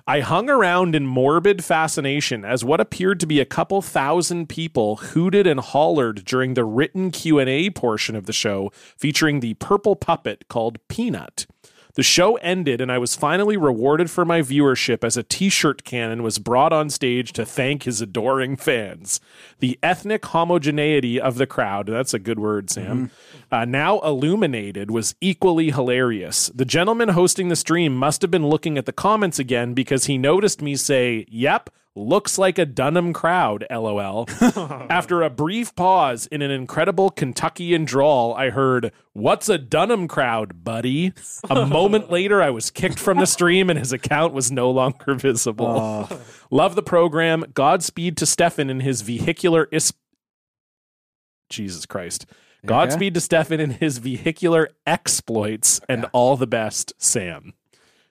Speaker 1: I hung around in morbid fascination as what appeared to be a couple thousand people hooted and hollered during the written Q&A portion of the show featuring the purple puppet called Peanut. The show ended and I was finally rewarded for my viewership as a t-shirt cannon was brought on stage to thank his adoring fans. The ethnic homogeneity of the crowd, that's a good word, Sam, uh, now illuminated was equally hilarious. The gentleman hosting the stream must have been looking at the comments again because he noticed me say, Yep, looks like a Dunham crowd, lol. After a brief pause in an incredible Kentuckian drawl, I heard, What's a Dunham crowd, buddy? A moment later, I was kicked from the stream and his account was no longer visible. Love the program. Godspeed to Stefan in his vehicular is. Jesus Christ. Godspeed to Stefan in his vehicular exploits and all the best, Sam.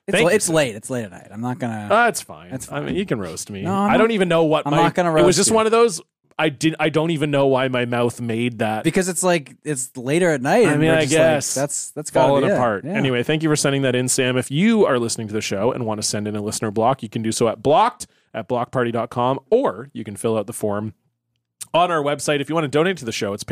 Speaker 2: it's,
Speaker 1: Thank you, Uh,
Speaker 2: it's late. It's late at night. I'm not gonna.
Speaker 1: That's fine.
Speaker 2: That's
Speaker 1: I mean, you can roast me.
Speaker 2: No, I'm
Speaker 1: I don't
Speaker 2: not-
Speaker 1: even know what
Speaker 2: I'm
Speaker 1: my,
Speaker 2: not gonna
Speaker 1: It was
Speaker 2: roast
Speaker 1: just
Speaker 2: you.
Speaker 1: one of those. I did. I don't even know why my mouth made that.
Speaker 2: because it's like it's later at night.
Speaker 1: I
Speaker 2: and
Speaker 1: mean,
Speaker 2: we're
Speaker 1: I
Speaker 2: just
Speaker 1: guess
Speaker 2: like, that's that's gotta
Speaker 1: falling
Speaker 2: be it.
Speaker 1: apart.
Speaker 2: Yeah.
Speaker 1: Anyway, thank you for sending that in, Sam. If you are listening to the show and want to send in a listener block, you can do so at blocked at blockparty.com or you can fill out the form on our website. If you want to donate to the show, it's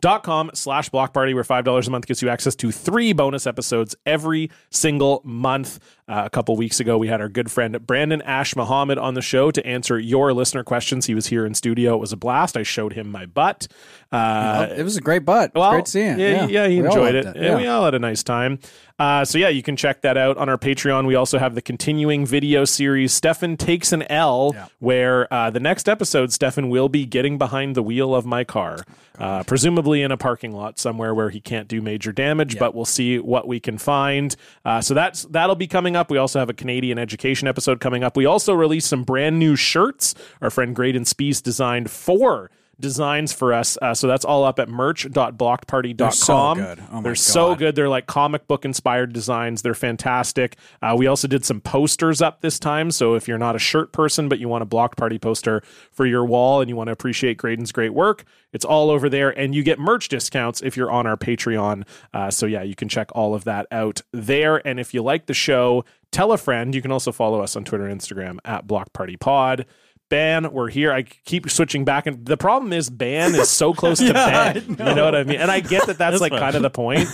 Speaker 1: patreon.com slash block party, where $5 a month gets you access to three bonus episodes every single month. Uh, a couple weeks ago, we had our good friend Brandon Ash Muhammad on the show to answer your listener questions. He was here in studio. It was a blast. I showed him my butt. Uh,
Speaker 2: it was a great butt.
Speaker 1: well,
Speaker 2: great seeing.
Speaker 1: Yeah,
Speaker 2: Yeah,
Speaker 1: yeah, he
Speaker 2: We all
Speaker 1: enjoyed it.
Speaker 2: loved
Speaker 1: Yeah, We all had a nice time. Uh, so yeah, you can check that out on our Patreon. We also have the continuing video series Stefan Takes an L, where uh, the next episode Stefan will be getting behind the wheel of my car, uh, presumably in a parking lot somewhere where he can't do major damage. But we'll see what we can find. Uh, so that's that'll be coming up. We also have a Canadian education episode coming up. We also released some brand new shirts. Our friend Graydon Spees designed four designs for us. Uh, so that's all up at merch.blockparty.com. They're
Speaker 2: so good. Oh my
Speaker 1: They're so
Speaker 2: God.
Speaker 1: good. They're like comic book inspired designs. They're fantastic. Uh, we also did some posters up this time. So if you're not a shirt person, but you want a blocked party poster for your wall and you want to appreciate Graydon's great work, it's all over there. And you get merch discounts if you're on our Patreon. Uh, so yeah, you can check all of that out there. And if you like the show, tell a friend. You can also follow us on Twitter and Instagram at Block Party Pod. Ban, we're here. I keep switching back, and the problem is Ban is so *laughs* close to Ben. You know what I mean? And I get that that's
Speaker 5: That's
Speaker 1: like
Speaker 5: fine.
Speaker 1: kind of the *laughs* point.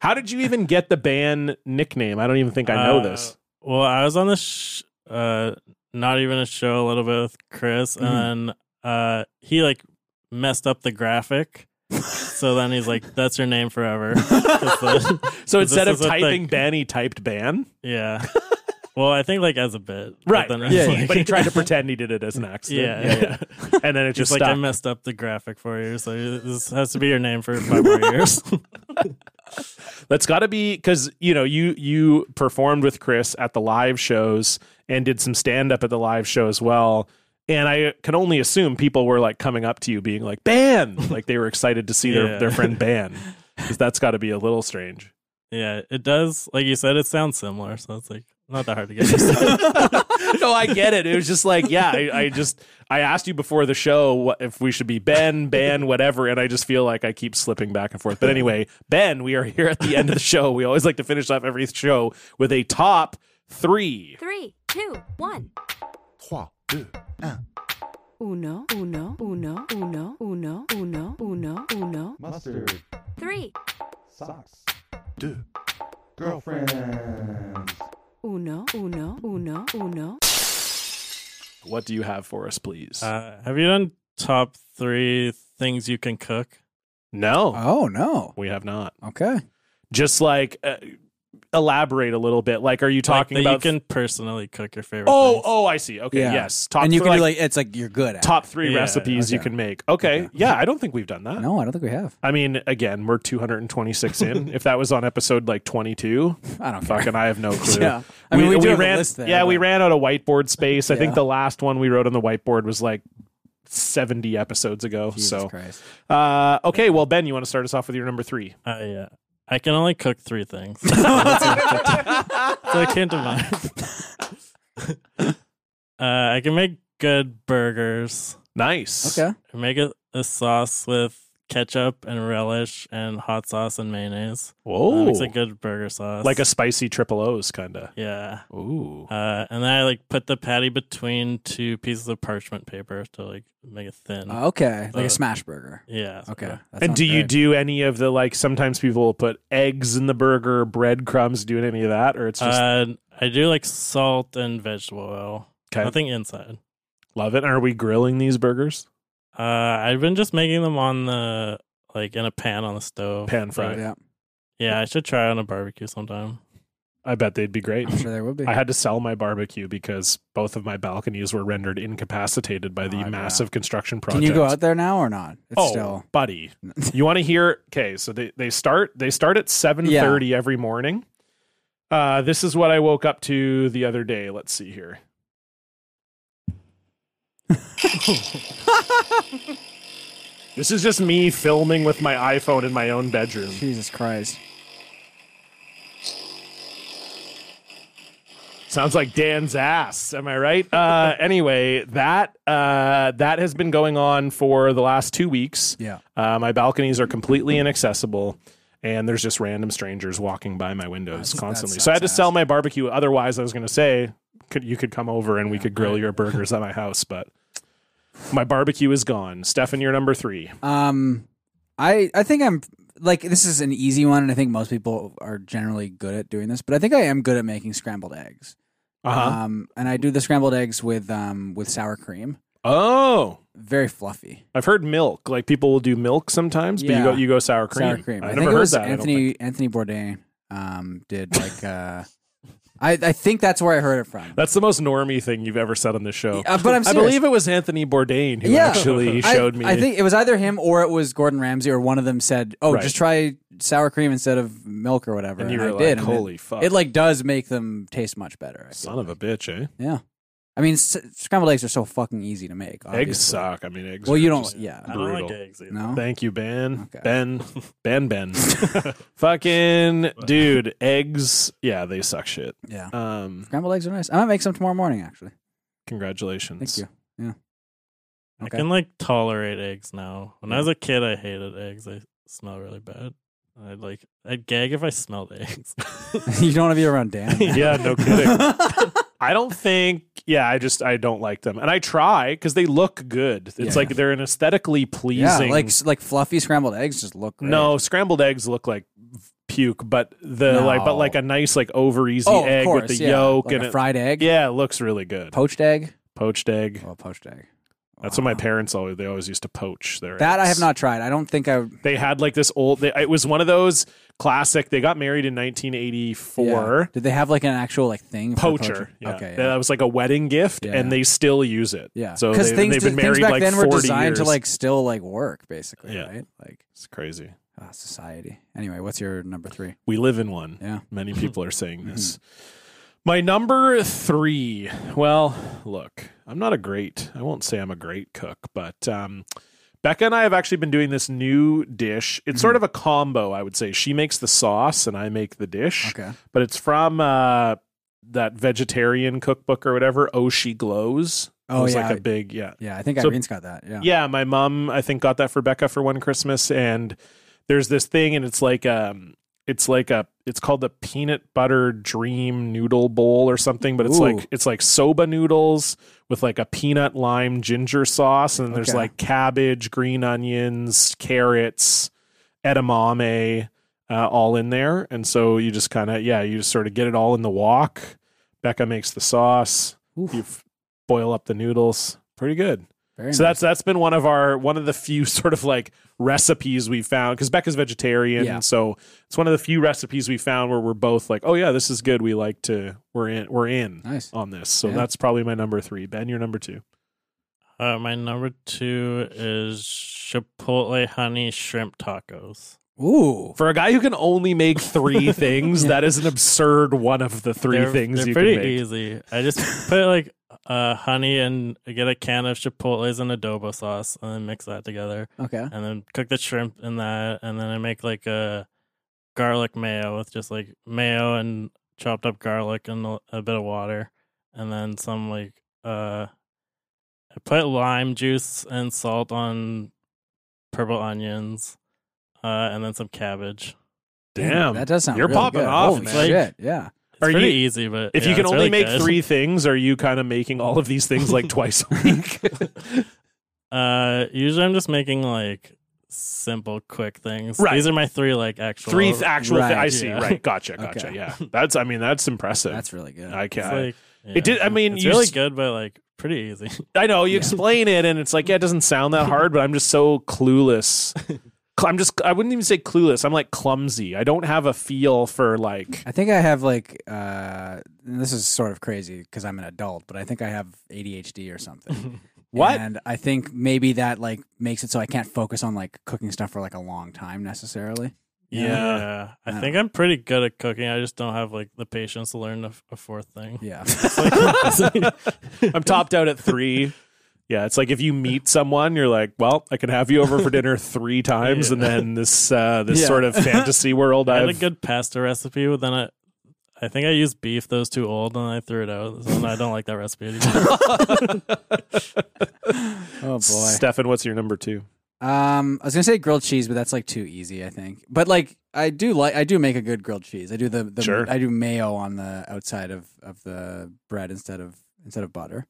Speaker 1: How did you even get the Ban nickname? I don't even think *laughs* I know
Speaker 5: Uh,
Speaker 1: this.
Speaker 5: Well, I was on this, sh- uh, not even a show, a little bit with Chris,
Speaker 1: Mm-hmm.
Speaker 5: and uh, he like messed up the graphic. so then he's like, "That's your
Speaker 1: *laughs*
Speaker 5: name forever." 'Cause the-
Speaker 1: So
Speaker 5: this
Speaker 1: instead of
Speaker 5: is a thing.
Speaker 1: typing Ban, he typed Ban.
Speaker 5: *laughs*
Speaker 1: *laughs*
Speaker 5: yeah. Well, I think like as a bit, but
Speaker 1: Right. *laughs*
Speaker 5: then I
Speaker 1: right.
Speaker 5: was like-
Speaker 1: But he
Speaker 5: *laughs*
Speaker 1: tried to pretend he did it as an accident.
Speaker 5: Yeah,
Speaker 1: yeah. And then it
Speaker 5: Just
Speaker 1: just
Speaker 5: like I
Speaker 1: stuck.
Speaker 5: messed up the graphic for you, so this has to be your name for
Speaker 1: *laughs*
Speaker 5: five more years.
Speaker 1: That's got to be because you know you you performed with Chris at the live shows and did some stand up at the live show as well. And I can only assume people were like coming up to you being like Ban, like they were excited to see their
Speaker 5: Yeah.
Speaker 1: their friend Ban, because that's got to be a little strange.
Speaker 5: yeah, it does. Like you said, it sounds similar, so it's like not that hard to get.
Speaker 1: *laughs*
Speaker 5: used to.
Speaker 1: no, I get it. It was just like, yeah, I, I just I asked you before the show what, if we should be Ben, Ban, whatever, and I just feel like I keep slipping back and forth. But anyway, Ben, we are here at the end of the show. We always like to finish off every show with a top three.
Speaker 9: Three, two, one. Uno, uno, uno, uno, uno, uno, uno, uno.
Speaker 10: Mustard,
Speaker 9: Three,
Speaker 10: socks, girlfriends.
Speaker 9: uno, uno, uno, uno.
Speaker 1: What do you have for us, please?
Speaker 5: Uh, have you done top three things you can cook?
Speaker 1: no,
Speaker 2: Oh no.
Speaker 1: we have not.
Speaker 2: Okay.
Speaker 1: Just like. Uh, elaborate a little bit? Like, are you talking
Speaker 5: like, that
Speaker 1: about?
Speaker 5: you can personally cook your favorite.
Speaker 1: oh,
Speaker 5: things.
Speaker 1: oh, I see. Okay, yes. Top
Speaker 2: and you
Speaker 1: three,
Speaker 2: can
Speaker 1: like,
Speaker 2: do like it's like you're good at. it.
Speaker 1: top three
Speaker 5: Yeah,
Speaker 1: recipes you
Speaker 2: okay.
Speaker 1: can make. Okay, yeah. I don't think we've done that.
Speaker 2: No, I don't think we have.
Speaker 1: I mean, again, we're 226
Speaker 2: *laughs*
Speaker 1: in. if that was on episode like 22,
Speaker 2: I don't care.
Speaker 1: fucking, I
Speaker 2: *laughs*
Speaker 1: have no clue.
Speaker 2: Yeah. I mean, we do have a
Speaker 1: ran,
Speaker 2: list there,
Speaker 1: yeah, we
Speaker 2: but-
Speaker 1: ran out of whiteboard space. I
Speaker 2: Yeah.
Speaker 1: think the last one we wrote on the whiteboard was like 70 episodes ago.
Speaker 2: Jesus
Speaker 1: so,
Speaker 2: Christ.
Speaker 1: uh, okay, well, Ben, you want to start us off with your number three?
Speaker 5: Uh, yeah. I can only cook three things. *laughs* so I came to mind. *laughs* uh, I can make good burgers.
Speaker 1: Nice.
Speaker 2: Okay.
Speaker 5: I make a, a sauce with ketchup and relish and hot sauce and mayonnaise.
Speaker 1: Whoa.
Speaker 5: it's a good burger sauce.
Speaker 1: like a spicy triple O's kind of.
Speaker 5: yeah.
Speaker 1: Ooh.
Speaker 5: Uh, and then I like put the patty between two pieces of parchment paper to like make it thin.
Speaker 1: Oh.
Speaker 2: Uh, okay, like
Speaker 5: Uh,
Speaker 2: a smash burger.
Speaker 5: yeah. so-
Speaker 2: Okay. that
Speaker 1: and
Speaker 2: sounds
Speaker 1: do you
Speaker 2: great.
Speaker 1: do any of the like? Sometimes people will put eggs in the burger, breadcrumbs. Doing any of that, or it's just
Speaker 5: Uh, I do like salt and vegetable oil.
Speaker 1: Okay.
Speaker 5: Nothing inside.
Speaker 1: love it? Are we grilling these burgers?
Speaker 5: Uh, I've been just making them on the like in a pan on the stove.
Speaker 1: Pan fried.
Speaker 2: Yeah,
Speaker 5: Yeah, I should try it on a barbecue sometime.
Speaker 1: I bet they'd be great.
Speaker 2: *laughs* I'm sure there would be.
Speaker 1: I had to sell my barbecue because both of my balconies were rendered incapacitated by the
Speaker 2: Oh, I bet.
Speaker 1: massive construction project.
Speaker 2: Can you go out there now or not? It's
Speaker 1: Oh,
Speaker 2: still *laughs*
Speaker 1: buddy, you want to hear? Okay, so they, they start they start at seven thirty every morning. Uh, this is what I woke up to the other day. Let's see
Speaker 2: *laughs*
Speaker 1: here. *laughs* this is just me filming with my iPhone in my own bedroom.
Speaker 2: Jesus Christ.
Speaker 1: Sounds like Dan's ass. Am I right? Uh,
Speaker 2: *laughs*
Speaker 1: anyway, that uh, that has been going on for the last two weeks.
Speaker 2: Yeah.
Speaker 1: Uh, my balconies are completely inaccessible, and there's just random strangers walking by my windows
Speaker 2: That's-
Speaker 1: constantly.
Speaker 2: that
Speaker 1: So I had to
Speaker 2: sucks
Speaker 1: sell
Speaker 2: ass.
Speaker 1: my barbecue. Otherwise, I was going to say could, you could come over and we could grill your burgers at my house, but my barbecue is gone. Stefan, you're number three.
Speaker 2: Um, I I think I'm like this is an easy one, and I think most people are generally good at doing this. But I think I am good at making scrambled eggs.
Speaker 1: Uh huh.
Speaker 2: Um, and I do the scrambled eggs with um with sour cream.
Speaker 1: Oh,
Speaker 2: Very fluffy.
Speaker 1: I've heard milk. Like people will do milk sometimes, but you
Speaker 2: Yeah.
Speaker 1: go you go sour cream.
Speaker 2: Sour cream.
Speaker 1: I've
Speaker 2: I
Speaker 1: never
Speaker 2: think
Speaker 1: heard
Speaker 2: it was
Speaker 1: that. I don't think.
Speaker 2: Anthony Anthony Bourdain um did like uh *laughs* I I think that's where I heard it from.
Speaker 1: That's the most normy thing you've ever said on this show.
Speaker 2: Uh, but I'm
Speaker 1: I
Speaker 2: serious.
Speaker 1: believe it was Anthony Bourdain who
Speaker 2: Yeah.
Speaker 1: actually showed
Speaker 2: *laughs* I,
Speaker 1: me.
Speaker 2: I think it was either him or it was Gordon Ramsay or one of them said, "Oh,
Speaker 1: Right.
Speaker 2: just try sour cream instead of milk or whatever."
Speaker 1: And you
Speaker 2: I
Speaker 1: were like,
Speaker 2: did, and
Speaker 1: "Holy
Speaker 2: it,
Speaker 1: fuck."
Speaker 2: It like does make them taste much better. I feel.
Speaker 1: Son of a bitch, eh?
Speaker 2: Yeah, I mean, s- scrambled eggs are so fucking easy to make. Obviously.
Speaker 1: Eggs suck. I mean, eggs.
Speaker 2: Well,
Speaker 1: are
Speaker 2: you don't-
Speaker 1: just
Speaker 2: yeah.
Speaker 5: I
Speaker 1: Brutal.
Speaker 5: don't like eggs either.
Speaker 2: No.
Speaker 1: Thank you, Ben.
Speaker 2: Okay. *laughs*
Speaker 1: Ben. Ben. Ben. *laughs* Fucking dude, eggs. Yeah, they suck shit.
Speaker 2: Yeah,
Speaker 1: Um,
Speaker 2: scrambled eggs are nice. I might make some tomorrow morning. Actually,
Speaker 1: congratulations.
Speaker 2: thank you. Yeah.
Speaker 5: I can like tolerate eggs now. When
Speaker 1: Mm.
Speaker 5: I was a kid, I hated eggs. They smell really bad. I'd like I'd gag if I smelled *laughs* eggs.
Speaker 2: *laughs* you don't want to be around
Speaker 1: *laughs*
Speaker 2: Dan.
Speaker 1: yeah,
Speaker 2: *laughs*
Speaker 1: no kidding. I don't think. Yeah, I just I don't like them, and I try because they look good. It's
Speaker 2: Yeah.
Speaker 1: like they're an aesthetically pleasing.
Speaker 2: yeah, like like fluffy scrambled eggs just look great.
Speaker 1: No, scrambled eggs look like puke, but the like, but
Speaker 2: No.
Speaker 1: like a nice like over easy
Speaker 2: oh, of
Speaker 1: egg
Speaker 2: course,
Speaker 1: with the
Speaker 2: yeah.
Speaker 1: yolk
Speaker 2: Like
Speaker 1: and
Speaker 2: a
Speaker 1: it-
Speaker 2: fried egg,
Speaker 1: Yeah, it looks really good.
Speaker 2: poached egg.
Speaker 1: Poached egg.
Speaker 2: Oh, poached egg.
Speaker 1: That's what my
Speaker 2: Wow.
Speaker 1: parents always they always used to poach their.
Speaker 2: Uh-huh. That I
Speaker 1: eggs.
Speaker 2: have not tried. I don't think I. would-
Speaker 1: They had like this old. They, it was one of those classic. They got married in 1984.
Speaker 2: Yeah. Did they have like an actual like thing? for
Speaker 1: Poacher, Yeah.
Speaker 2: Okay.
Speaker 1: that was like a wedding gift,
Speaker 2: Yeah.
Speaker 1: and they still use it.
Speaker 2: Yeah.
Speaker 1: so
Speaker 2: because
Speaker 1: they,
Speaker 2: things,
Speaker 1: they've been
Speaker 2: things
Speaker 1: married
Speaker 2: back
Speaker 1: like
Speaker 2: then
Speaker 1: 40
Speaker 2: were designed
Speaker 1: years.
Speaker 2: to like still like work basically,
Speaker 1: Yeah.
Speaker 2: right? Like
Speaker 1: It's crazy.
Speaker 2: ah, society. Anyway, what's your number three?
Speaker 1: We live in one.
Speaker 2: Yeah. Mm-hmm.
Speaker 1: Many people are saying this. My number three. Well, look, I'm not a great, I won't say I'm a great cook, but um, Becca and I have actually been doing this new dish.
Speaker 2: Mm-hmm.
Speaker 1: It's sort of a combo, I would say. She makes the sauce and I make the dish,
Speaker 2: Okay.
Speaker 1: but it's from uh, that vegetarian cookbook or whatever, Oh She Glows.
Speaker 2: Oh,
Speaker 1: it was
Speaker 2: yeah.
Speaker 1: like a big, yeah.
Speaker 2: Yeah, I think
Speaker 1: So-
Speaker 2: Irene's got that. Yeah.
Speaker 1: Yeah, my mom I think got that for Becca for one Christmas, and there's this thing, and it's like um, it's like a it's called the peanut butter dream noodle bowl or something, but it's
Speaker 2: Ooh.
Speaker 1: like it's like soba noodles with like a peanut lime ginger sauce, and there's
Speaker 2: Okay.
Speaker 1: like cabbage, green onions, carrots, edamame. Uh, all in there, and so you just kind of yeah, you just sort of get it all in the wok. Becca makes the sauce.
Speaker 2: Oof.
Speaker 1: You f- boil up the noodles. Pretty good.
Speaker 2: Very
Speaker 1: so
Speaker 2: nice.
Speaker 1: that's that's been one of our one of the few *laughs* sort of like recipes we found because Becca's vegetarian,
Speaker 2: Yeah.
Speaker 1: so it's one of the few recipes we found where we're both like, oh yeah, this is good. We like to we're in we're in
Speaker 2: Nice.
Speaker 1: on this. So
Speaker 2: Yeah.
Speaker 1: that's probably my number three. Ben, your number two.
Speaker 5: Uh, my number two is Chipotle honey shrimp tacos.
Speaker 2: Ooh.
Speaker 1: For a guy who can only make
Speaker 2: *laughs*
Speaker 1: three things, that is an absurd one of the 3
Speaker 5: They're-
Speaker 1: things
Speaker 5: They're
Speaker 1: you
Speaker 5: pretty
Speaker 1: can make.
Speaker 5: easy.
Speaker 1: *laughs*
Speaker 5: I just put like uh, honey and get a can of Chipotle's and adobo sauce, and then mix that together,
Speaker 2: Okay.
Speaker 5: and then cook the shrimp in that, and then I make like a garlic mayo with just like mayo and chopped up garlic and a- a bit of water, and then some like uh, I put lime juice and salt on purple onions, uh, and then some cabbage.
Speaker 1: Damn.
Speaker 2: That does sound
Speaker 1: Um, You're
Speaker 2: really
Speaker 1: popping
Speaker 2: good.
Speaker 1: off,
Speaker 2: Holy
Speaker 1: man.
Speaker 2: shit. Yeah.
Speaker 5: It's
Speaker 1: Are
Speaker 5: pretty
Speaker 1: you-
Speaker 5: easy, but
Speaker 1: if
Speaker 5: yeah,
Speaker 1: you can
Speaker 5: it's
Speaker 1: only
Speaker 5: really
Speaker 1: make
Speaker 5: good. *laughs*
Speaker 1: three things, are you kind of making all of these things
Speaker 2: *laughs*
Speaker 1: like twice a
Speaker 5: *laughs*
Speaker 1: week?
Speaker 5: Uh, usually I'm just making like simple, quick things.
Speaker 1: Right.
Speaker 5: These are my three like actual
Speaker 1: three th- actual thi-
Speaker 2: right,
Speaker 1: I see.
Speaker 5: yeah.
Speaker 1: Right. Gotcha. Gotcha.
Speaker 2: Okay.
Speaker 1: Yeah. That's, I mean, that's impressive.
Speaker 2: That's really good.
Speaker 1: I
Speaker 5: it's
Speaker 1: can't.
Speaker 5: like- yeah.
Speaker 1: It did- I mean,
Speaker 5: it's
Speaker 1: you
Speaker 5: really
Speaker 1: s-
Speaker 5: good, but like pretty easy. *laughs*
Speaker 1: I know you
Speaker 2: Yeah.
Speaker 1: explain it, and it's like, yeah, it doesn't sound that hard, but I'm just so clueless. Cl- I'm just, I wouldn't even say clueless. I'm like clumsy. I don't have a feel for like,
Speaker 2: I think I have like uh and this is sort of crazy because I'm an adult, but I think I have ADHD or something.
Speaker 1: *laughs* What?
Speaker 2: And I think maybe that like makes it so I can't focus on like cooking stuff for like a long time necessarily.
Speaker 1: yeah.
Speaker 5: I
Speaker 2: Yeah.
Speaker 5: think I'm pretty good at cooking. I just don't have like the patience to learn a, f- a fourth thing.
Speaker 1: *laughs*
Speaker 2: Yeah.
Speaker 1: I'm topped out at three. Yeah, it's like if you meet someone, you're like, "Well, I can have you over for dinner three times," and then this uh, this
Speaker 2: Yeah.
Speaker 1: sort of fantasy world.
Speaker 5: I had a
Speaker 1: I've
Speaker 5: good pasta recipe, but then I, I think I used beef that was too old, and I threw it out. So I don't like that recipe anymore.
Speaker 2: oh boy.
Speaker 1: Stefan, what's your number two?
Speaker 2: Um, I was gonna say grilled cheese, but that's like too easy, I think. But like, I do like, I do make a good grilled cheese. I do the, the
Speaker 1: Sure.
Speaker 2: I do mayo on the outside of of the bread instead of instead of butter.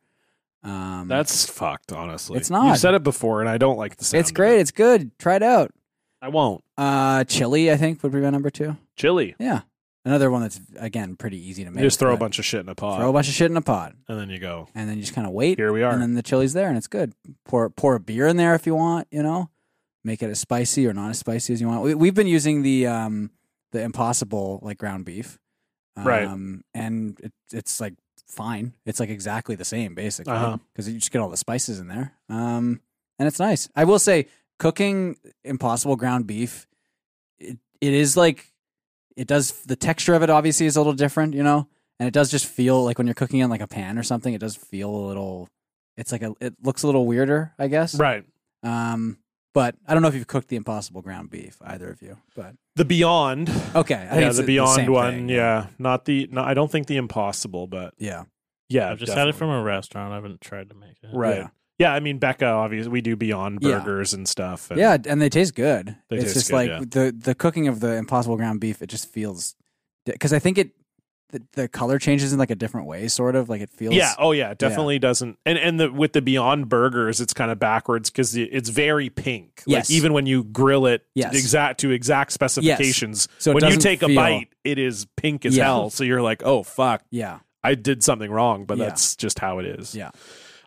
Speaker 2: Um,
Speaker 1: That's fucked, honestly.
Speaker 2: It's not.
Speaker 1: You've said it before, and I don't like the sound.
Speaker 2: it's
Speaker 1: of
Speaker 2: great.
Speaker 1: it.
Speaker 2: It's good. Try it out.
Speaker 1: I won't.
Speaker 2: Uh, chili, I think would be my number two.
Speaker 1: Chili.
Speaker 2: Yeah, another one that's again pretty easy to
Speaker 1: You
Speaker 2: make.
Speaker 1: just throw a
Speaker 2: but
Speaker 1: bunch of shit in a pot,
Speaker 2: throw a bunch of shit in a pot,
Speaker 1: *laughs* and then you go.
Speaker 2: and then you just kind of wait.
Speaker 1: Here we are.
Speaker 2: and then the chili's there, and it's good. Pour pour a beer in there if you want. You know, make it as spicy or not as spicy as you want. We, we've been using the um the Impossible like ground beef, um,
Speaker 1: Right.
Speaker 2: And it, it's like fine. It's like exactly the same basically
Speaker 1: Uh-huh.
Speaker 2: because you just get all the spices in there. Um, and it's nice. I will say cooking Impossible ground beef, it, it is like it does the texture of it obviously is a little different, you know, and it does just feel like when you're cooking in like a pan or something, it does feel a little. It's like a. It looks a little weirder, I guess.
Speaker 1: Right.
Speaker 2: Um, but I don't know if you've cooked the Impossible ground beef, either of you. But
Speaker 1: The Beyond.
Speaker 2: okay, I think
Speaker 1: yeah,
Speaker 2: it's
Speaker 1: the Beyond
Speaker 2: same
Speaker 1: one.
Speaker 2: thing.
Speaker 1: Yeah, not the. No, I don't think the Impossible, but
Speaker 2: yeah,
Speaker 1: yeah,
Speaker 5: I've just had it
Speaker 1: definitely.
Speaker 5: from a restaurant. I haven't tried to make it.
Speaker 1: right.
Speaker 2: Yeah.
Speaker 1: Yeah. I mean Becca. Obviously, we do Beyond
Speaker 2: Yeah.
Speaker 1: burgers and stuff. and-
Speaker 2: yeah, and they taste good.
Speaker 1: They
Speaker 2: it's
Speaker 1: taste
Speaker 2: just
Speaker 1: good,
Speaker 2: like
Speaker 1: yeah.
Speaker 2: the the cooking of the Impossible ground beef. It just feels because I think it the, the color changes in like a different way, sort of like it feels.
Speaker 1: Yeah. Oh, yeah. it Definitely doesn't. And and the with the Beyond Burgers, it's kind of backwards because it's very pink.
Speaker 2: Yes.
Speaker 1: Like even when you grill it,
Speaker 2: Yes.
Speaker 1: to exact to exact specifications.
Speaker 2: So it
Speaker 1: when you
Speaker 2: doesn't
Speaker 1: take a
Speaker 2: feel-
Speaker 1: bite, it is pink as
Speaker 2: Yeah.
Speaker 1: hell. So you're like, oh fuck,
Speaker 2: yeah,
Speaker 1: I did something wrong. But
Speaker 2: Yeah.
Speaker 1: that's just how it is.
Speaker 2: yeah.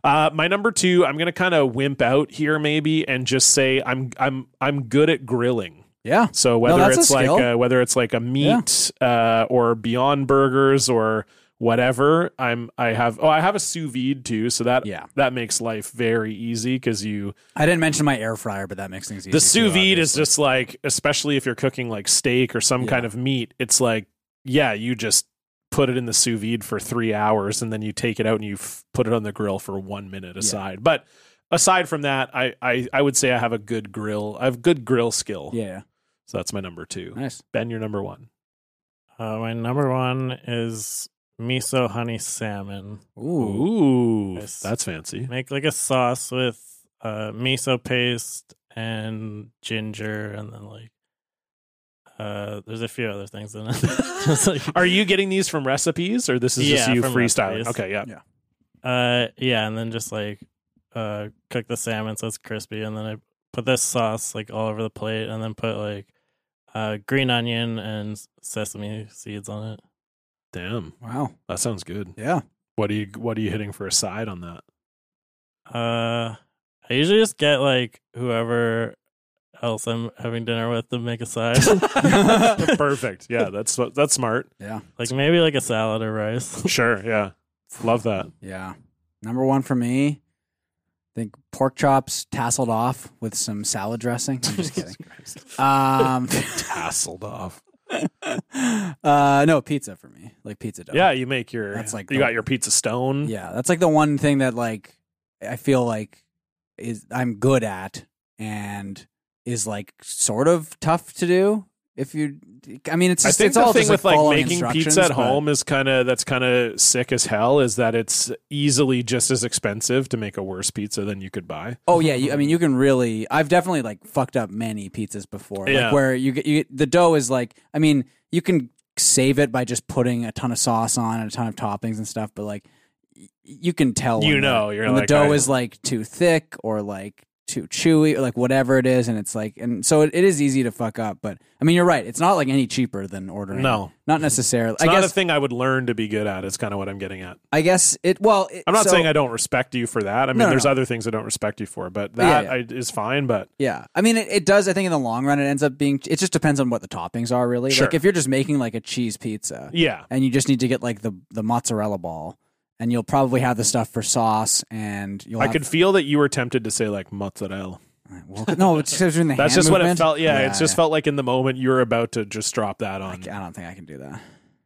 Speaker 1: Uh, my number two, I'm gonna kind of wimp out here maybe and just say I'm I'm I'm good at grilling.
Speaker 2: Yeah.
Speaker 1: So whether
Speaker 2: that's a
Speaker 1: it's like
Speaker 2: skill.
Speaker 1: a, whether it's like a meat uh, or Beyond Burgers or whatever, I'm I have oh I have a sous vide too, so that
Speaker 2: Yeah.
Speaker 1: that makes life very easy because you
Speaker 2: I didn't mention my air fryer, but that makes things easy.
Speaker 1: the sous
Speaker 2: too,
Speaker 1: vide is
Speaker 2: obviously.
Speaker 1: just like especially if you're cooking like steak or some
Speaker 2: Yeah.
Speaker 1: kind of meat, it's like yeah you just put it in the sous vide for three hours and then you take it out and you f- put it on the grill for one minute aside, but. Aside from that, I, I, I would say I have a good grill. I have good grill skill.
Speaker 2: yeah,
Speaker 1: So that's my number two.
Speaker 2: nice.
Speaker 1: Ben, your number one.
Speaker 5: Uh, my number one is miso honey salmon.
Speaker 2: Ooh,
Speaker 1: Ooh,
Speaker 5: Yes.
Speaker 1: that's fancy.
Speaker 5: Make like a sauce with uh, miso paste and ginger, and then like uh, there's a few other things in it. *laughs* It's like,
Speaker 1: Are you getting these from recipes or this is just
Speaker 5: Yeah,
Speaker 1: you
Speaker 5: from
Speaker 1: freestyling?
Speaker 5: recipes.
Speaker 1: Okay, yeah.
Speaker 2: Yeah.
Speaker 5: uh, yeah, and then just like uh, cook the salmon so it's crispy, and then I put this sauce like all over the plate, and then put like uh, green onion and sesame seeds on it.
Speaker 1: Damn,
Speaker 2: wow,
Speaker 1: that sounds good.
Speaker 2: yeah. *laughs*
Speaker 1: What are you What are you hitting for a side on that?
Speaker 5: Uh, I usually just get like whoever else I'm having dinner with to make a side,
Speaker 1: Perfect. Yeah, that's that's smart.
Speaker 2: Yeah.
Speaker 5: like maybe like a salad or rice. *laughs*
Speaker 1: Sure. Yeah, love that.
Speaker 2: Yeah. Number one for me, I think pork chops tasseled off with some salad dressing.
Speaker 1: *laughs*
Speaker 2: I'm just kidding. um, *laughs*
Speaker 1: Hassled off.
Speaker 2: uh, no, pizza for me. Like pizza dough.
Speaker 1: Yeah, you make your.
Speaker 2: That's like
Speaker 1: you
Speaker 2: the-
Speaker 1: got your pizza stone.
Speaker 2: Yeah. That's like the one thing that like I feel like is I'm good at and is like sort of tough to do. If you, I mean, it's
Speaker 1: I
Speaker 2: just,
Speaker 1: think
Speaker 2: it's
Speaker 1: the
Speaker 2: all
Speaker 1: thing
Speaker 2: just
Speaker 1: with
Speaker 2: like,
Speaker 1: like
Speaker 2: following
Speaker 1: making
Speaker 2: instructions,
Speaker 1: pizza at
Speaker 2: but-
Speaker 1: home is kind of that's kind of sick as hell. Is that it's easily just as expensive to make a worse pizza than you could buy.
Speaker 2: Oh yeah, you, I mean you can really. I've definitely like fucked up many pizzas before.
Speaker 1: Yeah.
Speaker 2: Like where you get you, the dough is like. I mean you can save it by just putting a ton of sauce on and a ton of toppings and stuff, but like y- you can tell
Speaker 1: You
Speaker 2: when the-
Speaker 1: know, you're
Speaker 2: when
Speaker 1: like,
Speaker 2: the dough
Speaker 1: I-
Speaker 2: is like too thick or like too chewy or like whatever it is, and it's like and so it, it is easy to fuck up. But I mean you're right. It's not like any cheaper than ordering.
Speaker 1: No.
Speaker 2: not necessarily.
Speaker 1: It's
Speaker 2: I
Speaker 1: not
Speaker 2: guess
Speaker 1: a thing I would learn to be good at. It's kind of what I'm getting at.
Speaker 2: I guess it. Well, it-
Speaker 1: I'm not
Speaker 2: so-
Speaker 1: saying I don't respect you for that. I mean,
Speaker 2: No, no,
Speaker 1: there's
Speaker 2: no.
Speaker 1: other things I don't respect you for, but
Speaker 2: Yeah,
Speaker 1: that
Speaker 2: yeah.
Speaker 1: I, is fine. But
Speaker 2: Yeah. I mean, it, it does. I think in the long run, it ends up being, it just depends on what the toppings are, really.
Speaker 1: Sure.
Speaker 2: Like, if you're just making like a cheese pizza
Speaker 1: yeah,
Speaker 2: and you just need to get like the, the mozzarella ball, and you'll probably have the stuff for sauce and you'll
Speaker 1: I
Speaker 2: have,
Speaker 1: could feel that you were tempted to say like mozzarella.
Speaker 2: *laughs* well, no, it's just doing
Speaker 1: *laughs*
Speaker 2: the
Speaker 1: That's
Speaker 2: hand
Speaker 1: just what it
Speaker 2: movement.
Speaker 1: felt. Yeah, it's just felt like in the moment you were about to just drop that on.
Speaker 2: I don't think I can do that.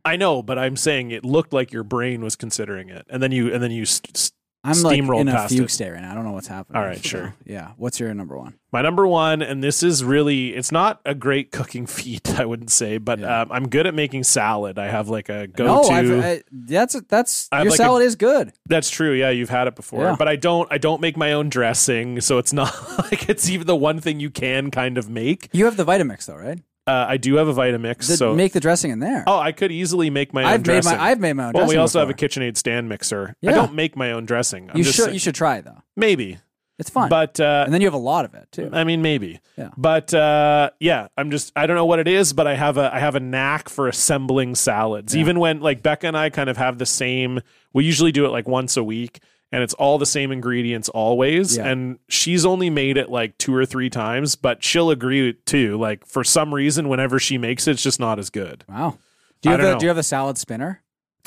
Speaker 1: I know, but I'm saying it looked like your brain was considering it, and then you and then you. St- st-
Speaker 2: I'm like
Speaker 1: Steamrolled
Speaker 2: in a
Speaker 1: past
Speaker 2: fugue
Speaker 1: it.
Speaker 2: state right now. I don't know what's happening.
Speaker 1: All
Speaker 2: *laughs*
Speaker 1: right, sure.
Speaker 2: Yeah. What's your number one?
Speaker 1: my number one, and this is really it's not a great cooking *laughs* feat, I wouldn't say, but
Speaker 2: Yeah.
Speaker 1: um, I'm good at making salad. I have like a go
Speaker 2: No,
Speaker 1: to.
Speaker 2: I've, I, that's, that's,
Speaker 1: I have
Speaker 2: your
Speaker 1: like a-
Speaker 2: salad is good.
Speaker 1: That's true. Yeah, you've had it before,
Speaker 2: Yeah.
Speaker 1: but I don't. I don't make my own dressing, so it's not *laughs* like it's even the one thing you can kind of make.
Speaker 2: You have the Vitamix though, right?
Speaker 1: Uh, I do have a Vitamix,
Speaker 2: The-
Speaker 1: so
Speaker 2: make the dressing in there.
Speaker 1: oh, I could easily make my own
Speaker 2: I've made
Speaker 1: dressing.
Speaker 2: my, I've made my own
Speaker 1: well,
Speaker 2: dressing.
Speaker 1: we also have a
Speaker 2: before.
Speaker 1: KitchenAid stand mixer. I
Speaker 2: Yeah.
Speaker 1: don't make my own dressing. I'm
Speaker 2: You
Speaker 1: just
Speaker 2: should,
Speaker 1: saying-
Speaker 2: you should try it though.
Speaker 1: maybe,
Speaker 2: It's fun.
Speaker 1: but uh,
Speaker 2: and then you have a lot of it too.
Speaker 1: I mean, maybe.
Speaker 2: Yeah.
Speaker 1: But uh, yeah, I'm just I don't know what it is, but I have a I have a knack for assembling salads. Even when like Becca and I kind of have the same, we usually do it like once a week, and it's all the same ingredients always.
Speaker 2: Yeah.
Speaker 1: And she's only made it like two or three times, but she'll agree too. Like for some reason, whenever she makes it, it's just not as good.
Speaker 2: Wow. Do you
Speaker 1: I don't
Speaker 2: have a,
Speaker 1: know.
Speaker 2: do you have a salad spinner?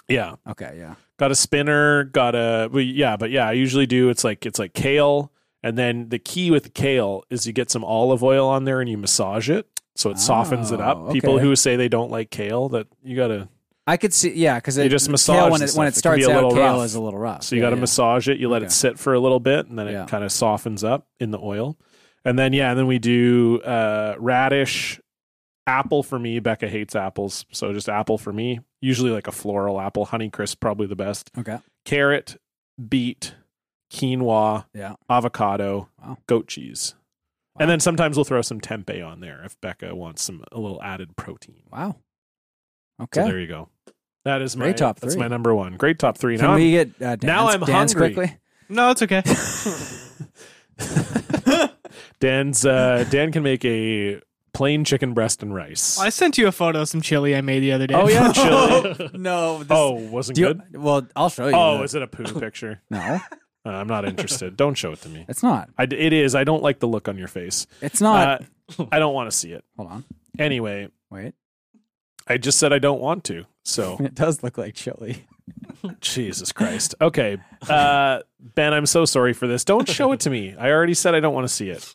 Speaker 1: Yeah,
Speaker 2: Okay, yeah.
Speaker 1: got a spinner, got a well, yeah, but yeah, I usually do. It's like it's like kale, and then the key with kale is you get some olive oil on there and you massage it, so it softens it up.
Speaker 2: Oh,
Speaker 1: People
Speaker 2: okay.
Speaker 1: who say they don't like kale, that you gotta
Speaker 2: I could see yeah, because
Speaker 1: You
Speaker 2: it
Speaker 1: just
Speaker 2: kale
Speaker 1: massage
Speaker 2: when
Speaker 1: the
Speaker 2: it when
Speaker 1: stuff. It
Speaker 2: it
Speaker 1: can
Speaker 2: starts
Speaker 1: be a
Speaker 2: out
Speaker 1: little
Speaker 2: kale
Speaker 1: rough.
Speaker 2: is a little rough.
Speaker 1: so you
Speaker 2: Yeah,
Speaker 1: gotta
Speaker 2: yeah.
Speaker 1: massage it. You let
Speaker 2: Okay.
Speaker 1: it sit for a little bit, and then
Speaker 2: Yeah.
Speaker 1: it kind of softens up in the oil, and then yeah, and then we do uh, radish. Apple for me. Becca hates apples, so just apple for me. Usually like a floral apple, honey crisp probably the best.
Speaker 2: Okay.
Speaker 1: Carrot, beet, quinoa,
Speaker 2: Yeah.
Speaker 1: avocado,
Speaker 2: Wow.
Speaker 1: goat cheese. And then sometimes we'll throw some tempeh on there if Becca wants some a little added protein.
Speaker 2: Wow.
Speaker 1: So
Speaker 2: Okay.
Speaker 1: there you go. That is my
Speaker 2: Great top
Speaker 1: That's
Speaker 2: three.
Speaker 1: my number one. Great top three.
Speaker 2: Can
Speaker 1: Now
Speaker 2: we get uh, Dan's,
Speaker 1: now I'm
Speaker 2: Dan's
Speaker 1: hungry.
Speaker 2: quickly?
Speaker 1: *laughs*
Speaker 2: *laughs*
Speaker 4: No, it's okay.
Speaker 1: I'm- Dan's
Speaker 2: *laughs*
Speaker 1: uh, Dan can make a plain chicken breast and rice.
Speaker 2: *laughs*
Speaker 4: I sent you a photo of some chili I made the other day.
Speaker 1: oh yeah, chili.
Speaker 2: No. This,
Speaker 1: oh, wasn't
Speaker 2: do you-
Speaker 1: good.
Speaker 2: well, I'll show you.
Speaker 1: Oh,
Speaker 2: the-
Speaker 1: is it a poo picture?
Speaker 2: no,
Speaker 1: Uh, I'm not interested. Don't show it to me.
Speaker 2: it's not.
Speaker 1: I d it is. I don't like the look on your face.
Speaker 2: It's not.
Speaker 1: Uh, I don't want to see it.
Speaker 2: hold on.
Speaker 1: Anyway,
Speaker 2: Wait. *laughs*
Speaker 1: I just said I don't want to. So
Speaker 2: It does look like chili.
Speaker 1: Jesus Christ. Okay. Uh, ben, I'm so sorry for this. Don't show it to me. I already said I don't want to see it.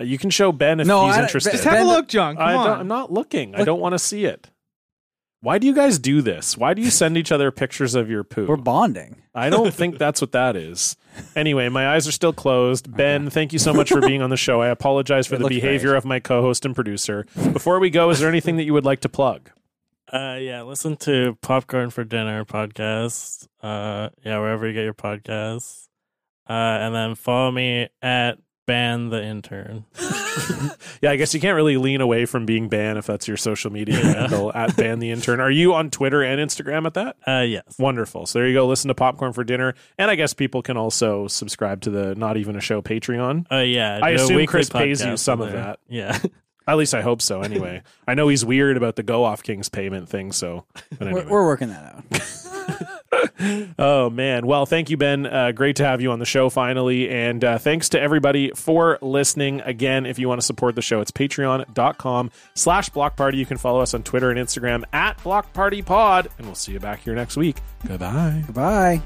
Speaker 1: Uh, you can show Ben if
Speaker 2: No,
Speaker 1: he's
Speaker 2: I-
Speaker 1: interested.
Speaker 4: Just have
Speaker 2: Ben-
Speaker 4: a look, John. Come
Speaker 1: I
Speaker 4: on.
Speaker 1: don't, I'm not looking. I don't want to see it. Why do you guys do this? Why do you send each other pictures of your poo?
Speaker 2: We're bonding.
Speaker 1: I don't think that's what that is. Anyway, my eyes are still closed. Ben, thank you so much for being on the show. I apologize
Speaker 2: *laughs*
Speaker 1: for
Speaker 2: It
Speaker 1: the
Speaker 2: looked
Speaker 1: behavior of my co-host and producer. Before we go, is there anything that you would like to plug?
Speaker 5: Uh, yeah, listen to Popcorn for Dinner podcast. Uh, yeah, wherever you get your podcasts. Uh, and then follow me at Ban the Intern.
Speaker 1: Yeah, I guess you can't really lean away from being Ban if that's your social media handle at Ban the Intern. Are you on Twitter and Instagram at that?
Speaker 5: Uh, yes.
Speaker 1: Wonderful. So there you go. Listen to Popcorn for Dinner, and I guess people can also subscribe to the Not Even a Show Patreon.
Speaker 5: Uh, yeah.
Speaker 1: I
Speaker 5: do a
Speaker 1: assume
Speaker 5: weekly
Speaker 1: Chris pays you
Speaker 5: podcast
Speaker 1: some
Speaker 5: in
Speaker 1: of
Speaker 5: there.
Speaker 1: that.
Speaker 5: Yeah. *laughs*
Speaker 1: At least I hope so. Anyway, I know he's weird about the Go Off Kings payment thing. So, but anyway.
Speaker 2: We're, we're working that out.
Speaker 1: oh man. Well, thank you, Ben. Uh, great to have you on the show finally, and uh, thanks to everybody for listening. Again, if you want to support the show, it's Patreon.com/slash Block Party. You can follow us on Twitter and Instagram at Block Party Pod, and we'll see you back here next week. Goodbye.
Speaker 2: Goodbye.